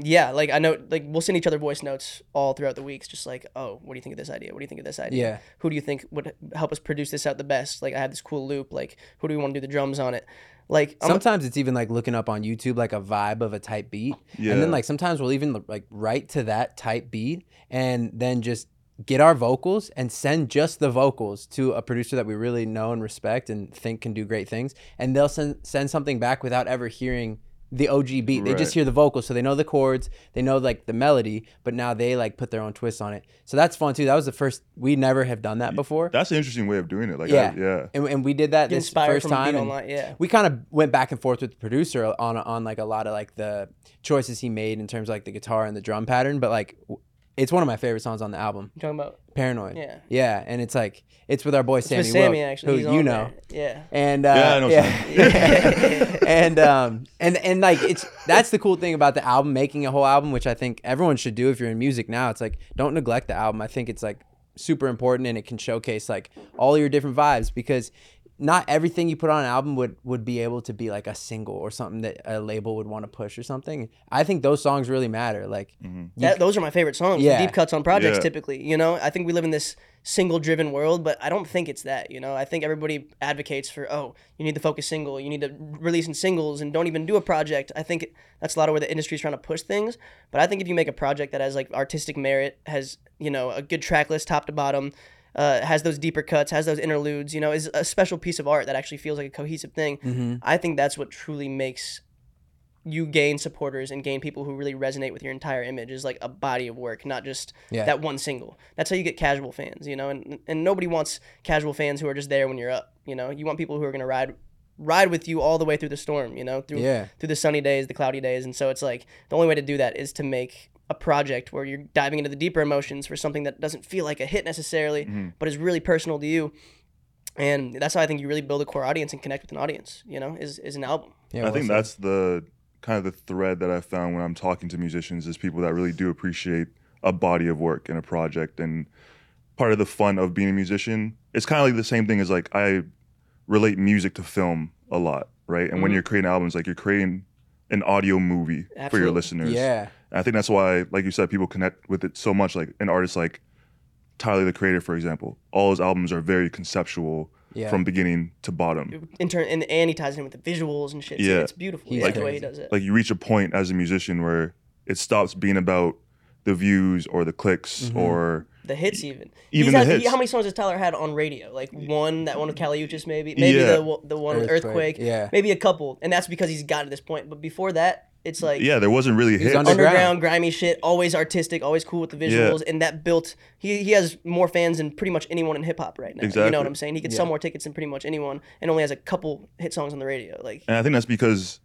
Speaker 2: yeah, like I know, like we'll send each other voice notes all throughout the weeks, just like, oh, what do you think of this idea? What do you think of this idea?
Speaker 3: Yeah.
Speaker 2: Who do you think would help us produce this out the best? Like I have this cool loop. Like who do we want to do the drums on it? Like I'm-
Speaker 3: Sometimes it's even like looking up on YouTube like a vibe of a type beat, and
Speaker 1: Yeah.
Speaker 3: then like sometimes we'll even like write to that type beat, and then just get our vocals and send just the vocals to a producer that we really know and respect and think can do great things, and they'll send send something back without ever hearing the OG beat. They just
Speaker 1: Right.
Speaker 3: hear the vocals, so they know the chords, they know like the melody, but now they like put their own twist on it. So that's fun too. That was the first we never have done that before.
Speaker 1: That's an interesting way of doing it. Like,
Speaker 3: Yeah,
Speaker 1: I, yeah.
Speaker 3: And, and we did that
Speaker 2: Get
Speaker 3: this
Speaker 2: inspired
Speaker 3: first
Speaker 2: from a beat
Speaker 3: time. and
Speaker 2: online, yeah.
Speaker 3: we kind of went back and forth with the producer on on like a lot of like the choices he made in terms of like the guitar and the drum pattern. But like, w- it's one of my favorite songs on the album,
Speaker 2: talking about
Speaker 3: Paranoid.
Speaker 2: Yeah.
Speaker 3: yeah, and it's like it's with our boy Sammy,
Speaker 2: with Sammy
Speaker 3: Wilk,
Speaker 2: actually. he's
Speaker 3: who
Speaker 2: on
Speaker 3: you know.
Speaker 2: there. Yeah.
Speaker 3: And uh,
Speaker 1: Yeah, I know <laughs>
Speaker 3: <laughs> and um, and and like it's that's the cool thing about the album, making a whole album, which I think everyone should do if you're in music now. It's like don't neglect the album. I think it's like super important, and it can showcase like all your different vibes because not everything you put on an album would would be able to be like a single or something that a label would want to push or something. I think those songs really matter. Like
Speaker 1: Mm-hmm.
Speaker 2: That, those are my favorite songs. the
Speaker 3: Yeah.
Speaker 2: Deep cuts on projects
Speaker 1: Yeah.
Speaker 2: typically. You know, I think we live in this single driven world, but I don't think it's that. You know, I think everybody advocates for, oh, you need to focus single, you need to release in singles and don't even do a project. I think that's a lot of where the industry is trying to push things. But I think if you make a project that has like artistic merit, has, you know, a good track list top to bottom, uh, has those deeper cuts, has those interludes, you know, is a special piece of art that actually feels like a cohesive thing.
Speaker 3: Mm-hmm.
Speaker 2: I think that's what truly makes you gain supporters and gain people who really resonate with your entire image is like a body of work, not just
Speaker 3: Yeah.
Speaker 2: that one single. That's how you get casual fans, you know. And and nobody wants casual fans who are just there when you're up. You know, you want people who are gonna ride ride with you all the way through the storm. You know, through
Speaker 3: Yeah.
Speaker 2: through the sunny days, the cloudy days, and so it's like the only way to do that is to make a project where you're diving into the deeper emotions for something that doesn't feel like a hit necessarily,
Speaker 3: Mm-hmm.
Speaker 2: but is really personal to you. And that's how I think you really build a core audience and connect with an audience. You know, is is an album.
Speaker 3: yeah,
Speaker 1: I
Speaker 3: well
Speaker 1: think
Speaker 3: said.
Speaker 1: that's the kind of the thread that I found when I'm talking to musicians is people that really do appreciate a body of work and a project and part of the fun of being a musician. It's kind of like the same thing as like I relate music to film a lot, right? And
Speaker 3: Mm-hmm.
Speaker 1: when you're creating albums, like you're creating an audio movie for your
Speaker 2: Absolutely.
Speaker 1: listeners.
Speaker 3: yeah.
Speaker 1: And I think that's why, like you said, people connect with it so much. Like an artist like Tyler the Creator, for example, all his albums are very conceptual
Speaker 3: Yeah.
Speaker 1: from beginning to bottom.
Speaker 2: in turn and, and he ties it in with the visuals and shit.
Speaker 1: Yeah.
Speaker 2: Yeah. It's beautiful.
Speaker 3: He's
Speaker 2: yeah, the way he
Speaker 3: crazy.
Speaker 2: does it.
Speaker 1: like you reach a point as a musician where it stops being about the views or the clicks
Speaker 3: Mm-hmm.
Speaker 1: or
Speaker 2: the hits even.
Speaker 1: Even
Speaker 2: He's
Speaker 1: the
Speaker 2: had- he-
Speaker 1: hits.
Speaker 2: how many songs has Tyler had on radio? Like one, that one with Caliuchis maybe. Maybe
Speaker 1: Yeah.
Speaker 2: the the the one with
Speaker 3: Earthquake,
Speaker 2: Earthquake.
Speaker 3: yeah.
Speaker 2: Maybe a couple. And that's because he's got to this point. But before that, it's like
Speaker 1: yeah there wasn't really hits
Speaker 3: under-
Speaker 2: underground.
Speaker 3: Underground.
Speaker 2: grimy shit, always artistic, always cool with the
Speaker 1: Yeah.
Speaker 2: visuals, and that built. He he has more fans than pretty much anyone in hip hop right now. You
Speaker 1: Exactly.
Speaker 2: know what I'm saying? He could sell more tickets than pretty much anyone, and only has a couple hit songs on the radio. Like
Speaker 1: and i think that's because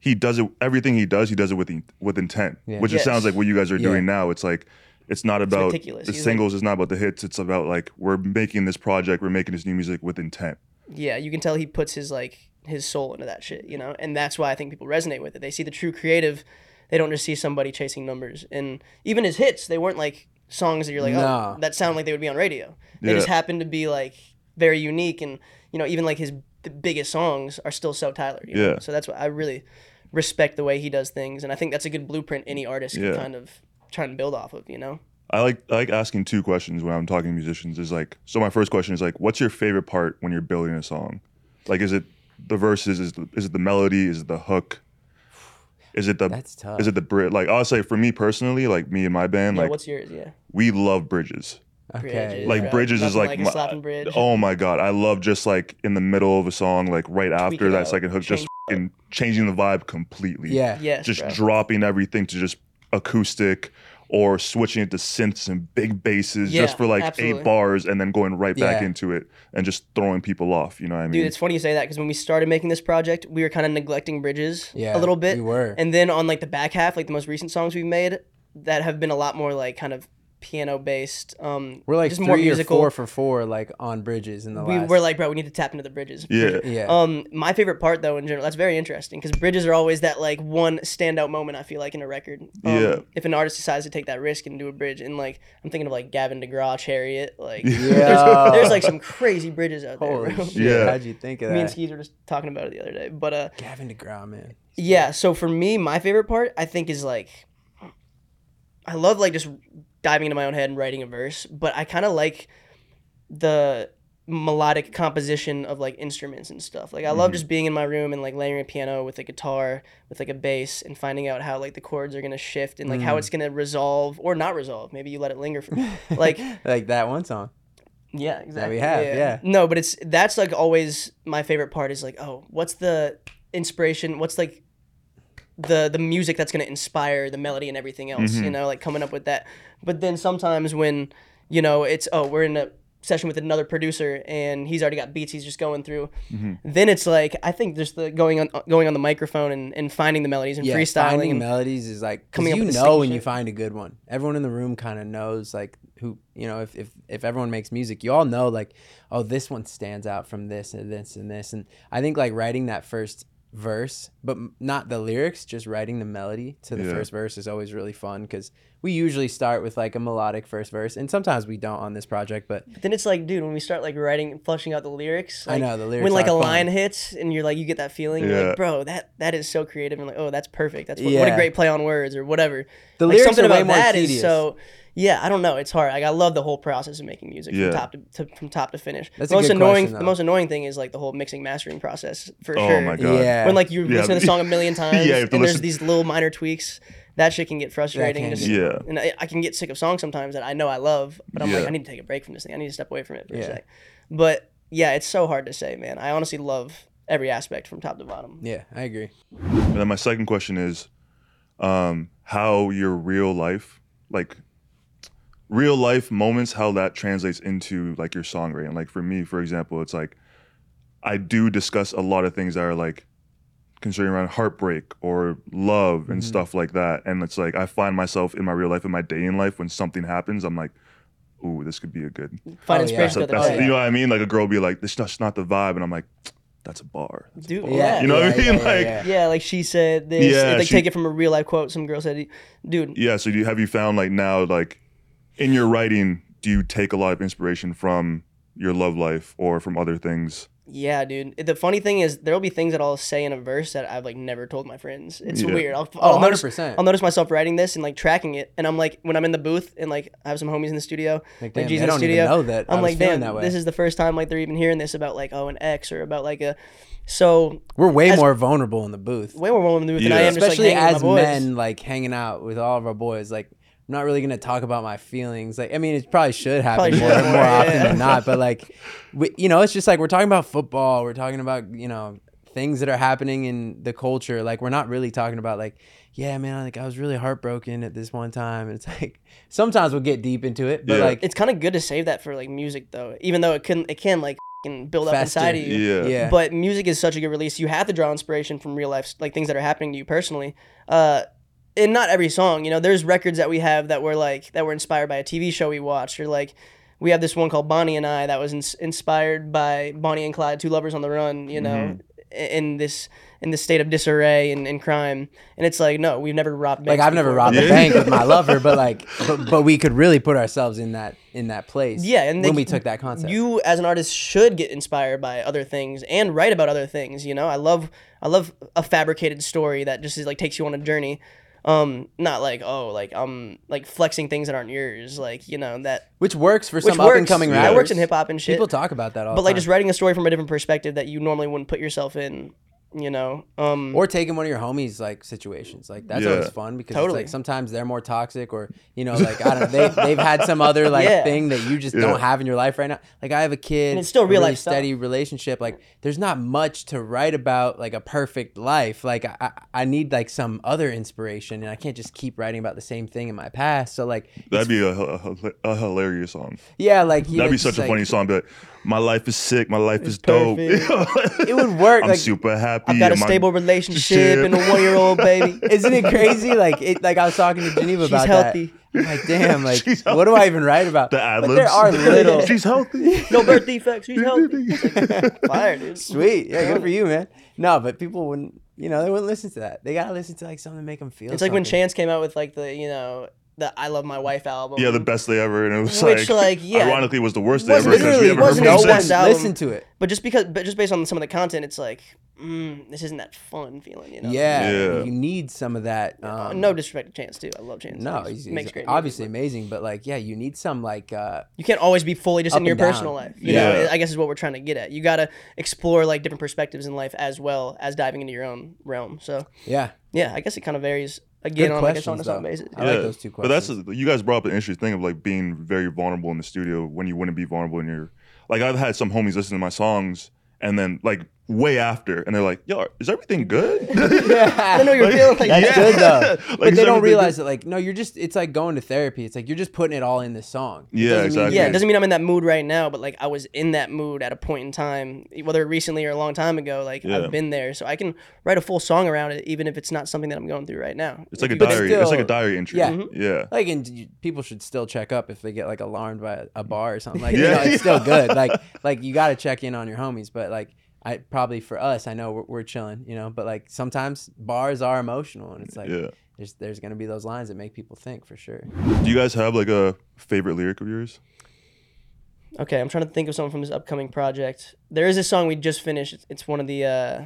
Speaker 1: he does it everything he does he does it with in- with intent which
Speaker 2: Yes.
Speaker 1: it sounds like what you guys are
Speaker 3: Yeah.
Speaker 1: doing now it's like it's not about
Speaker 2: meticulous.
Speaker 1: the
Speaker 2: He's like-
Speaker 1: singles it's not about the hits it's about like we're making this project we're making this new music with intent
Speaker 2: yeah, you can tell he puts his like his soul into that shit, you know, and that's why I think people resonate with it. They see the true creative. They don't just see somebody chasing numbers. And even his hits, they weren't like songs that you're like,
Speaker 3: Nah.
Speaker 2: oh, that sound like they would be on radio. They just
Speaker 1: Yeah.
Speaker 2: happen to be like very unique, and you know, even like his the biggest songs are still so Tyler. you know?
Speaker 1: Yeah.
Speaker 2: So that's why I really respect the way he does things, and I think that's a good blueprint any artist
Speaker 1: Yeah.
Speaker 2: can kind of try and build off of, you know.
Speaker 1: i like I like asking two questions when i'm talking to musicians is like so my first question is like what's your favorite part when you're building a song like is it the verses is, the, is it the melody is it the hook is it the
Speaker 3: That's tough.
Speaker 1: Is it the bridge? Like I'll say for me personally, like me and my band,
Speaker 2: Yeah,
Speaker 1: like
Speaker 2: what's yours? Yeah.
Speaker 1: we love bridges.
Speaker 3: okay.
Speaker 2: Bridges,
Speaker 1: Like
Speaker 2: right.
Speaker 1: bridges is
Speaker 2: Nothing
Speaker 1: like,
Speaker 2: like a
Speaker 1: my-
Speaker 2: slapping bridge.
Speaker 1: Oh my god, I love just like in the middle of a song, like right after
Speaker 2: it
Speaker 1: that
Speaker 2: up,
Speaker 1: second hook, just
Speaker 2: change
Speaker 1: and changing the vibe completely.
Speaker 3: Yeah.
Speaker 2: Yes.
Speaker 1: just
Speaker 2: bro.
Speaker 1: dropping everything to just acoustic or switching it to synths and big basses
Speaker 2: Yeah,
Speaker 1: just for like
Speaker 2: absolutely.
Speaker 1: eight bars and then going right back
Speaker 3: Yeah.
Speaker 1: into it and just throwing people off. You know what I mean?
Speaker 2: Dude,
Speaker 3: Mm.
Speaker 2: it's funny you say that because when we started making this project, we were kind of neglecting bridges
Speaker 3: Yeah,
Speaker 2: a little bit.
Speaker 3: we were.
Speaker 2: And then on like the back half, like the most recent songs we've made that have been a lot more like kind of piano based. Um,
Speaker 3: We're like
Speaker 2: just
Speaker 3: three
Speaker 2: more
Speaker 3: or
Speaker 2: musical.
Speaker 3: four for four, like on bridges in the
Speaker 2: we
Speaker 3: last.
Speaker 2: were like, bro, we need to tap into the bridges. for
Speaker 1: Yeah.
Speaker 2: sure.
Speaker 3: Yeah. <laughs>
Speaker 2: Um, my favorite part though, in general, that's very interesting because bridges are always that like one standout moment I feel like in a record. Um,
Speaker 1: Yeah.
Speaker 2: If an artist decides to take that risk and do a bridge, and like I'm thinking of like Gavin DeGraw, Harriet,
Speaker 3: <laughs>
Speaker 2: like
Speaker 3: Yeah.
Speaker 2: there's, there's like some crazy bridges out there.
Speaker 3: Oh. Holy
Speaker 2: bro. <laughs>
Speaker 3: shit!
Speaker 1: Yeah.
Speaker 3: How'd you think of that?
Speaker 2: Me and Skis were just talking about it the other day, but uh,
Speaker 3: Gavin DeGraw, man.
Speaker 2: Yeah, so for me, my favorite part I think is like I love like just diving into my own head and writing a verse, but I kind of like the melodic composition of like instruments and stuff. Like I love just being in my room and like laying a piano with a guitar, with like a bass and finding out how like the chords are going to shift and like how it's going to resolve or not resolve. Maybe you let it linger for like
Speaker 3: like that one song.
Speaker 2: yeah, exactly.
Speaker 3: we have, yeah.
Speaker 2: No, but it's that's like always my favorite part is like, oh, what's the inspiration? What's like the the music that's going to inspire the melody and everything else,
Speaker 3: Mm-hmm.
Speaker 2: you know, like coming up with that. But then sometimes when, you know, it's oh, we're in a session with another producer and he's already got beats he's just going through.
Speaker 3: Mm-hmm.
Speaker 2: Then it's like I think just the going on going on the microphone and, and finding the melodies and
Speaker 3: Yeah,
Speaker 2: freestyling
Speaker 3: finding
Speaker 2: and
Speaker 3: melodies is like 'cause
Speaker 2: coming up
Speaker 3: you
Speaker 2: with the
Speaker 3: know
Speaker 2: same
Speaker 3: when you
Speaker 2: shit.
Speaker 3: find a good one. Everyone in the room kind of knows like who you know if, if if everyone makes music, you all know like oh this one stands out from this and this and this. And I think like writing that first verse, but m- not the lyrics, just writing the melody to the
Speaker 1: Yeah.
Speaker 3: first verse is always really fun because we usually start with like a melodic first verse, and sometimes we don't on this project, but
Speaker 2: Then it's like, dude, when we start like writing and flushing out the lyrics,
Speaker 3: I
Speaker 2: like,
Speaker 3: know, the lyrics
Speaker 2: When like
Speaker 3: are
Speaker 2: a
Speaker 3: fun.
Speaker 2: line hits and you're like, you get that feeling, you're
Speaker 1: Yeah.
Speaker 2: like, bro, that that is so creative and like, oh, that's perfect. That's what, what a
Speaker 3: Yeah.
Speaker 2: great play on words or whatever.
Speaker 3: The
Speaker 2: like,
Speaker 3: lyrics are way more
Speaker 2: that is
Speaker 3: tedious.
Speaker 2: so. Yeah, I don't know. It's hard. Like I love the whole process of making music
Speaker 1: Yeah.
Speaker 2: from top to, to from top to finish.
Speaker 3: That's a
Speaker 2: the most
Speaker 3: good
Speaker 2: annoying.
Speaker 3: question, though.
Speaker 2: the most annoying thing is like the whole mixing mastering process for
Speaker 1: Oh
Speaker 2: sure.
Speaker 1: my God.
Speaker 3: Yeah.
Speaker 2: When like you
Speaker 1: Yeah.
Speaker 2: listen to the song a million
Speaker 1: <laughs> Yeah,
Speaker 2: times
Speaker 1: you have
Speaker 2: and
Speaker 1: to
Speaker 2: there's
Speaker 1: listen-
Speaker 2: these little minor tweaks, that shit can get frustrating.
Speaker 3: can
Speaker 2: and just-
Speaker 3: get-
Speaker 1: Yeah.
Speaker 2: and I, I can get sick of songs sometimes that I know I love, but I'm
Speaker 1: Yeah.
Speaker 2: like, I need to take a break from this thing. I need to step away from it for
Speaker 3: Yeah.
Speaker 2: a sec. But yeah, it's so hard to say, man. I honestly love every aspect from top to bottom.
Speaker 3: yeah, I agree.
Speaker 1: And then my second question is um, how your real life, like real life moments, how that translates into like your songwriting. Like for me, for example, it's like I do discuss a lot of things that are like concerning around heartbreak or love and stuff like that. And it's like I find myself in my real life, in my day in life, when something happens, I'm like, ooh, this could be a good.
Speaker 2: Find
Speaker 3: Oh,
Speaker 2: inspiration
Speaker 3: yeah.
Speaker 2: yeah. the
Speaker 1: That's,
Speaker 2: other
Speaker 1: You
Speaker 2: people.
Speaker 1: know what I mean? Like a girl be like, this just not the vibe. And I'm like, that's a bar.
Speaker 2: Dude, yeah.
Speaker 3: Yeah,
Speaker 1: You know what I
Speaker 3: yeah,
Speaker 1: mean? <laughs>
Speaker 3: yeah,
Speaker 1: Like-
Speaker 3: yeah.
Speaker 2: Yeah, like she said this.
Speaker 1: Yeah,
Speaker 2: like
Speaker 1: she-
Speaker 2: take it from a real life quote. Some girl said, "Dude,
Speaker 1: yeah so do you have you found like now like in your writing do you take a lot of inspiration from your love life or from other things
Speaker 2: yeah, dude." The funny thing is, there'll be things that I'll say in a verse that I've like never told my friends. It's
Speaker 1: Yeah.
Speaker 2: weird. I'll,
Speaker 3: Oh,
Speaker 2: I'll notice
Speaker 3: 100%.
Speaker 2: I'll notice myself writing this and like tracking it, and I'm like, when I'm in the booth and like I have some homies in the studio, like,
Speaker 3: Like, damn,
Speaker 2: G's
Speaker 3: they
Speaker 2: in the
Speaker 3: don't even
Speaker 2: studio,
Speaker 3: know that I
Speaker 2: I'm
Speaker 3: was
Speaker 2: like,
Speaker 3: feeling
Speaker 2: damn,
Speaker 3: that way."
Speaker 2: this is the first time like they're even hearing this about like oh an ex or about like a, so
Speaker 3: We're way more vulnerable in the booth.
Speaker 2: way more willing to do it than I
Speaker 1: Yeah.
Speaker 2: am, just, like,
Speaker 3: especially
Speaker 2: hanging with
Speaker 3: as
Speaker 2: my boys.
Speaker 3: men like hanging out with all of our boys like i'm not really gonna talk about my feelings like i mean it probably should happen
Speaker 2: Probably
Speaker 3: more,
Speaker 2: should,
Speaker 3: more
Speaker 2: yeah.
Speaker 3: often than not but like we, you know it's just like we're talking about football we're talking about you know things that are happening in the culture like we're not really talking about like yeah man like i was really heartbroken at this one time it's like sometimes we'll get deep into it but
Speaker 1: Yeah.
Speaker 3: like
Speaker 2: It's kind of good to save that for like music though, even though it can it can like f***ing build up
Speaker 3: Fester.
Speaker 2: inside of you.
Speaker 1: yeah
Speaker 3: yeah
Speaker 2: But music is such a good release. You have to draw inspiration from real life, like things that are happening to you personally. Uh, and not every song, you know. There's records that we have that were like that were inspired by a TV show we watched, or like we have this one called Bonnie and I that was ins- inspired by Bonnie and Clyde, two lovers on the run, you
Speaker 3: Mm-hmm.
Speaker 2: know, i in this in this state of disarray and, and crime. And it's like, no, we've never robbed.
Speaker 3: like
Speaker 2: banks
Speaker 3: i've never
Speaker 2: before.
Speaker 3: robbed a
Speaker 1: Yeah.
Speaker 3: bank
Speaker 1: <laughs>
Speaker 3: with my lover but like but, but we could really put ourselves in that in that place
Speaker 2: Yeah, and
Speaker 3: when
Speaker 2: they-
Speaker 3: we took that concept
Speaker 2: You as an artist should get inspired by other things and write about other things. You know, I love I love a fabricated story that just is like takes you on a journey. Um, not like oh like um like flexing things that aren't yours. Like you know that
Speaker 3: which works for
Speaker 2: which
Speaker 3: some up
Speaker 2: works.
Speaker 3: and coming
Speaker 2: yeah,
Speaker 3: rappers.
Speaker 2: it works in hip hop and shit.
Speaker 3: People talk about that all
Speaker 2: but
Speaker 3: the
Speaker 2: like
Speaker 3: time.
Speaker 2: just writing a story from a different perspective that you normally wouldn't put yourself in. You know, um,
Speaker 3: or taking one of your homies like situations like that's
Speaker 1: Yeah.
Speaker 3: always fun because
Speaker 2: Totally.
Speaker 3: it's like sometimes they're more toxic or
Speaker 1: <laughs>
Speaker 3: you know like I don't know they they've had some other like
Speaker 2: Yeah.
Speaker 3: thing that you just don't have in your life right now. Like I have a kid,
Speaker 2: it's still
Speaker 3: a
Speaker 2: real
Speaker 3: really
Speaker 2: life stuff.
Speaker 3: steady relationship. Like there's not much to write about like a perfect life. Like I I- I need like some other inspiration and I can't just keep writing about the same thing in my past. So like
Speaker 1: that'd be a, a, a hilarious song
Speaker 3: yeah, like you
Speaker 1: that'd
Speaker 3: know,
Speaker 1: be
Speaker 3: just,
Speaker 1: such a
Speaker 3: like,
Speaker 1: funny song but my life is sick my life is dope <laughs> it
Speaker 3: would work,
Speaker 1: i'm
Speaker 3: like,
Speaker 1: super happy
Speaker 2: I've got a
Speaker 1: and my-
Speaker 2: stable relationship and a one
Speaker 1: <laughs>
Speaker 2: year old baby.
Speaker 3: Isn't it crazy? Like it, like I was talking to Geneva
Speaker 2: She's
Speaker 3: about
Speaker 2: healthy.
Speaker 3: that. I'm
Speaker 1: <laughs>
Speaker 3: like, damn, like
Speaker 1: She's
Speaker 3: what do I even write about?
Speaker 1: the ad
Speaker 3: But there are
Speaker 1: <laughs>
Speaker 3: little
Speaker 1: she's healthy
Speaker 2: No birth defects. She's
Speaker 1: <laughs>
Speaker 2: healthy. Fire, dude.
Speaker 3: sweet. Yeah, good for you, man. No, but people wouldn't. You know, they wouldn't listen to that. They gotta listen to like something to make them feel.
Speaker 2: It's like when
Speaker 3: something.
Speaker 2: Chance came out with like the you know the I Love My Wife album.
Speaker 1: yeah the best day ever and it was like,
Speaker 2: Which, like, yeah.
Speaker 1: ironically was the worst day
Speaker 2: Wasn't
Speaker 1: ever because
Speaker 2: literally-
Speaker 1: we haven't heard
Speaker 2: wasn't
Speaker 1: from
Speaker 3: no
Speaker 1: him
Speaker 2: his
Speaker 3: one
Speaker 1: since
Speaker 2: best album.
Speaker 3: listened to it.
Speaker 2: But just because, but just based on some of the content, it's like mm, this isn't that fun feeling, you know?
Speaker 3: yeah,
Speaker 1: Yeah.
Speaker 3: you need some of that.
Speaker 2: Uh,
Speaker 3: Um,
Speaker 2: no disrespect to Chance too. I love Chance.
Speaker 3: no, he's,
Speaker 2: he's,
Speaker 3: he's
Speaker 2: makes great.
Speaker 3: obviously
Speaker 2: movies,
Speaker 3: amazing, but like, yeah, you need some like, uh,
Speaker 2: but you can't always be fully just
Speaker 3: Up
Speaker 2: in your
Speaker 3: and down.
Speaker 2: personal life. You
Speaker 1: Yeah.
Speaker 2: know, I guess is what we're trying to get at. You gotta explore like different perspectives in life as well as diving into your own realm. So
Speaker 3: yeah,
Speaker 2: yeah, I guess it kind of varies
Speaker 3: good
Speaker 2: again on like a
Speaker 3: questions.
Speaker 2: song to
Speaker 3: though.
Speaker 2: song basis.
Speaker 3: I like those two
Speaker 1: But
Speaker 3: questions.
Speaker 1: that's you guys brought up an interesting thing of like being very vulnerable in the studio when you wouldn't be vulnerable in your like I've had some homies listen to my songs and then like way after and they're like, "Yo, is everything
Speaker 3: <laughs>
Speaker 1: good?"
Speaker 2: <laughs> I know you're feeling like
Speaker 1: Yeah.
Speaker 3: That's good though.
Speaker 1: <laughs> Like,
Speaker 3: but
Speaker 1: is
Speaker 3: they don't
Speaker 1: everything
Speaker 3: realize that like no, you're just it's like going to therapy. It's like you're just putting it all in this song. It
Speaker 1: Yeah,
Speaker 3: doesn't mean
Speaker 1: exactly.
Speaker 3: you-
Speaker 2: Yeah, it doesn't mean I'm in that mood right now, but like I was in that mood at a point in time, whether recently or a long time ago. Like
Speaker 1: Yeah.
Speaker 2: I've been there, so I can write a full song around it, even if it's not something that I'm going through right now.
Speaker 1: It's like a
Speaker 2: If you-
Speaker 1: diary. it's like a
Speaker 3: still-
Speaker 1: diary entry.
Speaker 3: Yeah.
Speaker 1: Yeah. Yeah.
Speaker 3: like and you, people should still check up if they get like alarmed by a, a bar or something. Like you
Speaker 1: Yeah.
Speaker 3: know,
Speaker 1: <laughs>
Speaker 3: it's still good. Like like you got to check in on your homies. But like I probably for us, I know we're, we're chilling, you know. But like sometimes bars are emotional, and it's like
Speaker 1: Yeah.
Speaker 3: there's there's gonna be those lines that make people think for sure.
Speaker 2: Mm-hmm.
Speaker 1: Do you guys have like a favorite lyric of yours?
Speaker 2: Okay, I'm trying to think of something from this upcoming project. There is a song we just finished. It's- It's one of the uh,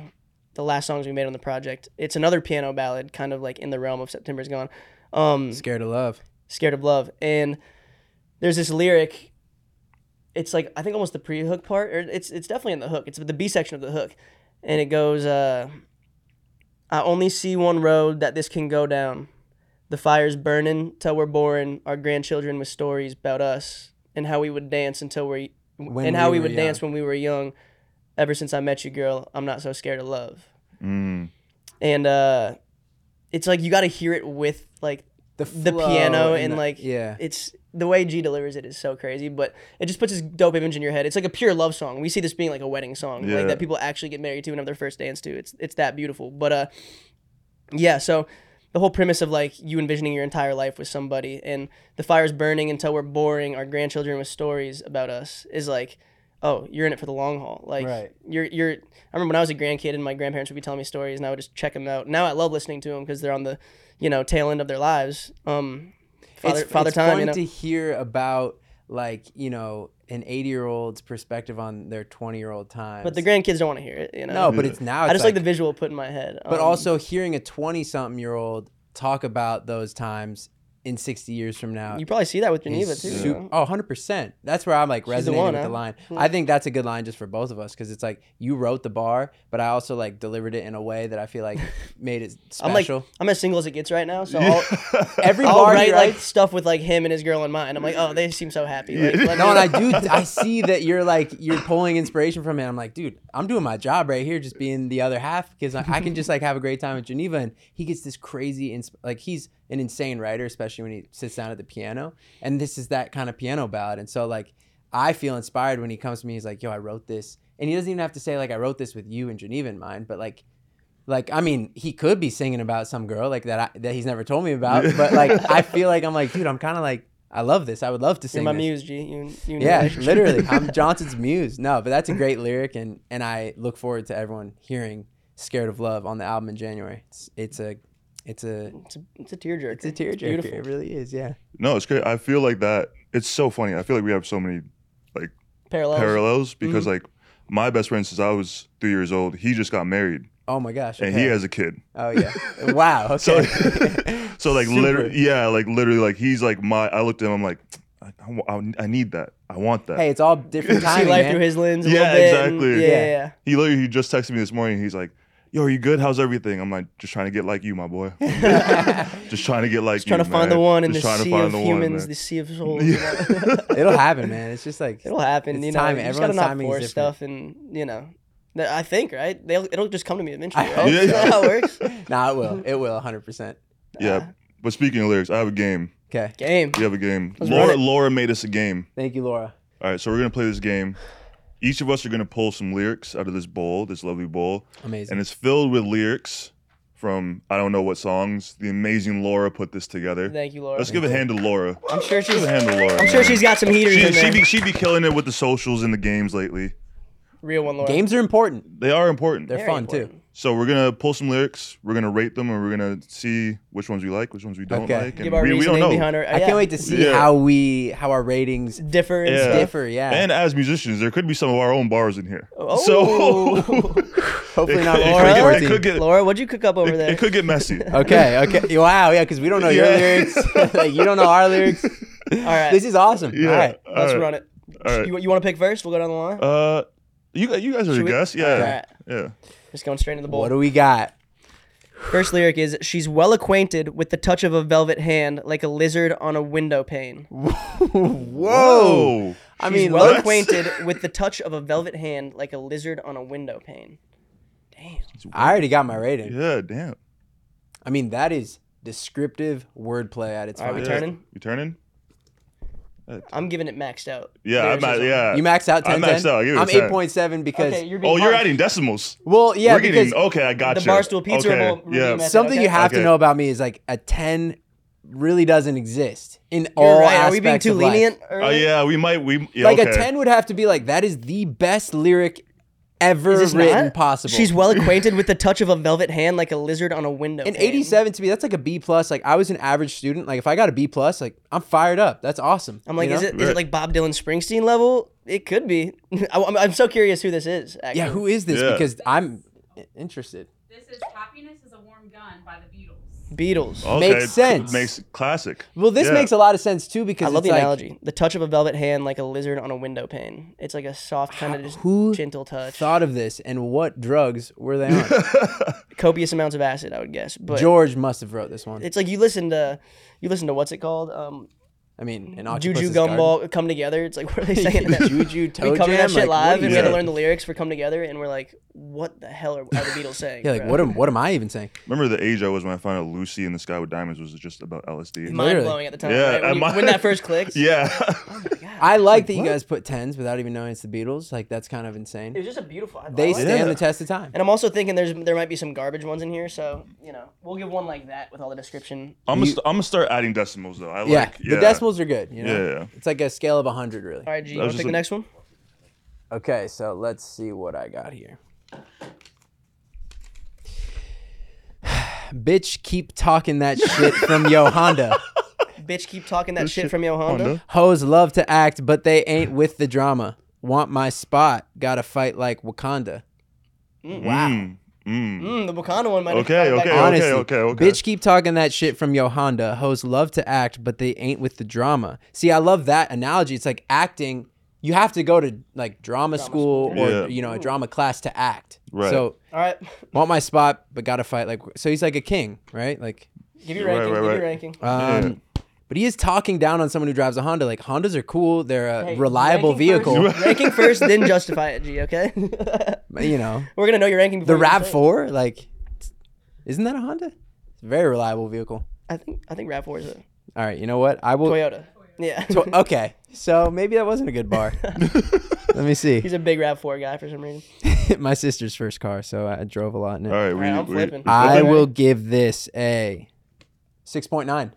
Speaker 2: the last songs we made on the project. It's another piano ballad, kind of like in the realm of September's Gone. Um,
Speaker 3: Scared of love.
Speaker 2: scared of love and there's this lyric it's like i think almost the pre-hook part or it's it's definitely in the hook it's the b section of the hook and it goes uh i only see one road that this can go down the fire's burning till we're born our grandchildren with stories about us and how we would dance until we're
Speaker 3: When
Speaker 2: and how
Speaker 3: we
Speaker 2: we,
Speaker 3: were
Speaker 2: would
Speaker 3: young.
Speaker 2: dance when we were young ever since i met you girl i'm not so scared of love
Speaker 1: Mm.
Speaker 2: and uh it's like you got to hear it with like
Speaker 3: The,
Speaker 2: the
Speaker 3: flow
Speaker 2: piano and
Speaker 3: the-
Speaker 2: like
Speaker 3: yeah.
Speaker 2: it's the way G delivers it is so crazy, but it just puts this dope image in your head. It's like a pure love song. We see this being like a wedding song,
Speaker 1: Yeah.
Speaker 2: like that people actually get married to and have their first dance to. It's it's that beautiful. But uh, yeah. So the whole premise of like you envisioning your entire life with somebody and the fire's burning until we're boring our grandchildren with stories about us is like. Oh, you're in it for the long haul. Like
Speaker 3: Right.
Speaker 2: you're, you're. I remember when I was a grandkid and my grandparents would be telling me stories, and I would just check them out. Now I love listening to them because they're on the, you know, tail end of their lives. Um, father,
Speaker 3: it's,
Speaker 2: father
Speaker 3: it's
Speaker 2: time.
Speaker 3: fun
Speaker 2: you know?
Speaker 3: to hear about like you know an 80 year old's perspective on their 20 year old time
Speaker 2: But the grandkids don't want to hear it, you know.
Speaker 3: no but it's now
Speaker 2: I
Speaker 3: it's
Speaker 2: just like, the visual put in my head.
Speaker 3: but
Speaker 2: Um,
Speaker 3: also hearing a 20 something year old talk about those times in 60 years from now
Speaker 2: you probably see that with Geneva
Speaker 3: is
Speaker 2: too.
Speaker 3: su-
Speaker 2: you know?
Speaker 3: oh 100% that's where i'm like
Speaker 2: the
Speaker 3: resonating
Speaker 2: one,
Speaker 3: with the
Speaker 2: huh? Hmm.
Speaker 3: line i think that's a good line just for both of us because it's like you wrote the bar but i also like delivered it in a way that
Speaker 2: <laughs>
Speaker 3: i feel like made it
Speaker 2: I'm like
Speaker 3: special
Speaker 2: I'm as single as it gets right now, so I'll, <laughs>
Speaker 3: every
Speaker 2: I'll
Speaker 3: bar
Speaker 2: write
Speaker 3: he
Speaker 2: like
Speaker 3: writes-
Speaker 2: stuff with like him and his girl in mind. I'm like, oh, they seem so happy. Like, let
Speaker 3: No,
Speaker 2: me- <laughs>
Speaker 3: and I do. I see that you're like you're pulling inspiration from it. I'm like, dude, I'm doing my job right here, just being the other half because I, I can just like have a great time with Geneva, and he gets this crazy, insp- like he's an insane writer, especially when he sits down at the piano, and this is that kind of piano ballad, and so like I feel inspired when he comes to me. He's like, yo, I wrote this, and he doesn't even have to say like I wrote this with you and Geneva in mind, but like like I mean, he could be singing about some girl like that I, that he's never told me about,
Speaker 2: <laughs>
Speaker 3: but like I feel like I'm like, dude, I'm kind of like I love this. I would love to
Speaker 2: You're
Speaker 3: sing.
Speaker 2: my
Speaker 3: this.
Speaker 2: muse, G. You, you know
Speaker 3: Yeah,
Speaker 2: that.
Speaker 3: literally, I'm Johnson's muse. No, but that's a great lyric, and and I look forward to everyone hearing "Scared of Love" on the album in January. It's it's a it's a
Speaker 2: It's a, it's a tearjerker.
Speaker 3: it's a tearjerker.
Speaker 2: Beautiful.
Speaker 3: It really is. Yeah.
Speaker 1: no, it's great. I feel like that. It's so funny. I feel like we have so many
Speaker 2: Parallels.
Speaker 1: parallels because
Speaker 3: Mm-hmm.
Speaker 1: like my best friend since I was three years old, he just got married
Speaker 3: Oh my gosh.
Speaker 1: and
Speaker 3: okay.
Speaker 1: he has a kid. <laughs>
Speaker 3: Oh yeah. Wow. Okay.
Speaker 1: So- <laughs> So like
Speaker 3: Super.
Speaker 1: literally, yeah, like literally, like he's like my. I looked at him. I'm like, I, I wa- I, I need that. I want that.
Speaker 3: hey, it's all different
Speaker 2: See
Speaker 3: timing,
Speaker 2: life
Speaker 3: man.
Speaker 2: through his lens. A
Speaker 1: Yeah,
Speaker 2: little bit and-
Speaker 1: exactly.
Speaker 2: yeah,
Speaker 3: Yeah.
Speaker 2: yeah, yeah.
Speaker 1: He literally he just texted me this morning. He's like, Yo, are you good? How's everything? I'm like, just trying to get like you, my
Speaker 2: <laughs>
Speaker 1: boy. just trying to get like
Speaker 2: Just trying
Speaker 1: you,
Speaker 2: to find
Speaker 1: man.
Speaker 2: the one in
Speaker 1: Just
Speaker 2: the
Speaker 1: trying to
Speaker 2: sea
Speaker 1: find
Speaker 2: of
Speaker 1: the one,
Speaker 2: humans,
Speaker 1: man."
Speaker 2: the sea of souls. you
Speaker 1: <laughs>
Speaker 2: know?
Speaker 3: <laughs> It'll happen, man. It's just like
Speaker 2: It'll happen.
Speaker 3: It's
Speaker 2: you know,
Speaker 3: timing.
Speaker 2: you just gotta
Speaker 3: Everyone's
Speaker 2: not
Speaker 3: timing is
Speaker 2: force
Speaker 3: different.
Speaker 2: stuff, and you know, Th- I think right. They'll it'll just come to me eventually.
Speaker 3: I
Speaker 2: Right?
Speaker 3: hope
Speaker 1: Yeah.
Speaker 2: Is that how it works?
Speaker 3: Nah, it will. It will. 100. percent
Speaker 1: yeah. But speaking of lyrics, I have a game.
Speaker 3: Okay.
Speaker 2: Game.
Speaker 1: We have a game.
Speaker 2: Let's
Speaker 1: Laura,
Speaker 2: run it.
Speaker 1: Laura made us a game.
Speaker 3: Thank you, Laura.
Speaker 1: All right, so we're gonna play this game. Each of us are gonna pull some lyrics out of this bowl, this lovely bowl,
Speaker 3: Amazing.
Speaker 1: and it's filled with lyrics from I don't know what songs. The amazing Laura put this together.
Speaker 2: Thank you, Laura.
Speaker 1: Let's give a hand to Laura.
Speaker 2: I'm sure
Speaker 1: Give
Speaker 2: she's.
Speaker 1: a hand to Laura.
Speaker 2: I'm sure she's got some heaters
Speaker 1: She,
Speaker 2: in
Speaker 1: she
Speaker 2: there.
Speaker 1: be she be killing it with the socials and the games lately.
Speaker 2: Real one, Laura.
Speaker 3: Games are important.
Speaker 1: They are important.
Speaker 3: They're
Speaker 2: Very
Speaker 3: fun too.
Speaker 2: important.
Speaker 1: So we're gonna pull some lyrics. We're gonna rate them, and we're gonna see which ones we like, which ones we don't
Speaker 3: Okay.
Speaker 1: like.
Speaker 2: Give
Speaker 1: and
Speaker 2: our
Speaker 1: we, we
Speaker 2: reasoning
Speaker 1: don't know.
Speaker 2: behind our.
Speaker 3: I can't wait to see
Speaker 1: Yeah.
Speaker 3: how we how our ratings
Speaker 2: Differ. and
Speaker 1: Yeah.
Speaker 2: stuff.
Speaker 3: differ. Yeah,
Speaker 1: And as musicians, there could be some of our own bars in here.
Speaker 2: Oh.
Speaker 1: So <laughs>
Speaker 3: hopefully
Speaker 1: it
Speaker 3: not
Speaker 1: could- it could
Speaker 3: Laura.
Speaker 1: get- it
Speaker 3: guilty.
Speaker 1: could get-
Speaker 2: Laura, what'd you cook up over
Speaker 1: it,
Speaker 2: <laughs> there?
Speaker 1: it could get messy.
Speaker 3: Okay, okay. Wow, yeah, because we don't know your
Speaker 1: Yeah. <laughs>
Speaker 3: lyrics. <laughs> like, you don't know our lyrics.
Speaker 2: All right,
Speaker 3: This is awesome.
Speaker 1: Yeah.
Speaker 3: All right.
Speaker 1: all
Speaker 2: let's
Speaker 1: right.
Speaker 2: run it.
Speaker 1: All right.
Speaker 2: You, you want to pick first? We'll go down the line.
Speaker 1: Uh, you you guys are a
Speaker 2: Should we-
Speaker 1: guess.
Speaker 2: All
Speaker 1: Yeah.
Speaker 2: right.
Speaker 1: Yeah.
Speaker 2: Just going straight into the bowl.
Speaker 3: What do we got?
Speaker 2: First lyric is She's well acquainted with the touch of a velvet hand, like a lizard on a window pane.
Speaker 3: Whoa.
Speaker 1: Oh.
Speaker 3: I
Speaker 2: She's
Speaker 3: mean,
Speaker 2: well
Speaker 3: look-
Speaker 2: acquainted with the touch of a velvet hand, like a lizard on a window pane.
Speaker 3: I already got my rating.
Speaker 1: Yeah. Damn.
Speaker 3: I mean, that is descriptive wordplay at its
Speaker 2: All right, we
Speaker 3: finest.
Speaker 2: turning?
Speaker 1: You turning?
Speaker 2: I'm giving it maxed out.
Speaker 1: Yeah. I'm
Speaker 2: Lyricism.
Speaker 1: at, yeah.
Speaker 3: You maxed out 10
Speaker 1: I maxed out. I give it a
Speaker 3: I'm
Speaker 1: 10.
Speaker 3: 8.7 because
Speaker 2: Okay, you're being
Speaker 1: Oh, you're
Speaker 2: harsh.
Speaker 1: adding decimals.
Speaker 3: well, yeah,
Speaker 1: We're
Speaker 3: because
Speaker 1: getting okay. I got
Speaker 2: the
Speaker 1: you.
Speaker 2: Barstool Pizza
Speaker 1: okay.
Speaker 2: Bowl review
Speaker 1: Yeah.
Speaker 2: method.
Speaker 3: something you
Speaker 2: Okay.
Speaker 3: have to
Speaker 1: Okay.
Speaker 3: know about me is like a 10 really doesn't exist in
Speaker 2: You're
Speaker 3: all
Speaker 2: right. Are
Speaker 3: aspects
Speaker 2: we being too
Speaker 3: of life.
Speaker 2: lenient?
Speaker 1: Oh yeah, we might. We yeah,
Speaker 3: Like
Speaker 1: okay.
Speaker 3: a 10 would have to be like that is the best lyric ever
Speaker 2: Is this
Speaker 3: written
Speaker 2: not?
Speaker 3: possible.
Speaker 1: <laughs>
Speaker 2: She's well acquainted with the touch of a velvet hand, like a lizard on a window.
Speaker 3: an
Speaker 2: pane.
Speaker 3: 87 to me that's like a b plus like i was an average student like if i got a b plus like i'm fired up that's awesome
Speaker 2: I'm like,
Speaker 3: you
Speaker 2: is
Speaker 3: know?
Speaker 2: it is it like Bob Dylan Springsteen level? It could be. <laughs> I, am I'm so curious who this is. Actually.
Speaker 3: yeah who is this
Speaker 1: Yeah.
Speaker 3: because i'm i- interested
Speaker 5: This is Happiness is a Warm Gun by the Beatles.
Speaker 2: Beatles.
Speaker 1: Okay,
Speaker 3: Makes sense.
Speaker 1: Makes classic.
Speaker 3: well this
Speaker 1: Yeah.
Speaker 3: makes a lot of sense too because
Speaker 2: I love
Speaker 3: it's
Speaker 2: the
Speaker 3: like,
Speaker 2: analogy. The touch of a velvet hand, like a lizard on a window pane. It's like a soft kind of just
Speaker 3: who
Speaker 2: gentle touch.
Speaker 3: thought of this and what drugs were
Speaker 1: <laughs>
Speaker 3: they on
Speaker 2: Copious amounts of acid, I would guess. But
Speaker 3: george must have wrote this one
Speaker 2: it's like you listen to, you listen to what's it called? Um,
Speaker 3: i mean an octopus's
Speaker 2: Juju
Speaker 3: garden.
Speaker 2: Gumball come together. It's like <laughs> what
Speaker 3: <laughs>
Speaker 2: are they saying? in that?
Speaker 3: Juju
Speaker 2: <laughs>
Speaker 3: Toe
Speaker 2: we covered
Speaker 3: Jam,
Speaker 2: that shit
Speaker 3: like,
Speaker 2: live, and
Speaker 3: what are
Speaker 2: we
Speaker 3: you
Speaker 2: had to
Speaker 3: saying?
Speaker 2: learn the lyrics for "Come Together," and we're like, "What the hell are, are the Beatles saying?"
Speaker 3: yeah like
Speaker 2: bro?
Speaker 3: what am what am i even saying
Speaker 1: Remember the age I was when I found out Lucy in the Sky with Diamonds was just about LSD.
Speaker 2: mind
Speaker 3: Literally.
Speaker 2: blowing at the time.
Speaker 1: Yeah,
Speaker 2: right? when,
Speaker 1: am
Speaker 2: you-
Speaker 1: I-
Speaker 2: when that
Speaker 1: <laughs>
Speaker 2: first
Speaker 3: <laughs>
Speaker 2: clicks,
Speaker 1: yeah.
Speaker 3: i like that you guys put tens without even knowing it's the beatles like that's kind of
Speaker 2: it was
Speaker 3: insane
Speaker 2: just a beautiful. I- I
Speaker 3: they
Speaker 2: liked it.
Speaker 3: stand the test of time
Speaker 2: And I'm also thinking there's there might be some garbage ones in here, so you know we'll give one like that with all the description.
Speaker 1: I'm gonna st- I'm gonna start adding decimals though. I like
Speaker 3: yeah,
Speaker 1: yeah.
Speaker 3: the decimals are good you know
Speaker 1: Yeah, yeah.
Speaker 3: it's like a scale of 100 really
Speaker 2: All right, G, you
Speaker 1: That was
Speaker 2: want to
Speaker 1: just
Speaker 2: pick the
Speaker 1: a-
Speaker 2: next one?
Speaker 3: Okay, so let's see what I got here. <sighs> Bitch, keep talking that shit from
Speaker 1: <laughs>
Speaker 3: yo Honda.
Speaker 2: Bitch, keep talking that shit from your Honda.
Speaker 1: Honda.
Speaker 3: Hoes love to act, but they ain't with the drama. Want my spot, gotta fight like Wakanda.
Speaker 1: Wow. Mm, mm.
Speaker 2: Mm, the Wakanda one might. have
Speaker 1: Okay,
Speaker 2: come back
Speaker 1: Oh, okay,
Speaker 2: on.
Speaker 3: Honestly,
Speaker 1: okay, okay.
Speaker 3: bitch, keep talking that shit from yo Honda. Hoes love to act, but they ain't with the drama. See, I love that analogy. It's like acting. You have to go to like drama, school, or
Speaker 1: Yeah.
Speaker 3: you know a drama class to act.
Speaker 1: Right.
Speaker 3: So
Speaker 2: All right, <laughs>
Speaker 3: want my spot, but gotta fight like so. He's like a king, right? Like,
Speaker 2: give your
Speaker 1: Right,
Speaker 2: ranking.
Speaker 1: right,
Speaker 2: give
Speaker 1: right.
Speaker 2: your ranking.
Speaker 3: um, but he is talking down on someone who drives a Honda. Like Hondas are cool; they're a reliable
Speaker 2: ranking
Speaker 1: <laughs>
Speaker 2: first. <laughs>
Speaker 3: vehicle.
Speaker 2: ranking first, then justify it, G. Okay. <laughs>
Speaker 3: you know,
Speaker 2: We're gonna know your ranking.
Speaker 3: the
Speaker 2: before we even
Speaker 3: Rav
Speaker 2: say it.
Speaker 3: Four, like, isn't that a Honda? It's a very reliable vehicle.
Speaker 2: I think I think Rav Four is a
Speaker 3: All right, you know what? I <laughs> will.
Speaker 2: Toyota. Yeah.
Speaker 3: Tw- okay, so maybe that wasn't a good bar. <laughs> Let me
Speaker 2: <laughs>
Speaker 3: see.
Speaker 2: He's a big Rav Four guy for some reason.
Speaker 3: <laughs> My sister's first car, so I drove a lot in it.
Speaker 1: All right, we,
Speaker 2: Alright, I'm
Speaker 1: we-
Speaker 2: flipping.
Speaker 3: I
Speaker 1: okay.
Speaker 3: will give this a six point nine.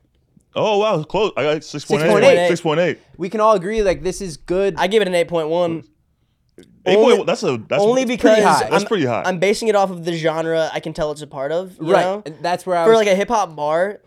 Speaker 1: Oh wow, close. I got six point
Speaker 3: 6.8.
Speaker 1: eight. Six point eight.
Speaker 3: We can all agree, like, this is good.
Speaker 2: I give it an eight point one.
Speaker 1: Eight
Speaker 2: Only-
Speaker 1: point one. That's a that's
Speaker 2: only
Speaker 1: pretty
Speaker 2: because
Speaker 3: high.
Speaker 1: That's
Speaker 2: I'm,
Speaker 1: pretty high.
Speaker 2: I'm basing it off of the genre I can tell it's a part of. You
Speaker 3: right,
Speaker 2: Know?
Speaker 3: and that's where I
Speaker 2: For
Speaker 3: was
Speaker 2: like a hip hop bar,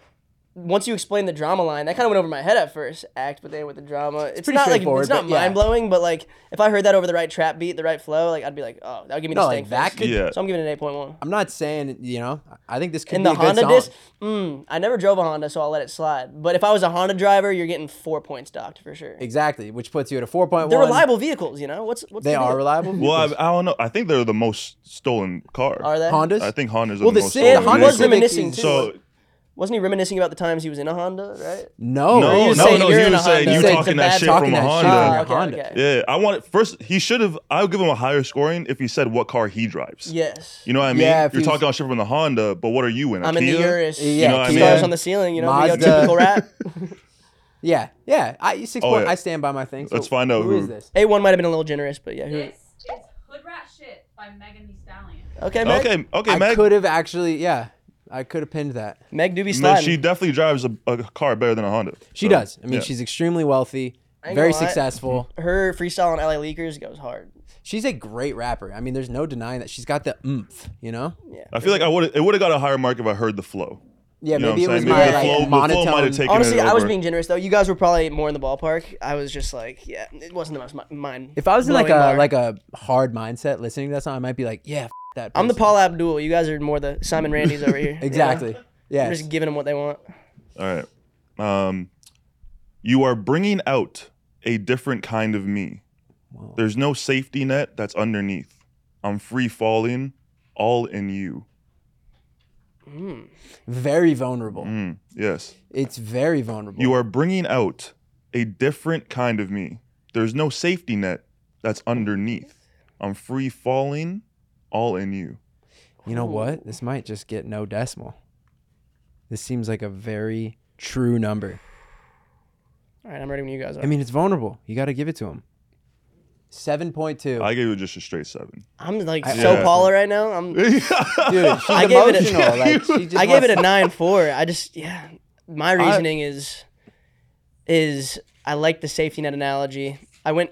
Speaker 2: once you explain the drama line, that kind of went over my head at first. Act, but then with the drama, it's,
Speaker 3: pretty
Speaker 2: not like
Speaker 3: straightforward,
Speaker 2: it's not
Speaker 3: but yeah.
Speaker 2: mind blowing. But like if I heard that over the right trap beat, the right flow, like I'd be like, oh, that would give me
Speaker 3: No,
Speaker 2: the
Speaker 3: like
Speaker 2: stank
Speaker 3: that
Speaker 2: face.
Speaker 3: could-
Speaker 1: Yeah.
Speaker 2: So I'm giving it an eight point one.
Speaker 3: I'm not saying you know. I think this could
Speaker 2: And
Speaker 3: be
Speaker 2: the
Speaker 3: a good
Speaker 2: Honda
Speaker 3: song.
Speaker 2: disc, mm, I never drove a Honda, so I'll let it slide. But if I was a Honda driver, you're getting four points docked for sure.
Speaker 3: exactly, which puts you at a 4.1.
Speaker 2: They're reliable vehicles, you know. What's what's
Speaker 3: They
Speaker 2: the
Speaker 3: are
Speaker 2: deal?
Speaker 3: reliable.
Speaker 1: well, I,
Speaker 3: vehicles.
Speaker 1: I don't know. I think they're the most stolen car.
Speaker 2: Are they?
Speaker 3: <laughs> Hondas.
Speaker 1: I think Hondas.
Speaker 3: Well,
Speaker 1: are the,
Speaker 3: the,
Speaker 1: most
Speaker 3: Civ-
Speaker 1: stolen.
Speaker 3: the Honda
Speaker 1: vehicle.
Speaker 2: was
Speaker 3: Civic
Speaker 2: reminiscing
Speaker 3: is-
Speaker 2: too.
Speaker 1: So
Speaker 2: Wasn't he reminiscing about the times he was in a Honda, right?
Speaker 3: no,
Speaker 1: No,
Speaker 2: Or
Speaker 1: no,
Speaker 2: you
Speaker 1: no,
Speaker 2: saying
Speaker 1: no.
Speaker 2: you're
Speaker 1: He
Speaker 2: in a
Speaker 1: was saying
Speaker 2: Honda.
Speaker 1: you
Speaker 2: It's a
Speaker 1: talking that
Speaker 2: bad
Speaker 1: shit
Speaker 2: car.
Speaker 1: from a
Speaker 3: Talking that
Speaker 1: Honda.
Speaker 3: shit.
Speaker 2: Ah,
Speaker 3: Yeah,
Speaker 2: okay,
Speaker 3: Honda.
Speaker 2: okay.
Speaker 1: Yeah, I wanted first. He should have. I would give him a higher scoring if he said what car he drives.
Speaker 2: Yes.
Speaker 1: You know what I mean?
Speaker 3: Yeah, if
Speaker 1: You're
Speaker 3: he was-
Speaker 1: talking about shit from the Honda, but what are you in? A
Speaker 2: I'm in the
Speaker 1: Kia?
Speaker 2: Urus.
Speaker 3: Yeah, You know what I
Speaker 2: stars
Speaker 3: mean?
Speaker 2: on the ceiling. You know,
Speaker 3: Mazda.
Speaker 2: Mazda. typical
Speaker 3: <laughs>
Speaker 2: rap.
Speaker 3: yeah, yeah. I six
Speaker 1: Oh,
Speaker 3: point.
Speaker 1: yeah.
Speaker 3: I stand by my thing. So
Speaker 1: Let's find out
Speaker 3: who
Speaker 1: who-
Speaker 3: is this.
Speaker 2: A1 might have been a little generous, but yeah. Who,
Speaker 5: This is Hood Rat Shit by Megan Thee Stallion.
Speaker 2: okay, Meg.
Speaker 1: Okay, okay,
Speaker 3: I
Speaker 1: Meg.
Speaker 3: could have actually, yeah, I could have pinned that.
Speaker 2: Meg do be
Speaker 1: Meg,
Speaker 2: sliding.
Speaker 1: she definitely drives a, a car better than a Honda.
Speaker 3: She
Speaker 1: so,
Speaker 3: does. I mean,
Speaker 1: yeah.
Speaker 3: she's extremely wealthy.
Speaker 2: I ain't
Speaker 3: very
Speaker 2: gonna lie.
Speaker 3: successful.
Speaker 2: Her freestyle on LA Leakers goes hard.
Speaker 3: She's a great rapper. I mean, there's no denying that she's got the oomph, you know?
Speaker 2: Yeah.
Speaker 1: I feel like I would it would have got a higher mark if I heard the flow.
Speaker 3: Yeah,
Speaker 1: You know
Speaker 3: maybe it
Speaker 1: what I'm
Speaker 3: was
Speaker 1: saying?
Speaker 3: my
Speaker 1: Maybe the
Speaker 3: like,
Speaker 1: flow- the flow might have
Speaker 3: monotone.
Speaker 1: taken-
Speaker 2: Honestly,
Speaker 1: it
Speaker 2: I was
Speaker 1: over.
Speaker 2: being generous though. You guys were probably more in the ballpark. I was just like, yeah, it wasn't the most mi- mind.
Speaker 3: if I was in like a
Speaker 2: blowing mark.
Speaker 3: like a hard mindset listening to that song, I might be like, yeah, f- that.
Speaker 2: I'm the
Speaker 3: person.
Speaker 2: Paul Abdul. You guys are more the Simon Randy's over here. you know?
Speaker 3: <laughs>
Speaker 2: <laughs>
Speaker 3: Exactly.
Speaker 2: I'm
Speaker 3: Yeah.
Speaker 2: just giving them what they want.
Speaker 1: All right. Um, you are bringing out a different kind of me. There's no safety net that's underneath. I'm free falling, all in you.
Speaker 3: Very vulnerable.
Speaker 1: Mm, yes.
Speaker 3: It's very vulnerable.
Speaker 1: You are bringing out a different kind of me. There's no safety net that's underneath. I'm free falling, all in you.
Speaker 3: You know what? This might just get no decimal. This seems like a very true number.
Speaker 2: All right, I'm ready when you guys are.
Speaker 3: I mean, it's vulnerable. You got to give it to him. 7.2.
Speaker 1: I gave you just a straight seven.
Speaker 2: I'm like
Speaker 3: I-
Speaker 2: so
Speaker 1: Yeah.
Speaker 2: Paula right now. I'm.
Speaker 3: Dude,
Speaker 1: <laughs>
Speaker 3: she's
Speaker 2: I gave it a-
Speaker 3: emotional. like, she just
Speaker 2: I gave it
Speaker 3: wants-
Speaker 2: a nine four. I just yeah. My reasoning is is I like the safety net analogy. I went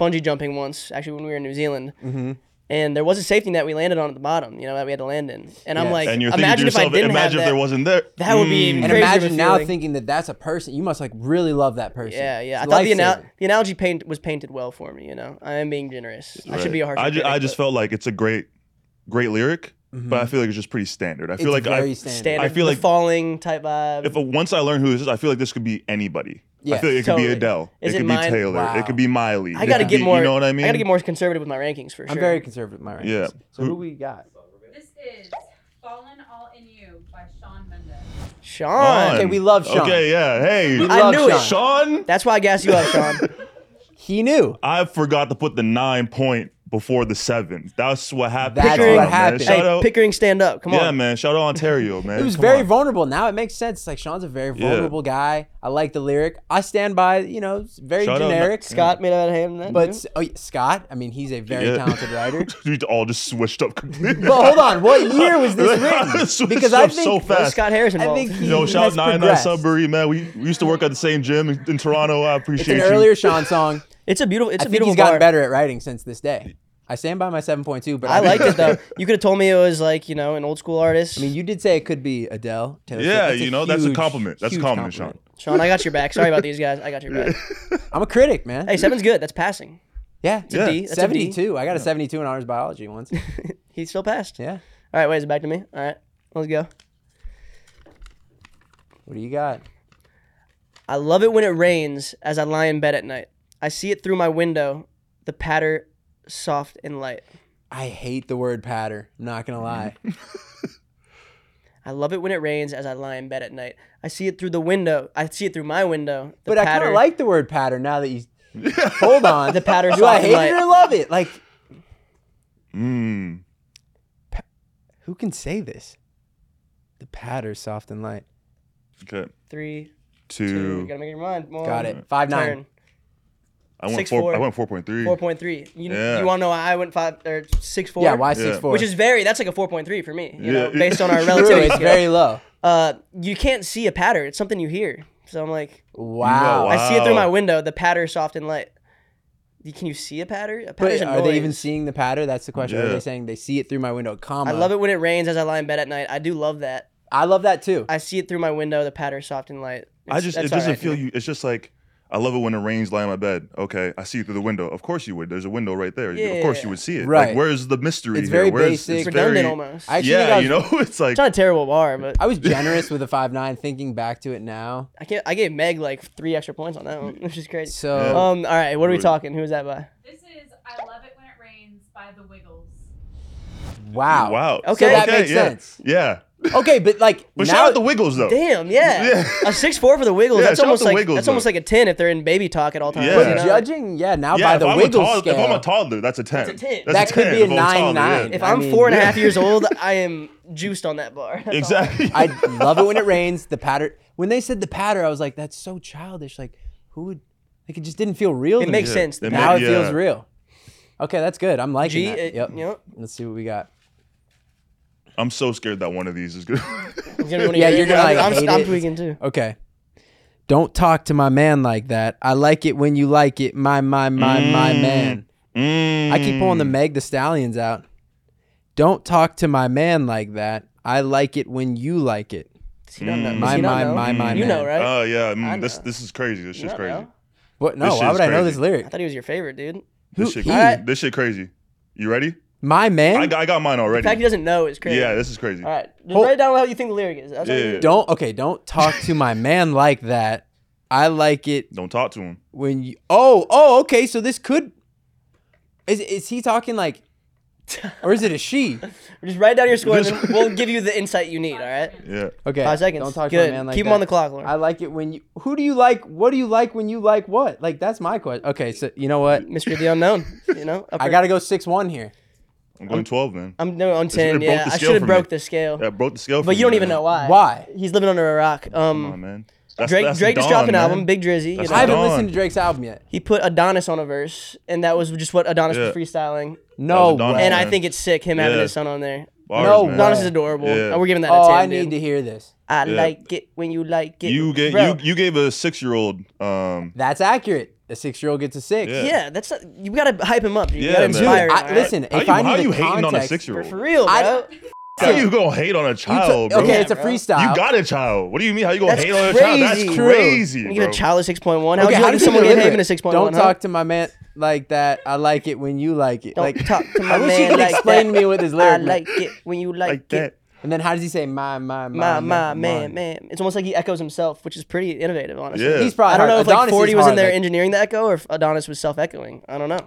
Speaker 2: bungee jumping once, actually when we were in New Zealand.
Speaker 1: Mm-hmm.
Speaker 2: And there was a safety net we landed on at the bottom, you know, that we had to land in. And I'm
Speaker 3: Yes.
Speaker 2: like,
Speaker 1: And you're thinking
Speaker 2: imagine
Speaker 1: to yourself,
Speaker 2: if I didn't have
Speaker 1: imagine if
Speaker 2: that.
Speaker 1: there wasn't there. Hmm.
Speaker 2: That would be
Speaker 3: And
Speaker 2: Crazy of a
Speaker 3: imagine now
Speaker 2: feeling.
Speaker 3: thinking that that's a person. You must like really love that person.
Speaker 2: yeah, yeah. I
Speaker 3: It's
Speaker 2: thought the, anal-
Speaker 3: life-saving.
Speaker 2: the analogy paint was painted well for me. You know, I am being generous. I should be a harsh.
Speaker 1: I, ju-
Speaker 2: critic,
Speaker 1: I just
Speaker 2: but
Speaker 1: felt like it's a great, great lyric, but I feel like it's just pretty standard. I feel
Speaker 3: Mm-hmm. It's
Speaker 1: like
Speaker 3: very
Speaker 1: I,
Speaker 3: standard.
Speaker 2: standard.
Speaker 1: I feel
Speaker 2: the
Speaker 1: like-
Speaker 2: falling type vibe.
Speaker 1: if once I learn who this is, I feel like this could be anybody. I
Speaker 3: Yeah,
Speaker 1: feel like it
Speaker 2: totally.
Speaker 1: could be Adele.
Speaker 2: Is
Speaker 1: it
Speaker 2: it
Speaker 1: could be
Speaker 2: mine?
Speaker 1: Taylor.
Speaker 3: Wow.
Speaker 1: It could be Miley.
Speaker 2: I
Speaker 1: It
Speaker 2: gotta
Speaker 1: could
Speaker 2: get
Speaker 1: be-
Speaker 2: more.
Speaker 1: You know what I mean?
Speaker 2: I gotta get more conservative with my rankings for sure.
Speaker 3: I'm very conservative with my rankings.
Speaker 1: Yeah.
Speaker 3: So who we got?
Speaker 5: This is Fallen All In You by Sean Mendes.
Speaker 2: Sean.
Speaker 3: Okay, we love Sean.
Speaker 1: Okay, yeah. Hey,
Speaker 3: I love knew it.
Speaker 1: Sean.
Speaker 2: That's why I gassed you up,
Speaker 1: <laughs>
Speaker 2: Sean.
Speaker 3: He knew.
Speaker 1: I forgot to put the nine point before the seven. That's what happened.
Speaker 3: That's
Speaker 1: Sean,
Speaker 2: what
Speaker 1: man.
Speaker 3: happened.
Speaker 1: Shout
Speaker 2: hey,
Speaker 1: out.
Speaker 2: Pickering, stand up. Come
Speaker 1: yeah,
Speaker 2: on.
Speaker 1: man. Shout out Ontario, man.
Speaker 3: It was
Speaker 1: Come
Speaker 3: very
Speaker 1: on.
Speaker 3: vulnerable. Now it makes sense. It's like Sean's a very vulnerable guy. I like the lyric. I stand by. You know, it's very
Speaker 1: Shout out-
Speaker 3: generic.
Speaker 2: Scott made out of hand. That
Speaker 3: But
Speaker 2: too.
Speaker 3: s- oh, yeah, Scott, I mean, he's a very
Speaker 1: Yeah.
Speaker 3: talented
Speaker 1: <laughs>
Speaker 3: writer.
Speaker 1: We all just switched
Speaker 3: <laughs>
Speaker 1: up completely.
Speaker 3: But hold on, what year
Speaker 1: <laughs>
Speaker 3: was this written?
Speaker 1: Switched
Speaker 3: Because I
Speaker 1: up
Speaker 3: think
Speaker 1: so
Speaker 2: Why is
Speaker 1: fast.
Speaker 2: Scott Harris
Speaker 3: uh, I
Speaker 2: involved.
Speaker 3: think he
Speaker 1: Yo, shout out
Speaker 3: has
Speaker 1: Nine Nine
Speaker 3: progressed.
Speaker 1: Sudbury, man. We, we used to work at the same gym in, in Toronto. I
Speaker 3: It's
Speaker 1: appreciate
Speaker 3: an
Speaker 1: you.
Speaker 3: earlier Sean song.
Speaker 2: <laughs> it's a beautiful. It's a
Speaker 3: I think
Speaker 2: beautiful
Speaker 3: he's gotten
Speaker 2: bar.
Speaker 3: better at writing since this day. I stand by my 7.2, but
Speaker 2: I liked
Speaker 3: think-
Speaker 2: it though.
Speaker 3: <laughs>
Speaker 2: You could have told me it was like you know an old school artist.
Speaker 3: I mean, you <laughs> did say it could be Adele. Taylor Swift.
Speaker 1: Yeah,
Speaker 3: That's
Speaker 1: you know, that's a
Speaker 3: huge,
Speaker 1: compliment. That's a
Speaker 3: huge
Speaker 1: compliment,
Speaker 2: Sean, I got your back. Sorry about these guys. I got your
Speaker 3: <laughs>
Speaker 2: back.
Speaker 3: I'm a critic, man.
Speaker 2: Hey, seven's good. That's passing.
Speaker 3: yeah, it's
Speaker 1: Yeah.
Speaker 3: a
Speaker 2: D.
Speaker 3: D.
Speaker 2: That's a D.
Speaker 3: 72. I got a 72 in honors biology
Speaker 2: <laughs>
Speaker 3: once.
Speaker 2: He still passed.
Speaker 3: Yeah.
Speaker 2: All right, wait. Is it back to me? All right, let's go.
Speaker 3: What do you got?
Speaker 2: I love it when it rains as I lie in bed at night. I see it through my window, the patter soft and light.
Speaker 3: I hate the word patter. I'm not
Speaker 2: Mm-hmm.
Speaker 3: gonna lie.
Speaker 2: I love it when it rains as I lie in bed at night. I see it through the window. I see it through my window. The
Speaker 3: but I kind
Speaker 2: patter-
Speaker 3: of like the word patter now that you.
Speaker 2: <laughs>
Speaker 3: Hold on.
Speaker 2: The patter
Speaker 3: Do I
Speaker 2: soft and
Speaker 3: hate
Speaker 2: light.
Speaker 3: it or love it? Like,
Speaker 1: Mm.
Speaker 3: who can say this? The patter soft and light.
Speaker 1: Okay.
Speaker 2: three, two. You
Speaker 1: Two.
Speaker 2: gotta make your mind. One,
Speaker 3: Got it. Five nine.
Speaker 2: turn.
Speaker 1: I went
Speaker 2: Six,
Speaker 1: four,
Speaker 2: four.
Speaker 1: I went four point three.
Speaker 2: Four point three. You,
Speaker 1: Yeah.
Speaker 2: you want to know why I went five or six four?
Speaker 3: Yeah, why six
Speaker 1: Yeah.
Speaker 3: four?
Speaker 2: Which is very. That's like a four point three for me.
Speaker 1: <laughs>
Speaker 2: You know,
Speaker 1: Yeah.
Speaker 2: based on our
Speaker 1: True,
Speaker 3: True,
Speaker 2: relativity
Speaker 3: it's
Speaker 2: scale.
Speaker 3: very low.
Speaker 2: uh, you can't see a patter. It's something you hear. So I'm like,
Speaker 3: Wow.
Speaker 1: why-
Speaker 2: I see it through
Speaker 1: Wow.
Speaker 2: my window. The patter soft and light. You- Can you see a patter? A
Speaker 3: But
Speaker 2: patter's a
Speaker 3: are they even
Speaker 2: noise.
Speaker 3: seeing the patter? That's the question. Are
Speaker 1: Yeah.
Speaker 3: they saying they see it through my window? Comma.
Speaker 2: I love it when it rains as I lie in bed at night. I do love that.
Speaker 3: I love that too.
Speaker 2: I see it through my window. The patter soft and light.
Speaker 1: I just
Speaker 2: that's
Speaker 1: it doesn't
Speaker 2: alright to
Speaker 1: feel
Speaker 2: me.
Speaker 1: you. It's just like I love it when the rain's lying on my bed. Okay, I see it through the window. Of course you would. There's a window right there. You- of course
Speaker 2: Yeah.
Speaker 1: you would see it.
Speaker 3: Right.
Speaker 1: Like, where's the mystery?
Speaker 3: It's
Speaker 1: here?
Speaker 3: very
Speaker 1: Where's,
Speaker 3: basic.
Speaker 1: It's
Speaker 2: redundant
Speaker 1: very,
Speaker 2: almost.
Speaker 3: I actually think
Speaker 1: yeah,
Speaker 3: I was-
Speaker 1: you know, <laughs> it's like
Speaker 2: It's not a terrible bar, but
Speaker 1: <laughs>
Speaker 3: I was generous with a five nine. Thinking back to it now,
Speaker 2: I can't. I gave Meg like three extra points on that one, <laughs> which is crazy.
Speaker 3: so
Speaker 2: Um. All right. What are we talking? Who is that by?
Speaker 5: This is I Love It When It Rains by The Wiggles.
Speaker 3: wow,
Speaker 1: wow.
Speaker 2: Okay. that
Speaker 3: makes
Speaker 1: yeah.
Speaker 3: sense.
Speaker 1: Yeah.
Speaker 3: Okay, but like
Speaker 1: But
Speaker 3: now,
Speaker 1: shout out the Wiggles though.
Speaker 2: Damn. Yeah.
Speaker 1: <laughs> Yeah.
Speaker 2: A six four for the Wiggles.
Speaker 1: Yeah,
Speaker 2: that's
Speaker 1: shout out
Speaker 2: almost
Speaker 1: the
Speaker 2: like
Speaker 1: Wiggles,
Speaker 2: that's
Speaker 1: though.
Speaker 2: almost like a ten if they're in baby talk at all times.
Speaker 1: Yeah.
Speaker 3: but
Speaker 2: you know?
Speaker 3: judging, yeah, now
Speaker 1: Yeah,
Speaker 3: by
Speaker 1: if
Speaker 3: the
Speaker 1: I'm, a
Speaker 3: wiggle
Speaker 1: toddler, if I'm <laughs>
Speaker 3: scale,
Speaker 1: a toddler, that's a 10.
Speaker 2: That's a 10.
Speaker 3: That could
Speaker 1: 10
Speaker 3: be a
Speaker 1: if I'm toddler,
Speaker 3: 9-9.
Speaker 1: yeah.
Speaker 2: If I'm
Speaker 3: I mean-
Speaker 2: four and a half years
Speaker 3: <laughs>
Speaker 2: old, I am juiced on that bar. <laughs> That's all.
Speaker 1: Exactly.
Speaker 3: I love it when it rains. The patter. When they said the patter, I was like, that's so childish. Like, who would? Like, it just didn't feel real.
Speaker 2: It
Speaker 3: to
Speaker 2: makes
Speaker 3: me.
Speaker 2: sense.
Speaker 1: It
Speaker 3: Now
Speaker 1: ma-
Speaker 3: it feels
Speaker 1: yeah.
Speaker 3: real. Okay, that's good. I'm liking
Speaker 2: G,
Speaker 3: that.
Speaker 2: it-
Speaker 3: yep.
Speaker 2: yep.
Speaker 3: Let's see what we got.
Speaker 1: I'm <laughs> so scared that one of these is good.
Speaker 2: It's gonna be one of
Speaker 3: Yeah,
Speaker 2: your-
Speaker 3: you're gonna, like,
Speaker 2: I'm,
Speaker 3: hate
Speaker 2: I'm, I'm
Speaker 3: it.
Speaker 2: tweaking too.
Speaker 3: Okay. Don't talk to my man like that. I like it when you like it. My, my, my, my
Speaker 1: Mm.
Speaker 3: man. I keep pulling
Speaker 1: Hmm.
Speaker 3: the Meg the Stallions out. Don't talk to my man like that. I like it when you like it.
Speaker 2: Does he not know? Does
Speaker 3: Mm, My,
Speaker 2: he not
Speaker 3: my,
Speaker 2: know?
Speaker 3: my, my,
Speaker 2: You know,
Speaker 3: man.
Speaker 2: right?
Speaker 1: Oh yeah, mm,
Speaker 2: I
Speaker 1: this
Speaker 2: know.
Speaker 1: this is crazy. This shit's
Speaker 2: don't
Speaker 1: crazy.
Speaker 2: know.
Speaker 3: What? No,
Speaker 1: This
Speaker 3: why
Speaker 1: shit's
Speaker 3: would I know
Speaker 1: crazy.
Speaker 3: this lyric?
Speaker 2: I thought he was your favorite, dude.
Speaker 1: This
Speaker 3: Who-
Speaker 1: shit,
Speaker 3: he-
Speaker 1: crazy. this shit crazy. You ready?
Speaker 3: My man.
Speaker 1: I got, I got mine
Speaker 2: The fact he
Speaker 1: already.
Speaker 2: doesn't know is crazy.
Speaker 1: Yeah, this is crazy.
Speaker 2: All right, just
Speaker 3: Hold-
Speaker 2: write down how you think the lyric is. That's all you
Speaker 1: Yeah.
Speaker 2: need.
Speaker 3: don't okay. Don't talk to my man like that. I like it
Speaker 1: Don't talk to him.
Speaker 3: when you. Oh, oh, okay. So this could. Is is he talking like, or is it
Speaker 1: <laughs>
Speaker 3: a she?
Speaker 2: Just write down your score, and
Speaker 1: This-
Speaker 2: then we'll give you the insight you need. All right.
Speaker 1: Yeah.
Speaker 3: Okay.
Speaker 2: Five seconds.
Speaker 3: Don't talk to
Speaker 2: Good.
Speaker 3: my man like
Speaker 2: Keep
Speaker 3: that.
Speaker 2: him on the clock, Lauren.
Speaker 3: I like it when you. Who do you like? What do you like when you like what? Like that's my question. Okay, so you know what?
Speaker 2: Mystery of the unknown. You know.
Speaker 3: I gotta go six one here.
Speaker 1: I'm going 12, man.
Speaker 2: I'm no on
Speaker 1: should've
Speaker 2: ten.
Speaker 1: broke
Speaker 2: Yeah,
Speaker 1: the
Speaker 2: I
Speaker 1: scale
Speaker 2: should
Speaker 1: for
Speaker 2: have broke
Speaker 1: me.
Speaker 2: the scale.
Speaker 1: That broke the scale. for
Speaker 2: But
Speaker 1: me,
Speaker 2: you don't even
Speaker 1: man.
Speaker 2: know why.
Speaker 3: Why?
Speaker 2: He's living under a rock. Um,
Speaker 1: Come on, man. That's-
Speaker 2: Drake
Speaker 1: that's
Speaker 2: Drake just
Speaker 1: Dawn,
Speaker 2: dropped an
Speaker 1: man.
Speaker 2: album, Big Drizzy. You
Speaker 1: That's
Speaker 2: know,
Speaker 3: I haven't
Speaker 1: Dawn.
Speaker 3: listened to Drake's album yet.
Speaker 2: he put Adonis on a verse, and that was just what Adonis
Speaker 1: Yeah.
Speaker 2: was freestyling.
Speaker 3: No.
Speaker 1: a Don
Speaker 3: way.
Speaker 2: And I
Speaker 1: man.
Speaker 2: think it's sick him having
Speaker 1: Yeah.
Speaker 2: his son on there.
Speaker 1: Bars,
Speaker 3: No
Speaker 1: man.
Speaker 3: way.
Speaker 2: Adonis is adorable.
Speaker 1: Yeah.
Speaker 2: Oh, we're giving that a
Speaker 3: oh,
Speaker 2: ten.
Speaker 3: I
Speaker 2: dude.
Speaker 3: need to hear this.
Speaker 2: I
Speaker 1: Yeah.
Speaker 2: like it when you like it.
Speaker 1: You get
Speaker 2: Bro.
Speaker 1: you you gave a six year old um
Speaker 3: That's accurate. A six year old gets a six.
Speaker 1: Yeah.
Speaker 2: Yeah, that's not, you gotta hype him up. You
Speaker 1: Yeah,
Speaker 2: gotta
Speaker 1: man.
Speaker 3: Dude,
Speaker 2: inspire him.
Speaker 3: I,
Speaker 2: alright?
Speaker 3: listen.
Speaker 1: how
Speaker 3: If
Speaker 1: you,
Speaker 3: I need
Speaker 1: how
Speaker 3: the
Speaker 1: you hating on a
Speaker 3: context-
Speaker 1: six year
Speaker 2: for,
Speaker 1: old?
Speaker 2: for real,
Speaker 3: I-
Speaker 2: bro.
Speaker 1: How you gonna hate on a
Speaker 3: You took-
Speaker 1: child, bro?
Speaker 3: okay, it's a
Speaker 2: Yeah, bro.
Speaker 3: freestyle.
Speaker 1: You got a child. What do you mean? How you gonna
Speaker 2: That's
Speaker 1: hate on a child? That's
Speaker 2: crazy.
Speaker 1: crazy,
Speaker 2: You
Speaker 1: bro.
Speaker 2: give a child a six point one. How
Speaker 3: Okay,
Speaker 2: would you
Speaker 3: how
Speaker 2: like
Speaker 3: did
Speaker 2: if
Speaker 3: you
Speaker 2: someone gave
Speaker 3: deliver
Speaker 2: Haven
Speaker 3: it?
Speaker 2: a six point
Speaker 3: Don't
Speaker 2: one?
Speaker 3: talk to my man like that. I like it when you like it.
Speaker 2: Don't
Speaker 3: like,
Speaker 2: talk to my
Speaker 3: I wish you
Speaker 2: man
Speaker 3: could
Speaker 2: like
Speaker 3: explain
Speaker 2: that.
Speaker 3: to me what this
Speaker 2: I
Speaker 3: lyric meant.
Speaker 2: like it when you like,
Speaker 1: like
Speaker 2: it.
Speaker 1: that.
Speaker 3: And then how does he say my my
Speaker 2: My my
Speaker 3: my my,
Speaker 2: man man. It's almost like he echoes himself, which is pretty innovative, honestly.
Speaker 1: Yeah.
Speaker 3: He's probably
Speaker 2: I don't
Speaker 3: hard.
Speaker 2: know if
Speaker 3: Adonis
Speaker 2: like forty
Speaker 3: is
Speaker 2: was in
Speaker 3: hard,
Speaker 2: there
Speaker 3: like-
Speaker 2: engineering the echo, or if Adonis was self echoing. I don't know.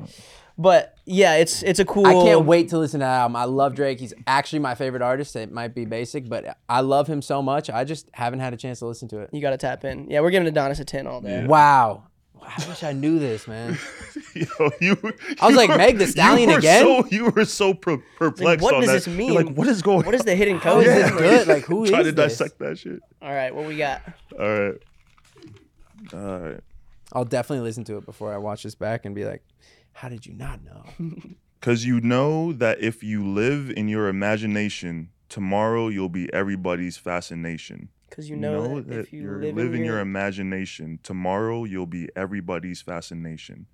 Speaker 2: But yeah, it's it's a cool.
Speaker 3: I can't wait to listen to that album. I love Drake. He's actually my favorite artist. It might be basic, but I love him so much. I just haven't had a chance to listen to it.
Speaker 2: You gotta tap in. Yeah, we're giving Adonis a ten all day.
Speaker 3: Wow. I wish I knew this, <laughs> man.
Speaker 1: Yo, <laughs> you,
Speaker 3: I was
Speaker 1: you
Speaker 3: like,
Speaker 1: were-
Speaker 3: "Meg Thee
Speaker 1: you
Speaker 3: Stallion
Speaker 1: were
Speaker 3: again?"
Speaker 1: So, you were so per- perplexed.
Speaker 2: what
Speaker 1: on
Speaker 2: does
Speaker 1: that.
Speaker 2: this
Speaker 1: You're
Speaker 2: mean?
Speaker 1: like, what is going?
Speaker 2: What is the hidden
Speaker 3: How
Speaker 2: code?
Speaker 3: is this good?
Speaker 1: <laughs>
Speaker 3: Like, who is
Speaker 1: Trying to
Speaker 3: this?
Speaker 1: dissect that shit.
Speaker 2: All right, what we got?
Speaker 1: All right, all right.
Speaker 3: I'll definitely listen to it before I watch this back and be like, how did you not
Speaker 2: <laughs>
Speaker 3: know?
Speaker 1: Because you know that if you live in your imagination, tomorrow you'll be everybody's fascination.
Speaker 2: Because you know, that, if you
Speaker 1: you're
Speaker 2: live,
Speaker 1: living
Speaker 2: in your,
Speaker 1: your imagination, tomorrow you'll be everybody's fascination.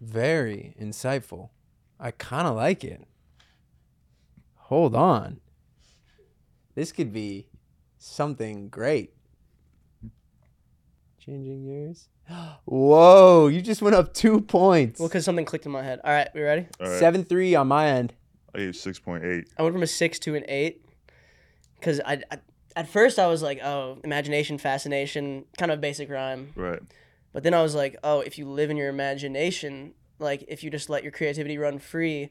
Speaker 3: Very insightful. I kind of like it. Hold on. This could be something great. Changing yours. <gasps> Whoa, you just went up two points.
Speaker 2: well, because something clicked in my head. All right, we ready?
Speaker 1: All right.
Speaker 3: 7 3 on my end.
Speaker 1: I gave six point eight.
Speaker 2: I went from a six to an eight because I, I at first I was like, oh, imagination, fascination, kind of a basic rhyme.
Speaker 1: Right.
Speaker 2: But then I was like, oh, if you live in your imagination, like if you just let your creativity run free,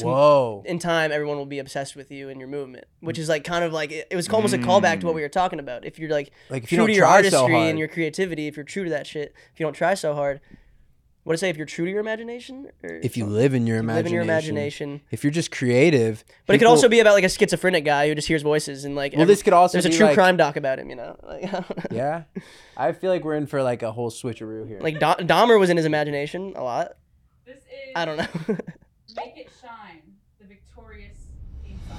Speaker 3: Whoa.
Speaker 2: in time everyone will be obsessed with you and your movement, which is like kind of like it, it was almost a callback to what we were talking about. If you're like,
Speaker 3: Like, if you
Speaker 2: true
Speaker 3: don't
Speaker 2: to your
Speaker 3: try so
Speaker 2: artistry
Speaker 3: hard.
Speaker 2: and your creativity, if you're true to that shit, if you don't try so hard, what to say? If you're true to your imagination, or
Speaker 3: If you live in your imagination.
Speaker 2: live in your imagination.
Speaker 3: If you're just creative.
Speaker 2: But it could
Speaker 3: people-
Speaker 2: also be about like a schizophrenic guy who just hears voices and like.
Speaker 3: Well, this could also
Speaker 2: there's a
Speaker 3: be,
Speaker 2: true
Speaker 3: like-
Speaker 2: crime doc about him, you know. <laughs> Like,
Speaker 3: <laughs> Yeah. I feel like we're in for like a whole switcheroo here.
Speaker 2: like Dom- Dahmer was in his imagination a lot.
Speaker 5: This is
Speaker 2: I don't know. <laughs>
Speaker 5: Make It Shine, the victorious theme song.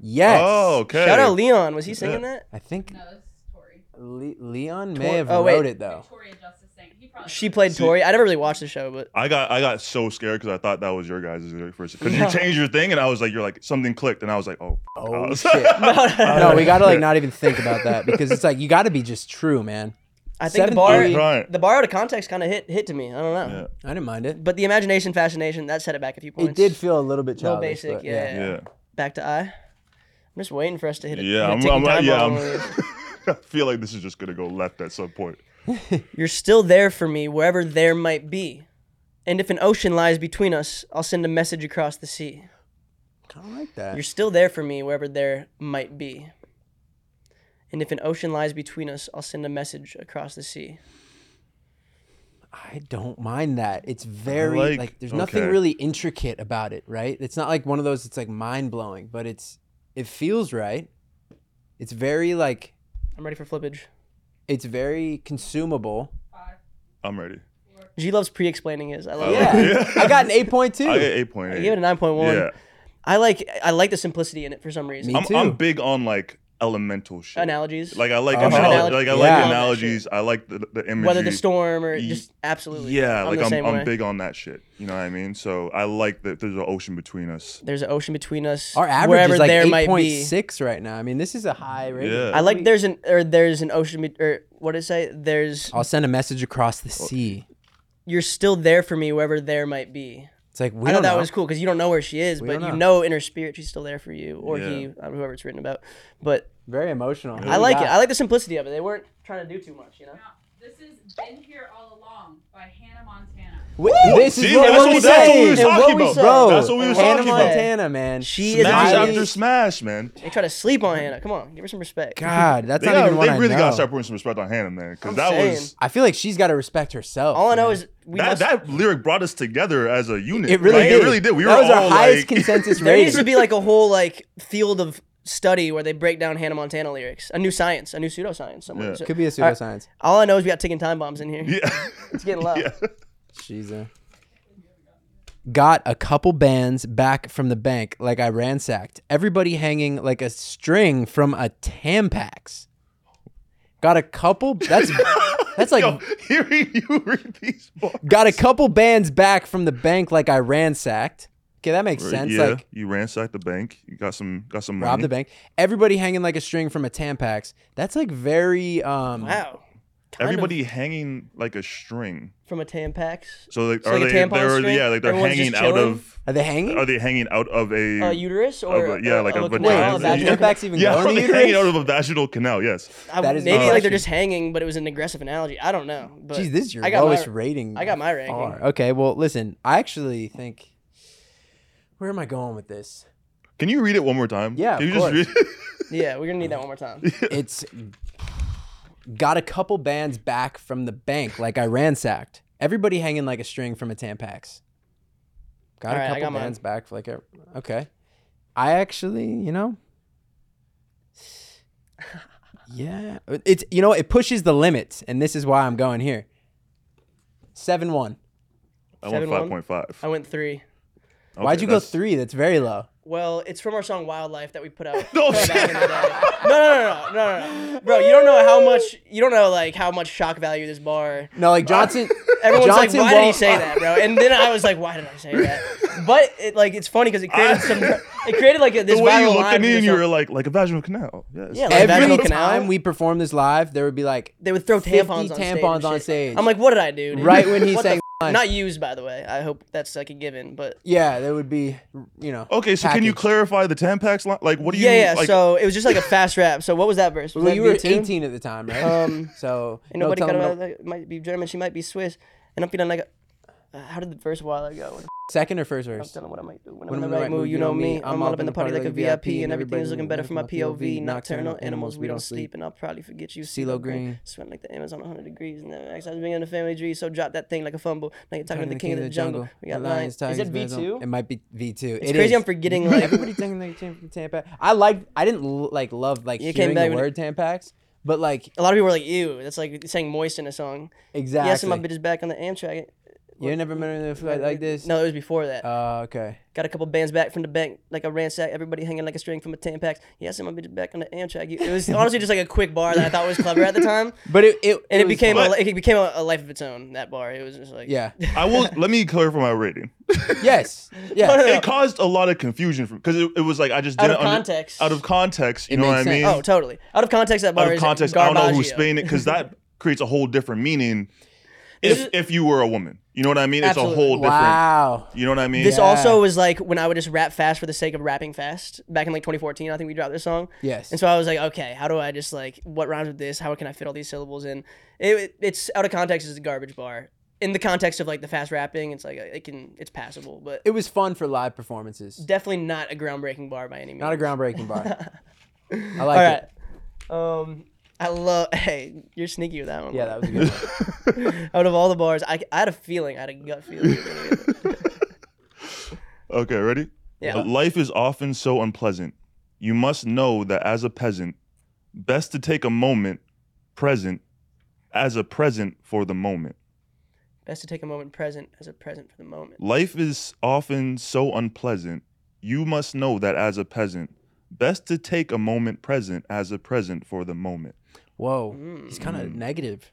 Speaker 3: yes.
Speaker 1: Oh, okay.
Speaker 2: Shout out Leon, was he singing that?
Speaker 3: I think
Speaker 5: No, this is Tori.
Speaker 3: Le- Leon
Speaker 2: Tor-
Speaker 3: may have
Speaker 2: oh, wait.
Speaker 3: wrote it though.
Speaker 5: Victoria Justice Saint. He probably
Speaker 2: She played Tori. I never really watched the show, but
Speaker 1: I got I got so scared because I thought that was your guys' first because you changed your thing and I was like you're like something clicked and I was like oh f- <laughs>
Speaker 3: Oh
Speaker 1: us.
Speaker 3: shit. <laughs> no, we gotta like not even think about that because it's like you gotta be just true, man.
Speaker 2: I think the
Speaker 3: Seven
Speaker 2: bar,
Speaker 3: three.
Speaker 1: Right.
Speaker 2: the bar out of context kind of hit hit to me. I don't know.
Speaker 1: Yeah.
Speaker 3: I didn't mind it.
Speaker 2: But the imagination, fascination, that set it back a few points.
Speaker 3: It did feel a little bit
Speaker 2: Little
Speaker 3: childish.
Speaker 2: basic,
Speaker 3: but
Speaker 2: yeah.
Speaker 1: yeah
Speaker 2: Back to I. I'm just waiting for us to hit it.
Speaker 1: yeah
Speaker 2: hit
Speaker 1: I'm, I'm,
Speaker 2: a ticking time
Speaker 1: yeah
Speaker 2: bomb
Speaker 1: I'm,
Speaker 2: on one of these.
Speaker 1: <laughs> I feel like this is just gonna go left at some point.
Speaker 2: <laughs> You're still there for me, wherever there might be. And if an ocean lies between us, I'll send a message across the sea.
Speaker 3: Kind of like that.
Speaker 2: You're still there for me, wherever there might be. And if an ocean lies between us, I'll send a message across the sea.
Speaker 3: I don't mind that. It's very
Speaker 1: like-
Speaker 3: like, there's nothing
Speaker 1: okay.
Speaker 3: really intricate about it, right? It's not like one of those. It's like mind blowing, but it's it feels right. It's very like
Speaker 2: I'm ready for flippage.
Speaker 3: it's very consumable.
Speaker 1: I'm ready.
Speaker 2: G loves pre-explaining his. I love
Speaker 1: Oh, <laughs> Yeah.
Speaker 2: it.
Speaker 3: Yeah, I got an eight point two.
Speaker 1: I get eight point
Speaker 2: <laughs> I gave it a
Speaker 1: eight.
Speaker 2: nine point one.
Speaker 1: Yeah,
Speaker 2: I like I like the simplicity in it for some reason.
Speaker 3: Me
Speaker 1: I'm,
Speaker 3: too.
Speaker 1: I'm big on like elemental shit.
Speaker 2: analogies.
Speaker 1: Like I like
Speaker 3: Oh.
Speaker 1: anal-
Speaker 3: Analogy-
Speaker 1: like I
Speaker 3: yeah.
Speaker 1: like analogies. I like the the imagery.
Speaker 2: whether the storm or
Speaker 1: Ye-
Speaker 2: just absolutely.
Speaker 1: Yeah,
Speaker 2: I'm
Speaker 1: like
Speaker 2: the
Speaker 1: I'm
Speaker 2: same
Speaker 1: I'm
Speaker 2: way.
Speaker 1: big on that shit. You know what I mean? So I like that there's an ocean between us.
Speaker 2: There's an ocean between us.
Speaker 3: Our average
Speaker 2: wherever
Speaker 3: is like
Speaker 2: there
Speaker 3: eight
Speaker 2: might
Speaker 3: point
Speaker 2: be.
Speaker 3: six right now. I mean, this is a high rate.
Speaker 1: Yeah.
Speaker 2: I like there's an or there's an ocean be- or what did I say? There's
Speaker 3: I'll send a message across the sea.
Speaker 2: you're still there for me wherever there might be.
Speaker 3: It's like we
Speaker 2: I
Speaker 3: don't
Speaker 2: thought
Speaker 3: know.
Speaker 2: that was cool because you don't know where she is, but
Speaker 3: don't
Speaker 2: you
Speaker 3: know.
Speaker 2: know in her spirit she's still there for you or
Speaker 1: Yeah.
Speaker 2: he, I don't know, whoever it's written about. But
Speaker 3: Very emotional.
Speaker 2: I like it. I like the simplicity of it. They weren't trying to do too much, you know.
Speaker 5: Now, this is Been Here All Along by Hannah Montana.
Speaker 3: Woo! This is
Speaker 1: See,
Speaker 3: what,
Speaker 1: that's
Speaker 3: what
Speaker 1: what-
Speaker 3: we
Speaker 1: that's what we
Speaker 3: say.
Speaker 1: were
Speaker 3: And
Speaker 1: talking
Speaker 3: what we
Speaker 1: about.
Speaker 3: say.
Speaker 1: Bro, That's what we were
Speaker 3: Hannah
Speaker 1: talking about.
Speaker 3: Montana, man.
Speaker 2: She is
Speaker 1: Smash
Speaker 2: amazing.
Speaker 1: after smash, man.
Speaker 2: They try to sleep on Hannah. Come on, give her some respect.
Speaker 3: God, that's
Speaker 1: They,
Speaker 3: not
Speaker 1: gotta-
Speaker 3: even what
Speaker 1: they
Speaker 3: I
Speaker 1: really
Speaker 3: know.
Speaker 1: gotta start putting some respect on Hannah, man. Because
Speaker 2: I'm
Speaker 1: that
Speaker 2: saying.
Speaker 1: was
Speaker 3: I feel like she's got to respect herf.
Speaker 2: All I know is we
Speaker 1: that,
Speaker 2: must.
Speaker 1: that lyric brought us together as a unit.
Speaker 3: It really
Speaker 1: like,
Speaker 3: did.
Speaker 1: It really did. We
Speaker 3: that
Speaker 1: were
Speaker 3: was
Speaker 1: all
Speaker 3: our highest
Speaker 1: like, <laughs>
Speaker 3: consensus
Speaker 2: there needs to
Speaker 3: rating.
Speaker 2: be like a whole like field of study where they break down Hannah Montana lyrics. A new science, a new pseudoscience somewhere.
Speaker 1: Yeah.
Speaker 2: So-
Speaker 3: Could be a pseudoscience.
Speaker 2: all I know is we got ticking time bombs in here.
Speaker 1: yeah.
Speaker 2: It's getting loud.
Speaker 1: yeah. <laughs>
Speaker 3: She's a got a couple bands back from the bank like I ransacked. Everybody hanging like a string from a Tampax. Got a couple that's that's like
Speaker 1: Yo, hearing you read these bars.
Speaker 3: got a couple bands back from the bank like I ransacked. Okay, that makes sense.
Speaker 1: yeah, Mm-hmm.
Speaker 3: Like
Speaker 1: you ransacked the bank. You got some got some
Speaker 3: rob
Speaker 1: money.
Speaker 3: the bank. Everybody hanging like a string from a Tampax. That's like very um
Speaker 2: Wow. Kind of
Speaker 1: Everybody hanging like a string.
Speaker 2: from a Tampax.
Speaker 1: So like,
Speaker 2: So,
Speaker 1: are
Speaker 2: like
Speaker 1: they?
Speaker 2: a tampon
Speaker 1: They're
Speaker 2: string?
Speaker 1: yeah, like they're
Speaker 2: Everyone's
Speaker 1: hanging
Speaker 2: just
Speaker 1: out
Speaker 2: chilling?
Speaker 1: of.
Speaker 3: Are they hanging?
Speaker 1: Are they hanging out of a?
Speaker 2: A uterus
Speaker 1: of
Speaker 2: or
Speaker 1: a- Oh, yeah,
Speaker 2: a,
Speaker 1: like
Speaker 2: a,
Speaker 1: a,
Speaker 2: canal,
Speaker 1: vagina.
Speaker 2: a
Speaker 3: vaginal-
Speaker 1: yeah,
Speaker 2: vaginal-
Speaker 3: Tampax even
Speaker 1: yeah,
Speaker 3: go in
Speaker 1: are
Speaker 3: the
Speaker 1: they hanging
Speaker 3: uterus?
Speaker 1: out of a vaginal canal. Yes.
Speaker 2: I-
Speaker 3: That is my
Speaker 2: maybe like they're
Speaker 3: question.
Speaker 2: just hanging, but it was an aggressive analogy. I don't know. But
Speaker 3: Jeez, this is your
Speaker 2: I got my-
Speaker 3: lowest rating.
Speaker 2: I got my
Speaker 3: by
Speaker 2: ranking.
Speaker 3: far. Okay, well, listen, I actually think. Where am I going with
Speaker 2: <laughs>
Speaker 3: this?
Speaker 1: Can you read it one more time?
Speaker 3: Yeah,
Speaker 1: Can
Speaker 3: of
Speaker 1: you just read?
Speaker 2: Yeah, we're gonna need that one
Speaker 1: <laughs>
Speaker 2: more time.
Speaker 3: It's got a couple bands back from the bank, like I ransacked. Everybody hanging like a string from a Tampax. Got
Speaker 2: All right, I
Speaker 3: a couple
Speaker 2: got mine.
Speaker 3: bands back, like a, okay. I actually, you
Speaker 2: <laughs>
Speaker 3: know, yeah, uh, it's you know, it pushes the limits, and this is why I'm going here. Seven one.
Speaker 1: I went
Speaker 2: Seven one?
Speaker 1: five point five.
Speaker 2: I went three.
Speaker 3: Why'd you go three? That's very low.
Speaker 2: Well, it's from our song "Wildlife" that we put out.
Speaker 1: <laughs> No
Speaker 2: way
Speaker 1: shit.
Speaker 2: back in the day. No, no, no, no, no, no, no, bro. You don't know how much. You don't know like how much shock value this bar.
Speaker 3: No, like Johnson.
Speaker 2: <laughs> Everyone's
Speaker 3: Johnson
Speaker 2: like, "Why did he
Speaker 3: won't-
Speaker 2: say that, bro?" And then I was like, "Why did I say that?" But it, like, it's funny because
Speaker 1: <laughs>
Speaker 2: it created some. It created like a, this
Speaker 1: The way you
Speaker 2: viral
Speaker 1: looked
Speaker 2: line
Speaker 1: at me
Speaker 2: for
Speaker 1: and you
Speaker 2: yourself.
Speaker 1: were like, like a vaginal canal. Yes.
Speaker 2: Yeah, like-
Speaker 3: Every
Speaker 2: Vaginal canal?
Speaker 3: time we perform this live, there would be like
Speaker 2: they would throw
Speaker 3: 50
Speaker 2: tampons, on, stage
Speaker 3: tampons
Speaker 2: and
Speaker 3: on
Speaker 2: shit.
Speaker 3: stage.
Speaker 2: I'm like, "What did I do?" dude?"
Speaker 3: right when he
Speaker 2: What the
Speaker 3: sang.
Speaker 2: f-
Speaker 3: lines.
Speaker 2: Not used, by the way. I hope that's like a given, but
Speaker 3: yeah, there would be you know.
Speaker 1: Okay, so can you
Speaker 3: package.
Speaker 1: clarify the Tampax line? Like, what do you?
Speaker 2: yeah, yeah.
Speaker 1: Like,
Speaker 2: so it was just like a fast rap. So what was that verse? Was
Speaker 3: Well,
Speaker 2: that
Speaker 3: you were
Speaker 2: B2?
Speaker 3: 18 at the time, right?
Speaker 2: Um,
Speaker 3: <laughs> so
Speaker 2: Ain't
Speaker 3: no
Speaker 2: nobody got
Speaker 3: telling
Speaker 2: about
Speaker 3: about
Speaker 2: that. Might be German. She might be Swiss. And I'm feeling like, a, uh, how did the first while go? What the f- <laughs>
Speaker 3: second or first
Speaker 2: I'm
Speaker 3: verse.
Speaker 2: telling what I might do. When I'm in the right mood, you know me. I'm all up in the party like a VIP, and everything is looking better from my POV. Nocturnal animals, we don't sleep, and I'll probably forget you. CeeLo
Speaker 3: Green.
Speaker 2: sweating like the Amazon 100 degrees, and then I was being in the family tree. So drop that thing like a fumble. Now you're talking to the king of the jungle. We got lions. Is it
Speaker 3: bears, It
Speaker 2: V2?
Speaker 3: might be V2.
Speaker 2: It's crazy. I'm forgetting
Speaker 3: <laughs>
Speaker 2: like
Speaker 3: Everybody's thinking like Tam- Tampax. I liked. I didn't l- like love like
Speaker 2: You came
Speaker 3: hearing
Speaker 2: back
Speaker 3: the
Speaker 2: with-
Speaker 3: word Tampax, but like
Speaker 2: a lot of people were like, ew. That's like saying moist in a song.
Speaker 3: exactly.
Speaker 2: Yes, and my bitch is back on the Amtrak.
Speaker 3: You never met in a flight like this.
Speaker 2: No, it was before that.
Speaker 3: Uh, okay.
Speaker 2: Got a couple bands back from the bank, like a ransack. Everybody hanging like a string from a ten pack. Yeah, I sent my bitch back on the Amtrak. It
Speaker 3: <laughs>
Speaker 2: was honestly just like a quick bar that I thought was clever at the time,
Speaker 3: But it it
Speaker 2: and it,
Speaker 3: was-
Speaker 2: became a,
Speaker 1: But-
Speaker 2: it became a, a life of its own. That bar, it was just like
Speaker 3: yeah.
Speaker 1: I will. let me clarify my rating.
Speaker 2: <laughs>
Speaker 3: Yes. Yeah.
Speaker 1: it caused a lot of confusion from because it, it was like I just
Speaker 2: Out
Speaker 1: didn't
Speaker 2: of
Speaker 1: under-
Speaker 2: context.
Speaker 1: out of context, you know what
Speaker 3: makes
Speaker 1: I
Speaker 3: sense.
Speaker 1: mean?
Speaker 2: Oh, totally. Out of context, that bar
Speaker 1: out of
Speaker 2: is
Speaker 1: context, I don't know who's
Speaker 2: Garbaggio.
Speaker 1: spinning it because that creates a whole different meaning. If
Speaker 2: is-
Speaker 1: if you were a woman, you know what I mean?
Speaker 2: Absolutely.
Speaker 1: It's a whole different.
Speaker 3: Wow.
Speaker 1: You know what I mean?
Speaker 2: This
Speaker 3: Yeah.
Speaker 2: also was like when I would just rap fast for the sake of rapping fast. Back in like 2014, I think we dropped this song.
Speaker 3: Yes.
Speaker 2: And so I was like, okay, how do I just like what rhymes with this? How can I fit all these syllables in? It, it's out of context. It's a garbage bar. In the context of like the fast rapping, it's like it can it's passable, but
Speaker 3: It was fun for live performances.
Speaker 2: definitely not a groundbreaking bar by any means.
Speaker 3: Not a groundbreaking
Speaker 2: <laughs>
Speaker 3: bar. I like
Speaker 2: All right.
Speaker 3: it.
Speaker 2: Um, I love. <laughs> Hey, you're sneaky with that one.
Speaker 3: Yeah, that was a good. One.
Speaker 2: Out of all the bars, I, I had a feeling. I had a gut feeling. you were gonna get it.
Speaker 1: okay, ready?
Speaker 2: Yeah.
Speaker 1: Uh, Life is often so unpleasant. You must know that as a peasant, best to take a moment present as a present for the moment.
Speaker 2: Best to take a moment present as a present for the moment.
Speaker 1: Life is often so unpleasant. You must know that as a peasant, Best to take a moment present as a present for the moment.
Speaker 3: Whoa, he's kind
Speaker 2: Mm.
Speaker 3: of negative.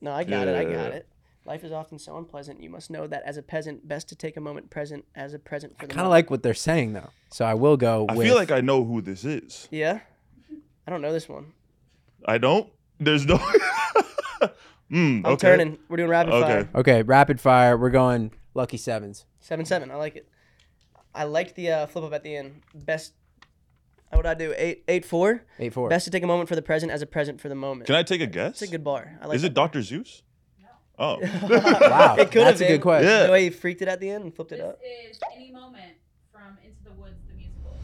Speaker 2: No, I got it. I
Speaker 1: Yeah.
Speaker 2: got it. Life is often so unpleasant. You must know that as a peasant, best to take a moment present as a present for the
Speaker 3: Kind of
Speaker 2: moment.
Speaker 3: like what they're saying though. So I will go.
Speaker 1: I
Speaker 3: with,
Speaker 1: feel like I know who this is.
Speaker 2: Yeah. I don't know this one.
Speaker 1: I don't. There's no. <laughs> mm,
Speaker 2: I'm
Speaker 1: okay.
Speaker 2: turning. We're doing rapid
Speaker 1: Okay.
Speaker 2: fire.
Speaker 3: Okay, rapid fire. We're going lucky sevens.
Speaker 2: Seven seven. I like it. I like the uh, flip up at the end. Best. What would I do? Eight eight four.
Speaker 3: Eight four.
Speaker 2: Best to take a moment for the present as a present for the moment.
Speaker 1: Can I take a guess?
Speaker 2: That's a good bar. I like.
Speaker 1: is it
Speaker 2: that.
Speaker 1: Dr. Zeus? Oh.
Speaker 2: <laughs>
Speaker 3: Wow,
Speaker 2: It could
Speaker 3: that's
Speaker 2: have
Speaker 3: a good
Speaker 2: been.
Speaker 3: question.
Speaker 1: Yeah.
Speaker 2: The way he freaked it at the end and flipped it
Speaker 5: This
Speaker 2: up.
Speaker 5: is Any Moment from Into the Woods, the musical.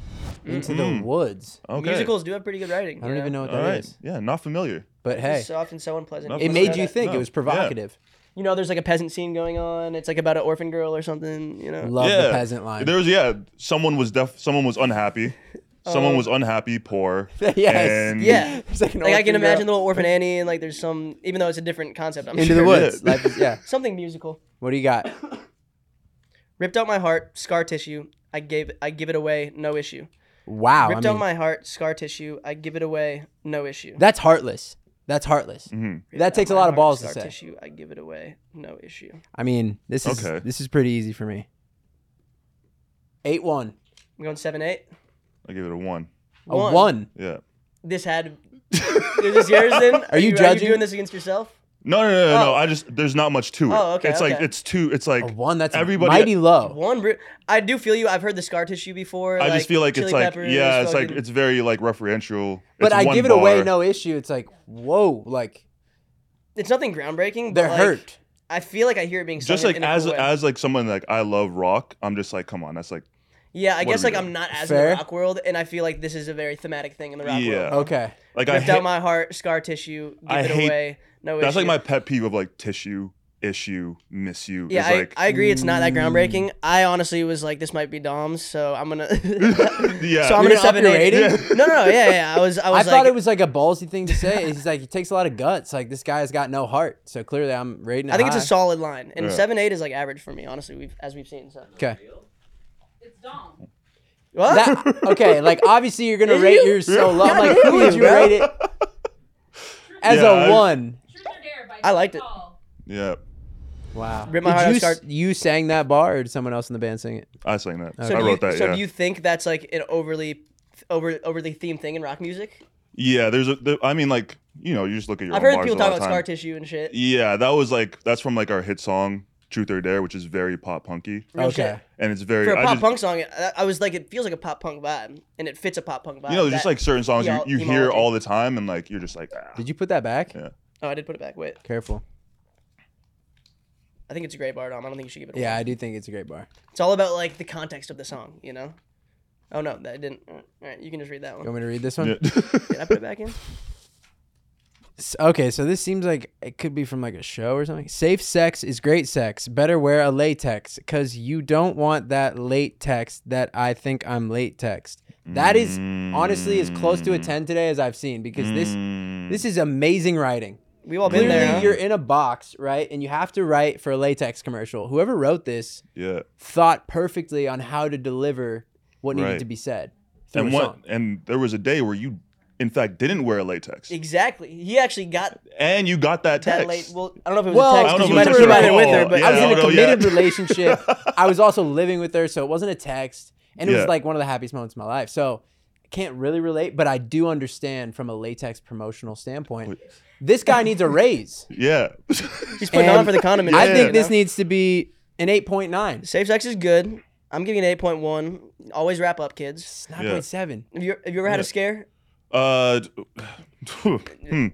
Speaker 3: Into
Speaker 1: Mm.
Speaker 3: the woods.
Speaker 1: okay.
Speaker 2: Musicals do have pretty good writing.
Speaker 3: I don't
Speaker 2: you
Speaker 3: even know what
Speaker 1: All
Speaker 3: that is.
Speaker 1: right. Yeah, not familiar.
Speaker 3: But
Speaker 2: It's
Speaker 3: hey,
Speaker 2: just so often so unpleasant.
Speaker 1: Nothing.
Speaker 3: it
Speaker 2: must know
Speaker 3: made you
Speaker 2: that.
Speaker 3: think.
Speaker 1: No,
Speaker 3: It was provocative.
Speaker 2: You know, there's like a peasant scene going on. It's like about an orphan girl or something. You know.
Speaker 3: Love
Speaker 1: yeah.
Speaker 3: the peasant line.
Speaker 1: There was yeah, someone was deaf someone was unhappy. Someone was unhappy, poor.
Speaker 3: Yes.
Speaker 1: And
Speaker 2: Yeah.
Speaker 3: <laughs> It's like an
Speaker 2: Like I
Speaker 3: orphan
Speaker 2: can imagine the
Speaker 3: girl.
Speaker 2: little orphan Annie and like there's some even though it's a different concept. I'm
Speaker 3: Into
Speaker 2: sure.
Speaker 3: the woods.
Speaker 1: Yeah.
Speaker 3: Life is, yeah.
Speaker 2: Something musical.
Speaker 3: What do
Speaker 2: <laughs>
Speaker 3: you got?
Speaker 2: Ripped out my heart, scar tissue. I gave I give it away, no issue.
Speaker 3: Wow.
Speaker 2: Ripped
Speaker 3: I
Speaker 2: out
Speaker 3: mean,
Speaker 2: my heart, scar tissue. I give it away, no issue.
Speaker 3: that's heartless. That's heartless.
Speaker 1: Mhm.
Speaker 2: Ripped
Speaker 3: That
Speaker 2: out
Speaker 3: takes a
Speaker 2: my
Speaker 3: lot of
Speaker 2: heart,
Speaker 3: balls to
Speaker 2: scar
Speaker 3: say.
Speaker 2: tissue. I give it away, no issue.
Speaker 3: I mean, this is
Speaker 1: Okay.
Speaker 3: this is pretty easy for me. Eight one.
Speaker 2: I'm going seven eight.
Speaker 1: I give it a one.
Speaker 3: A
Speaker 2: One.
Speaker 3: one.
Speaker 1: Yeah.
Speaker 2: This had. is this yours
Speaker 3: <laughs>
Speaker 2: then? Are,
Speaker 3: you
Speaker 2: Are
Speaker 3: judging?
Speaker 2: you doing this against yourself?
Speaker 1: No, no, no, no, no.
Speaker 2: Oh.
Speaker 1: I just there's not much to it.
Speaker 2: Oh, okay,
Speaker 1: It's like
Speaker 2: okay.
Speaker 1: it's too. It's like
Speaker 3: A one. That's
Speaker 1: Everybody-
Speaker 3: everybody mighty low.
Speaker 2: One. Ri- I do feel you. I've heard the scar tissue before.
Speaker 1: I just feel like
Speaker 2: Chili
Speaker 1: it's like
Speaker 2: Peppers,
Speaker 1: yeah, it's like
Speaker 2: fucking-
Speaker 1: it's very like referential.
Speaker 3: But
Speaker 1: It's
Speaker 3: I
Speaker 1: one
Speaker 3: give it away,
Speaker 1: bar.
Speaker 3: no issue. It's like whoa, like
Speaker 2: it's nothing groundbreaking. But
Speaker 3: they're
Speaker 2: like,
Speaker 3: hurt.
Speaker 2: I feel like I hear it being sung
Speaker 1: Just
Speaker 2: in-
Speaker 1: like
Speaker 2: in a
Speaker 1: as
Speaker 2: cool way.
Speaker 1: as like someone like I love rock. I'm just like come on. That's like
Speaker 2: yeah. I
Speaker 1: what
Speaker 2: guess
Speaker 1: are we
Speaker 2: like
Speaker 1: doing?
Speaker 2: I'm not as in
Speaker 3: Fair.
Speaker 2: the rock world, and I feel like this is a very thematic thing in the rock
Speaker 1: Yeah.
Speaker 2: world.
Speaker 3: Okay.
Speaker 1: like I
Speaker 2: Ripped
Speaker 1: hate,
Speaker 2: out my heart, scar tissue. Give
Speaker 1: I
Speaker 2: it
Speaker 1: hate-
Speaker 2: away. No
Speaker 1: that's
Speaker 2: issue.
Speaker 1: like my pet peeve of like tissue issue miss you.
Speaker 2: Yeah,
Speaker 1: is
Speaker 2: I,
Speaker 1: like
Speaker 2: I agree. It's not that groundbreaking.
Speaker 3: Mm.
Speaker 2: I honestly was like, this might be Dom's, so
Speaker 1: <laughs>
Speaker 2: I'm gonna.
Speaker 1: <laughs> Yeah.
Speaker 2: <laughs> So I'm
Speaker 3: You're
Speaker 2: gonna
Speaker 3: gonna up
Speaker 2: seven
Speaker 3: your
Speaker 2: eight.
Speaker 3: rating?
Speaker 2: No, no, no. Yeah, yeah. I was, I
Speaker 3: I,
Speaker 2: was like,
Speaker 3: thought it was like a ballsy thing to say. He's like, it takes a lot of guts. Like this guy's got no heart. So clearly, I'm rating. It
Speaker 2: I think it's a
Speaker 3: high.
Speaker 2: solid line, and
Speaker 1: Yeah.
Speaker 2: seven eight is like average for me, honestly. We've as we've seen. So
Speaker 3: Okay.
Speaker 5: It's Dom.
Speaker 2: What?
Speaker 3: That,
Speaker 2: <laughs>
Speaker 3: okay, like obviously you're gonna
Speaker 2: Did
Speaker 3: rate
Speaker 2: you?
Speaker 3: yours so low. I'm like,
Speaker 2: Yeah,
Speaker 3: who would you
Speaker 2: bro.
Speaker 3: rate it
Speaker 1: <laughs>
Speaker 3: as
Speaker 1: Yeah, I-
Speaker 3: a one?
Speaker 5: Truth or Dare by
Speaker 2: I liked it.
Speaker 5: Paul.
Speaker 1: yeah.
Speaker 3: Wow.
Speaker 2: Rip my heart out,
Speaker 3: Did you,
Speaker 2: Scar-
Speaker 3: s- you sang that bar, or did someone else in the band sing it?
Speaker 1: I sang that.
Speaker 2: So
Speaker 1: I
Speaker 2: do
Speaker 1: wrote
Speaker 2: you,
Speaker 1: that.
Speaker 2: So
Speaker 1: yeah.
Speaker 2: do you think that's like an overly, over overly themed thing in rock music?
Speaker 1: yeah. There's a. There, I mean, like you know, you just look at your.
Speaker 2: I've
Speaker 1: own
Speaker 2: heard
Speaker 1: bars
Speaker 2: people
Speaker 1: a lot
Speaker 2: talk
Speaker 1: of
Speaker 2: about
Speaker 1: time.
Speaker 2: scar tissue and shit.
Speaker 1: Yeah, that was like that's from like our hit song "Truth or Dare," which is very pop punky,
Speaker 2: Real
Speaker 3: Okay.
Speaker 2: shit.
Speaker 1: and it's very
Speaker 2: For a
Speaker 1: I
Speaker 2: pop
Speaker 1: just-
Speaker 2: punk song, I, I was like, it feels like a pop punk vibe, and it fits a pop punk vibe.
Speaker 1: You know, there's just
Speaker 2: That-
Speaker 1: like certain songs you,
Speaker 2: emo-
Speaker 1: you hear
Speaker 2: emo-
Speaker 1: all the time, and like you're just like, ah.
Speaker 3: Did you put that back?
Speaker 1: Yeah.
Speaker 2: Oh, I did put it back. Wait,
Speaker 3: Careful.
Speaker 2: I think it's a great bar, Dom. I don't think you should give it. away.
Speaker 3: Yeah, I do think it's a great bar.
Speaker 2: It's all about like the context of the song, you know. Oh no, that didn't. All right, you can just read that
Speaker 3: You
Speaker 2: one.
Speaker 3: want me to read this
Speaker 1: <laughs>
Speaker 3: one?
Speaker 2: Did I put it back in?
Speaker 3: S- Okay, so this seems like it could be from like a show or something. Safe sex is great sex. Better wear a latex because you don't want that late text that I think I'm late text. That is honestly as close to a 10 today as I've seen because this this is amazing writing.
Speaker 2: We've all been
Speaker 3: Clearly,
Speaker 2: there. huh?
Speaker 3: you're in a box, right? And you have to write for a latex commercial. Whoever wrote this
Speaker 1: yeah.
Speaker 3: thought perfectly on how to deliver what needed
Speaker 1: Right.
Speaker 3: to be said. through
Speaker 1: And
Speaker 3: a
Speaker 1: what?
Speaker 3: song.
Speaker 1: And there was a day where you, in fact, didn't wear a latex,
Speaker 2: Exactly. He actually got
Speaker 1: and you got that text.
Speaker 2: that late. Well, I don't know if it was
Speaker 3: Well,
Speaker 2: a
Speaker 3: I
Speaker 2: text because
Speaker 3: don't know
Speaker 2: you
Speaker 3: if
Speaker 2: might
Speaker 3: it
Speaker 2: have provided it
Speaker 3: was a text at
Speaker 2: with
Speaker 3: all.
Speaker 2: her, but
Speaker 1: Yeah,
Speaker 3: I was
Speaker 1: I
Speaker 3: in a
Speaker 1: don't know yet. <laughs>
Speaker 3: committed relationship. I was also living with her, so it wasn't a text, and it
Speaker 1: Yeah.
Speaker 3: was like one of the happiest moments of my life. So I can't really relate, but I do understand from a latex promotional standpoint. This guy needs a raise.
Speaker 1: <laughs> yeah.
Speaker 2: he's putting on
Speaker 3: And
Speaker 2: for the condiment.
Speaker 3: I
Speaker 1: Yeah.
Speaker 3: think this
Speaker 2: needs.
Speaker 3: needs to be an eight point nine.
Speaker 2: Safe sex is good. I'm giving it eight point one. Always wrap up, kids.
Speaker 3: It's nine point seven.
Speaker 2: Have you, have you ever had a scare?
Speaker 1: uh, <sighs>
Speaker 2: <laughs>
Speaker 1: hmm.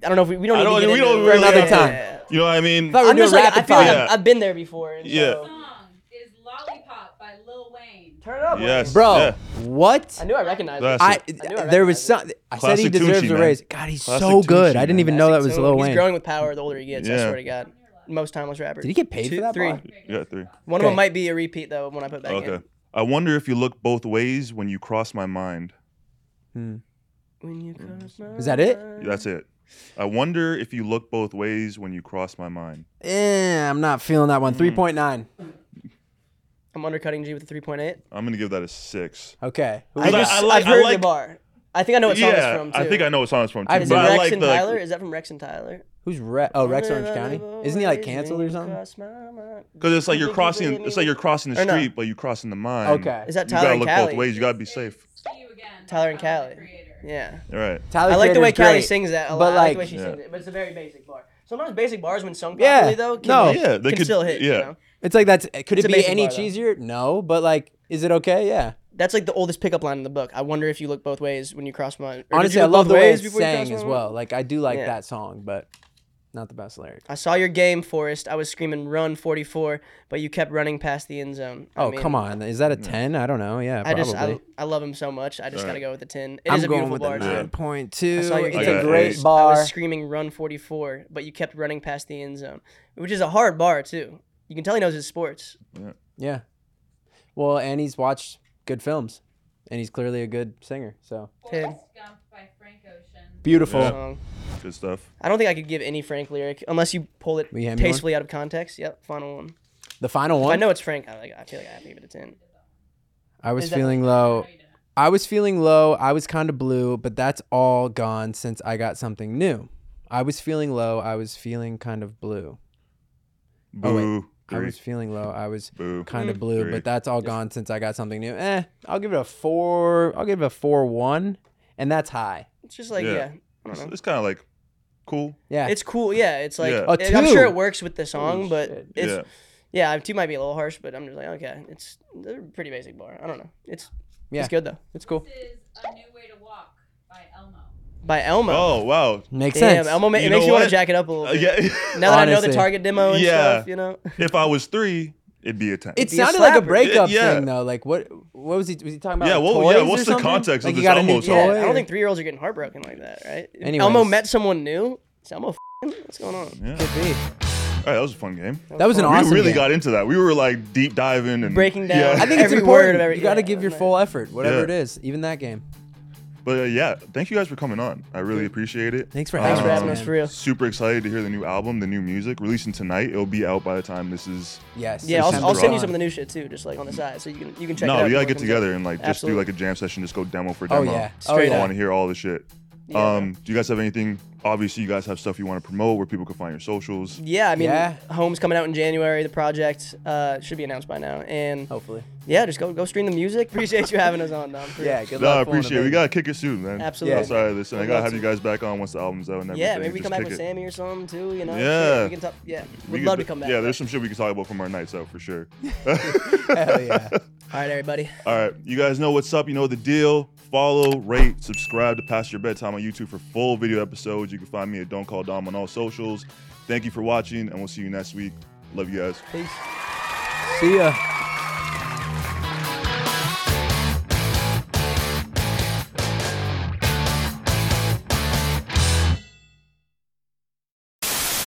Speaker 2: I don't know if we, we don't.
Speaker 1: I
Speaker 2: Need
Speaker 1: don't.
Speaker 2: to get
Speaker 1: We
Speaker 2: into
Speaker 1: don't
Speaker 2: it.
Speaker 1: really
Speaker 3: another
Speaker 1: have-
Speaker 3: time.
Speaker 1: You know what I mean?
Speaker 3: Thought we were
Speaker 2: I'm
Speaker 3: doing
Speaker 2: just like I
Speaker 3: rapid
Speaker 2: feel like
Speaker 3: fire.
Speaker 1: fire.
Speaker 2: I've, I've been there before. And
Speaker 1: Yeah.
Speaker 2: So.
Speaker 5: Song is Lollipop by Lil Wayne.
Speaker 2: Turn it up.
Speaker 1: Yes,
Speaker 3: Bro,
Speaker 1: yeah.
Speaker 3: what?
Speaker 2: I knew I recognized it.
Speaker 1: That's
Speaker 3: I,
Speaker 1: it.
Speaker 2: knew I
Speaker 3: there was
Speaker 2: recognized
Speaker 3: some. I said he
Speaker 1: Classic
Speaker 3: deserves
Speaker 1: Tunchi,
Speaker 3: a
Speaker 1: man.
Speaker 3: raise. God, he's
Speaker 1: Classic
Speaker 3: so good.
Speaker 1: Tunchi,
Speaker 3: I didn't
Speaker 1: man.
Speaker 3: even know that
Speaker 2: Classic
Speaker 3: was
Speaker 2: tune.
Speaker 3: Lil
Speaker 2: He's
Speaker 3: Wayne.
Speaker 2: growing with power the older he gets. I
Speaker 1: Yeah.
Speaker 2: swear to God. Most timeless rapper.
Speaker 3: Did he get paid
Speaker 2: Two-
Speaker 3: for that
Speaker 2: Three.
Speaker 3: bar?
Speaker 1: You got three.
Speaker 2: One of
Speaker 3: Okay.
Speaker 2: them might be a repeat though. When I put back
Speaker 1: Okay.
Speaker 2: in.
Speaker 1: I wonder if you look both ways when you cross my mind.
Speaker 2: When you cross my
Speaker 3: Is that it?
Speaker 1: That's
Speaker 2: Mm.
Speaker 1: it. I wonder if you look both ways when you cross my mind.
Speaker 2: Mm.
Speaker 3: Eh, I'm not feeling that one. Three point nine.
Speaker 2: I'm I'm undercutting G with a three point eight.
Speaker 1: I'm gonna give that a six.
Speaker 3: Okay. Who-
Speaker 2: I
Speaker 1: But I-
Speaker 2: just
Speaker 1: I
Speaker 2: I,
Speaker 1: like-
Speaker 2: have heard
Speaker 1: I like-
Speaker 2: the bar. I think I know what song
Speaker 1: yeah,
Speaker 2: it's from too.
Speaker 1: I think I know what song it's from too.
Speaker 2: Is it
Speaker 1: but I
Speaker 2: Rex
Speaker 1: like
Speaker 2: and
Speaker 1: the,
Speaker 2: Tyler? Is that from Rex and Tyler?
Speaker 3: Who's Re- Oh, Rex Orange County? Isn't he like canceled or something?
Speaker 1: because it's like you're crossing. It's like you're crossing the
Speaker 2: Or no.
Speaker 1: street, but you're crossing the mine.
Speaker 3: Okay.
Speaker 2: Is that
Speaker 1: you gotta
Speaker 2: Tyler and
Speaker 1: look
Speaker 2: Callie?
Speaker 1: both ways. You gotta be safe.
Speaker 5: See you again.
Speaker 2: Tyler and
Speaker 5: Tyler, the
Speaker 2: Callie.
Speaker 5: creator.
Speaker 2: Yeah.
Speaker 1: All right.
Speaker 3: Tyler
Speaker 2: I like the
Speaker 3: Creator's
Speaker 2: way Callie
Speaker 3: great,
Speaker 2: sings that a
Speaker 3: But
Speaker 2: lot. I like
Speaker 3: like,
Speaker 2: the way she sings it, but it's a very basic bar. Sometimes basic bars when sung
Speaker 3: Yeah.
Speaker 2: properly though can,
Speaker 3: No.
Speaker 1: Yeah, they
Speaker 2: can
Speaker 1: could-
Speaker 2: still hit.
Speaker 1: yeah.
Speaker 2: You know?
Speaker 3: it's like that's. Could
Speaker 2: It's
Speaker 3: it
Speaker 2: a
Speaker 3: be
Speaker 2: basic
Speaker 3: any
Speaker 2: bar, though.
Speaker 3: cheesier? No, but like, is it okay? Yeah.
Speaker 2: That's like the oldest pickup line in the book. I wonder if you look both ways when you cross my. or did
Speaker 3: Honestly,
Speaker 2: you
Speaker 3: I
Speaker 2: look
Speaker 3: love
Speaker 2: both
Speaker 3: the way
Speaker 2: ways
Speaker 3: it's
Speaker 2: before you
Speaker 3: sang
Speaker 2: crossed my
Speaker 3: as
Speaker 2: mind?
Speaker 3: well. Like, I do like
Speaker 2: Yeah.
Speaker 3: that song, but not the best lyric.
Speaker 2: I saw your game, Forrest. I was screaming "Run 44," but you kept running past the end zone. I
Speaker 3: Oh
Speaker 2: mean,
Speaker 3: come on, is that a ten? I don't know. Yeah,
Speaker 2: I
Speaker 3: probably.
Speaker 2: just I, I love him so much. I just gotta go with the ten. It is
Speaker 3: I'm
Speaker 2: a
Speaker 3: going
Speaker 2: beautiful
Speaker 3: with
Speaker 2: bar.
Speaker 3: a
Speaker 2: too.
Speaker 3: nine point two.
Speaker 2: I saw your
Speaker 3: It's
Speaker 2: game,
Speaker 1: I got
Speaker 3: a
Speaker 1: an
Speaker 3: great
Speaker 1: eight.
Speaker 3: bar.
Speaker 2: I was screaming "Run 44," but you kept running past the end zone, which is a hard bar too. You can tell he knows his sports.
Speaker 3: Yeah. Well, and he's watched good films, and he's clearly a good singer. So
Speaker 2: Ten.
Speaker 5: Forrest Gump by Frank Ocean.
Speaker 3: beautiful.
Speaker 1: Yeah.
Speaker 2: Song.
Speaker 1: Good stuff.
Speaker 2: I don't think I could give any Frank lyric unless you pull it
Speaker 3: Will you hand me one?
Speaker 2: tastefully out of context. Yep, final one.
Speaker 3: The final
Speaker 2: If I
Speaker 3: one.
Speaker 2: know it's Frank. I, like, I feel like I have to give it a ten.
Speaker 3: I was
Speaker 2: Is that-
Speaker 3: feeling low. I was feeling low. I was kind of blue, but that's all gone since I got something new. I was feeling low. I was feeling kind of blue. Oh, wait.
Speaker 1: Boo.
Speaker 3: I was
Speaker 1: Greek.
Speaker 3: feeling low. I was
Speaker 1: Boo.
Speaker 3: kind of blue,
Speaker 1: Great.
Speaker 3: but that's all gone since I got something new. Eh, I'll give it a four. I'll give it a four one, and that's high.
Speaker 2: It's just like
Speaker 1: Yeah.
Speaker 2: yeah,
Speaker 1: It's, kind of like cool.
Speaker 3: Yeah,
Speaker 2: it's cool. Yeah, it's like
Speaker 1: Yeah.
Speaker 3: A
Speaker 2: it- I'm sure
Speaker 3: two.
Speaker 2: it works with the song, but
Speaker 3: shit.
Speaker 2: it's
Speaker 1: yeah.
Speaker 2: yeah. two might be a little harsh, but I'm just like okay, it's they're a pretty basic bar. I don't know. It's
Speaker 3: Yeah.
Speaker 2: it's good though.
Speaker 3: it's cool.
Speaker 5: This is A New Way to Walk by Elmo.
Speaker 2: By Elmo.
Speaker 1: Oh wow.
Speaker 3: Makes
Speaker 2: Damn,
Speaker 3: sense.
Speaker 2: Elmo. ma- It
Speaker 1: You
Speaker 2: makes
Speaker 1: know
Speaker 2: you want
Speaker 1: what?
Speaker 2: to jack it up a little
Speaker 1: Uh,
Speaker 2: bit.
Speaker 1: yeah.
Speaker 2: <laughs>
Speaker 1: <laughs>
Speaker 2: Now that I know the
Speaker 3: Honestly.
Speaker 2: target demo and
Speaker 1: Yeah.
Speaker 2: stuff, you know.
Speaker 1: if I was three, it'd be a ten.
Speaker 3: It
Speaker 2: be a
Speaker 3: sounded like a
Speaker 2: slapper.
Speaker 3: breakup
Speaker 1: Yeah.
Speaker 3: thing though. Like what? What was he? Was he talking about?
Speaker 1: Yeah,
Speaker 3: like,
Speaker 1: what- yeah,
Speaker 3: toys
Speaker 1: what's
Speaker 3: or
Speaker 1: the
Speaker 3: something?
Speaker 1: context of
Speaker 3: Like you
Speaker 1: this
Speaker 3: got a new
Speaker 1: Elmo
Speaker 3: toy.
Speaker 1: song?
Speaker 2: Yeah, I
Speaker 3: or-
Speaker 2: don't think three year olds are getting heartbroken like that, right?
Speaker 3: Anyways.
Speaker 2: Elmo met someone new. Is Elmo f***ing? What's going on?
Speaker 1: yeah.
Speaker 3: Could be.
Speaker 1: All right, that was a fun game.
Speaker 3: That was an awesome.
Speaker 1: we really
Speaker 3: game.
Speaker 1: got into that. We were like deep diving and
Speaker 2: Breaking down.
Speaker 1: Yeah.
Speaker 3: I think it's
Speaker 2: every
Speaker 3: important.
Speaker 2: word of every-
Speaker 3: you got to
Speaker 2: yeah,
Speaker 3: give your
Speaker 2: right.
Speaker 3: full effort, whatever
Speaker 1: Yeah.
Speaker 3: it is, even that game.
Speaker 1: But uh, yeah, thank you guys for coming on. I really appreciate it.
Speaker 3: Thanks for
Speaker 2: Thanks for
Speaker 3: Um,
Speaker 2: having us for real.
Speaker 1: Super excited to hear the new album, the new music releasing tonight. It'll be out by the time this is.
Speaker 3: Yes.
Speaker 2: Yeah, I'll, I'll
Speaker 1: September
Speaker 2: send you
Speaker 1: on.
Speaker 2: some of the new shit too, just like on the side, so you can you can check. it
Speaker 1: no,
Speaker 2: out
Speaker 1: we gotta
Speaker 2: before
Speaker 1: get
Speaker 2: it comes out.
Speaker 1: together and like just do
Speaker 2: Absolutely.
Speaker 1: like a jam session, just go demo for
Speaker 3: Oh
Speaker 1: demo.
Speaker 3: yeah. Oh
Speaker 2: Straight
Speaker 1: I
Speaker 3: yeah.
Speaker 1: want to hear all the shit.
Speaker 2: Yeah.
Speaker 1: Um, do you guys have anything? Obviously, you guys have stuff you want to promote where people can find your socials.
Speaker 2: Yeah, I mean,
Speaker 3: Yeah.
Speaker 2: Home's coming out in January. The project uh, should be announced by now, and
Speaker 3: Hopefully.
Speaker 2: yeah, just go go stream the music. <laughs> Appreciate you having us on, Dom. for real.
Speaker 3: Yeah. Good
Speaker 1: No,
Speaker 3: luck.
Speaker 1: I
Speaker 3: pulling
Speaker 1: appreciate it.
Speaker 3: it,
Speaker 1: We
Speaker 3: baby.
Speaker 1: gotta kick it soon, man.
Speaker 2: Absolutely.
Speaker 1: Outside of this, and I
Speaker 2: We'd
Speaker 1: gotta
Speaker 2: love
Speaker 1: have you
Speaker 2: to.
Speaker 1: guys back on once the album's out and everything.
Speaker 2: Yeah, maybe we
Speaker 1: Just
Speaker 2: come back
Speaker 1: kick
Speaker 2: with
Speaker 1: it.
Speaker 2: Sammy or something too. You know, shit,
Speaker 1: Yeah.
Speaker 2: we can talk. Yeah,
Speaker 1: We
Speaker 2: we'd
Speaker 1: could
Speaker 2: love
Speaker 1: be-
Speaker 2: to come back.
Speaker 1: Yeah, there's some shit we can talk about from our nights out for sure.
Speaker 3: Hell
Speaker 1: <laughs>
Speaker 3: yeah.
Speaker 2: All right, everybody.
Speaker 1: All right, you guys know what's up. You know the deal. Follow, rate, subscribe to Past Your Bedtime on YouTube for full video episodes. You can find me at Don't Call Dom on all socials. Thank you for watching, and we'll see you next week. Love you guys.
Speaker 3: See ya.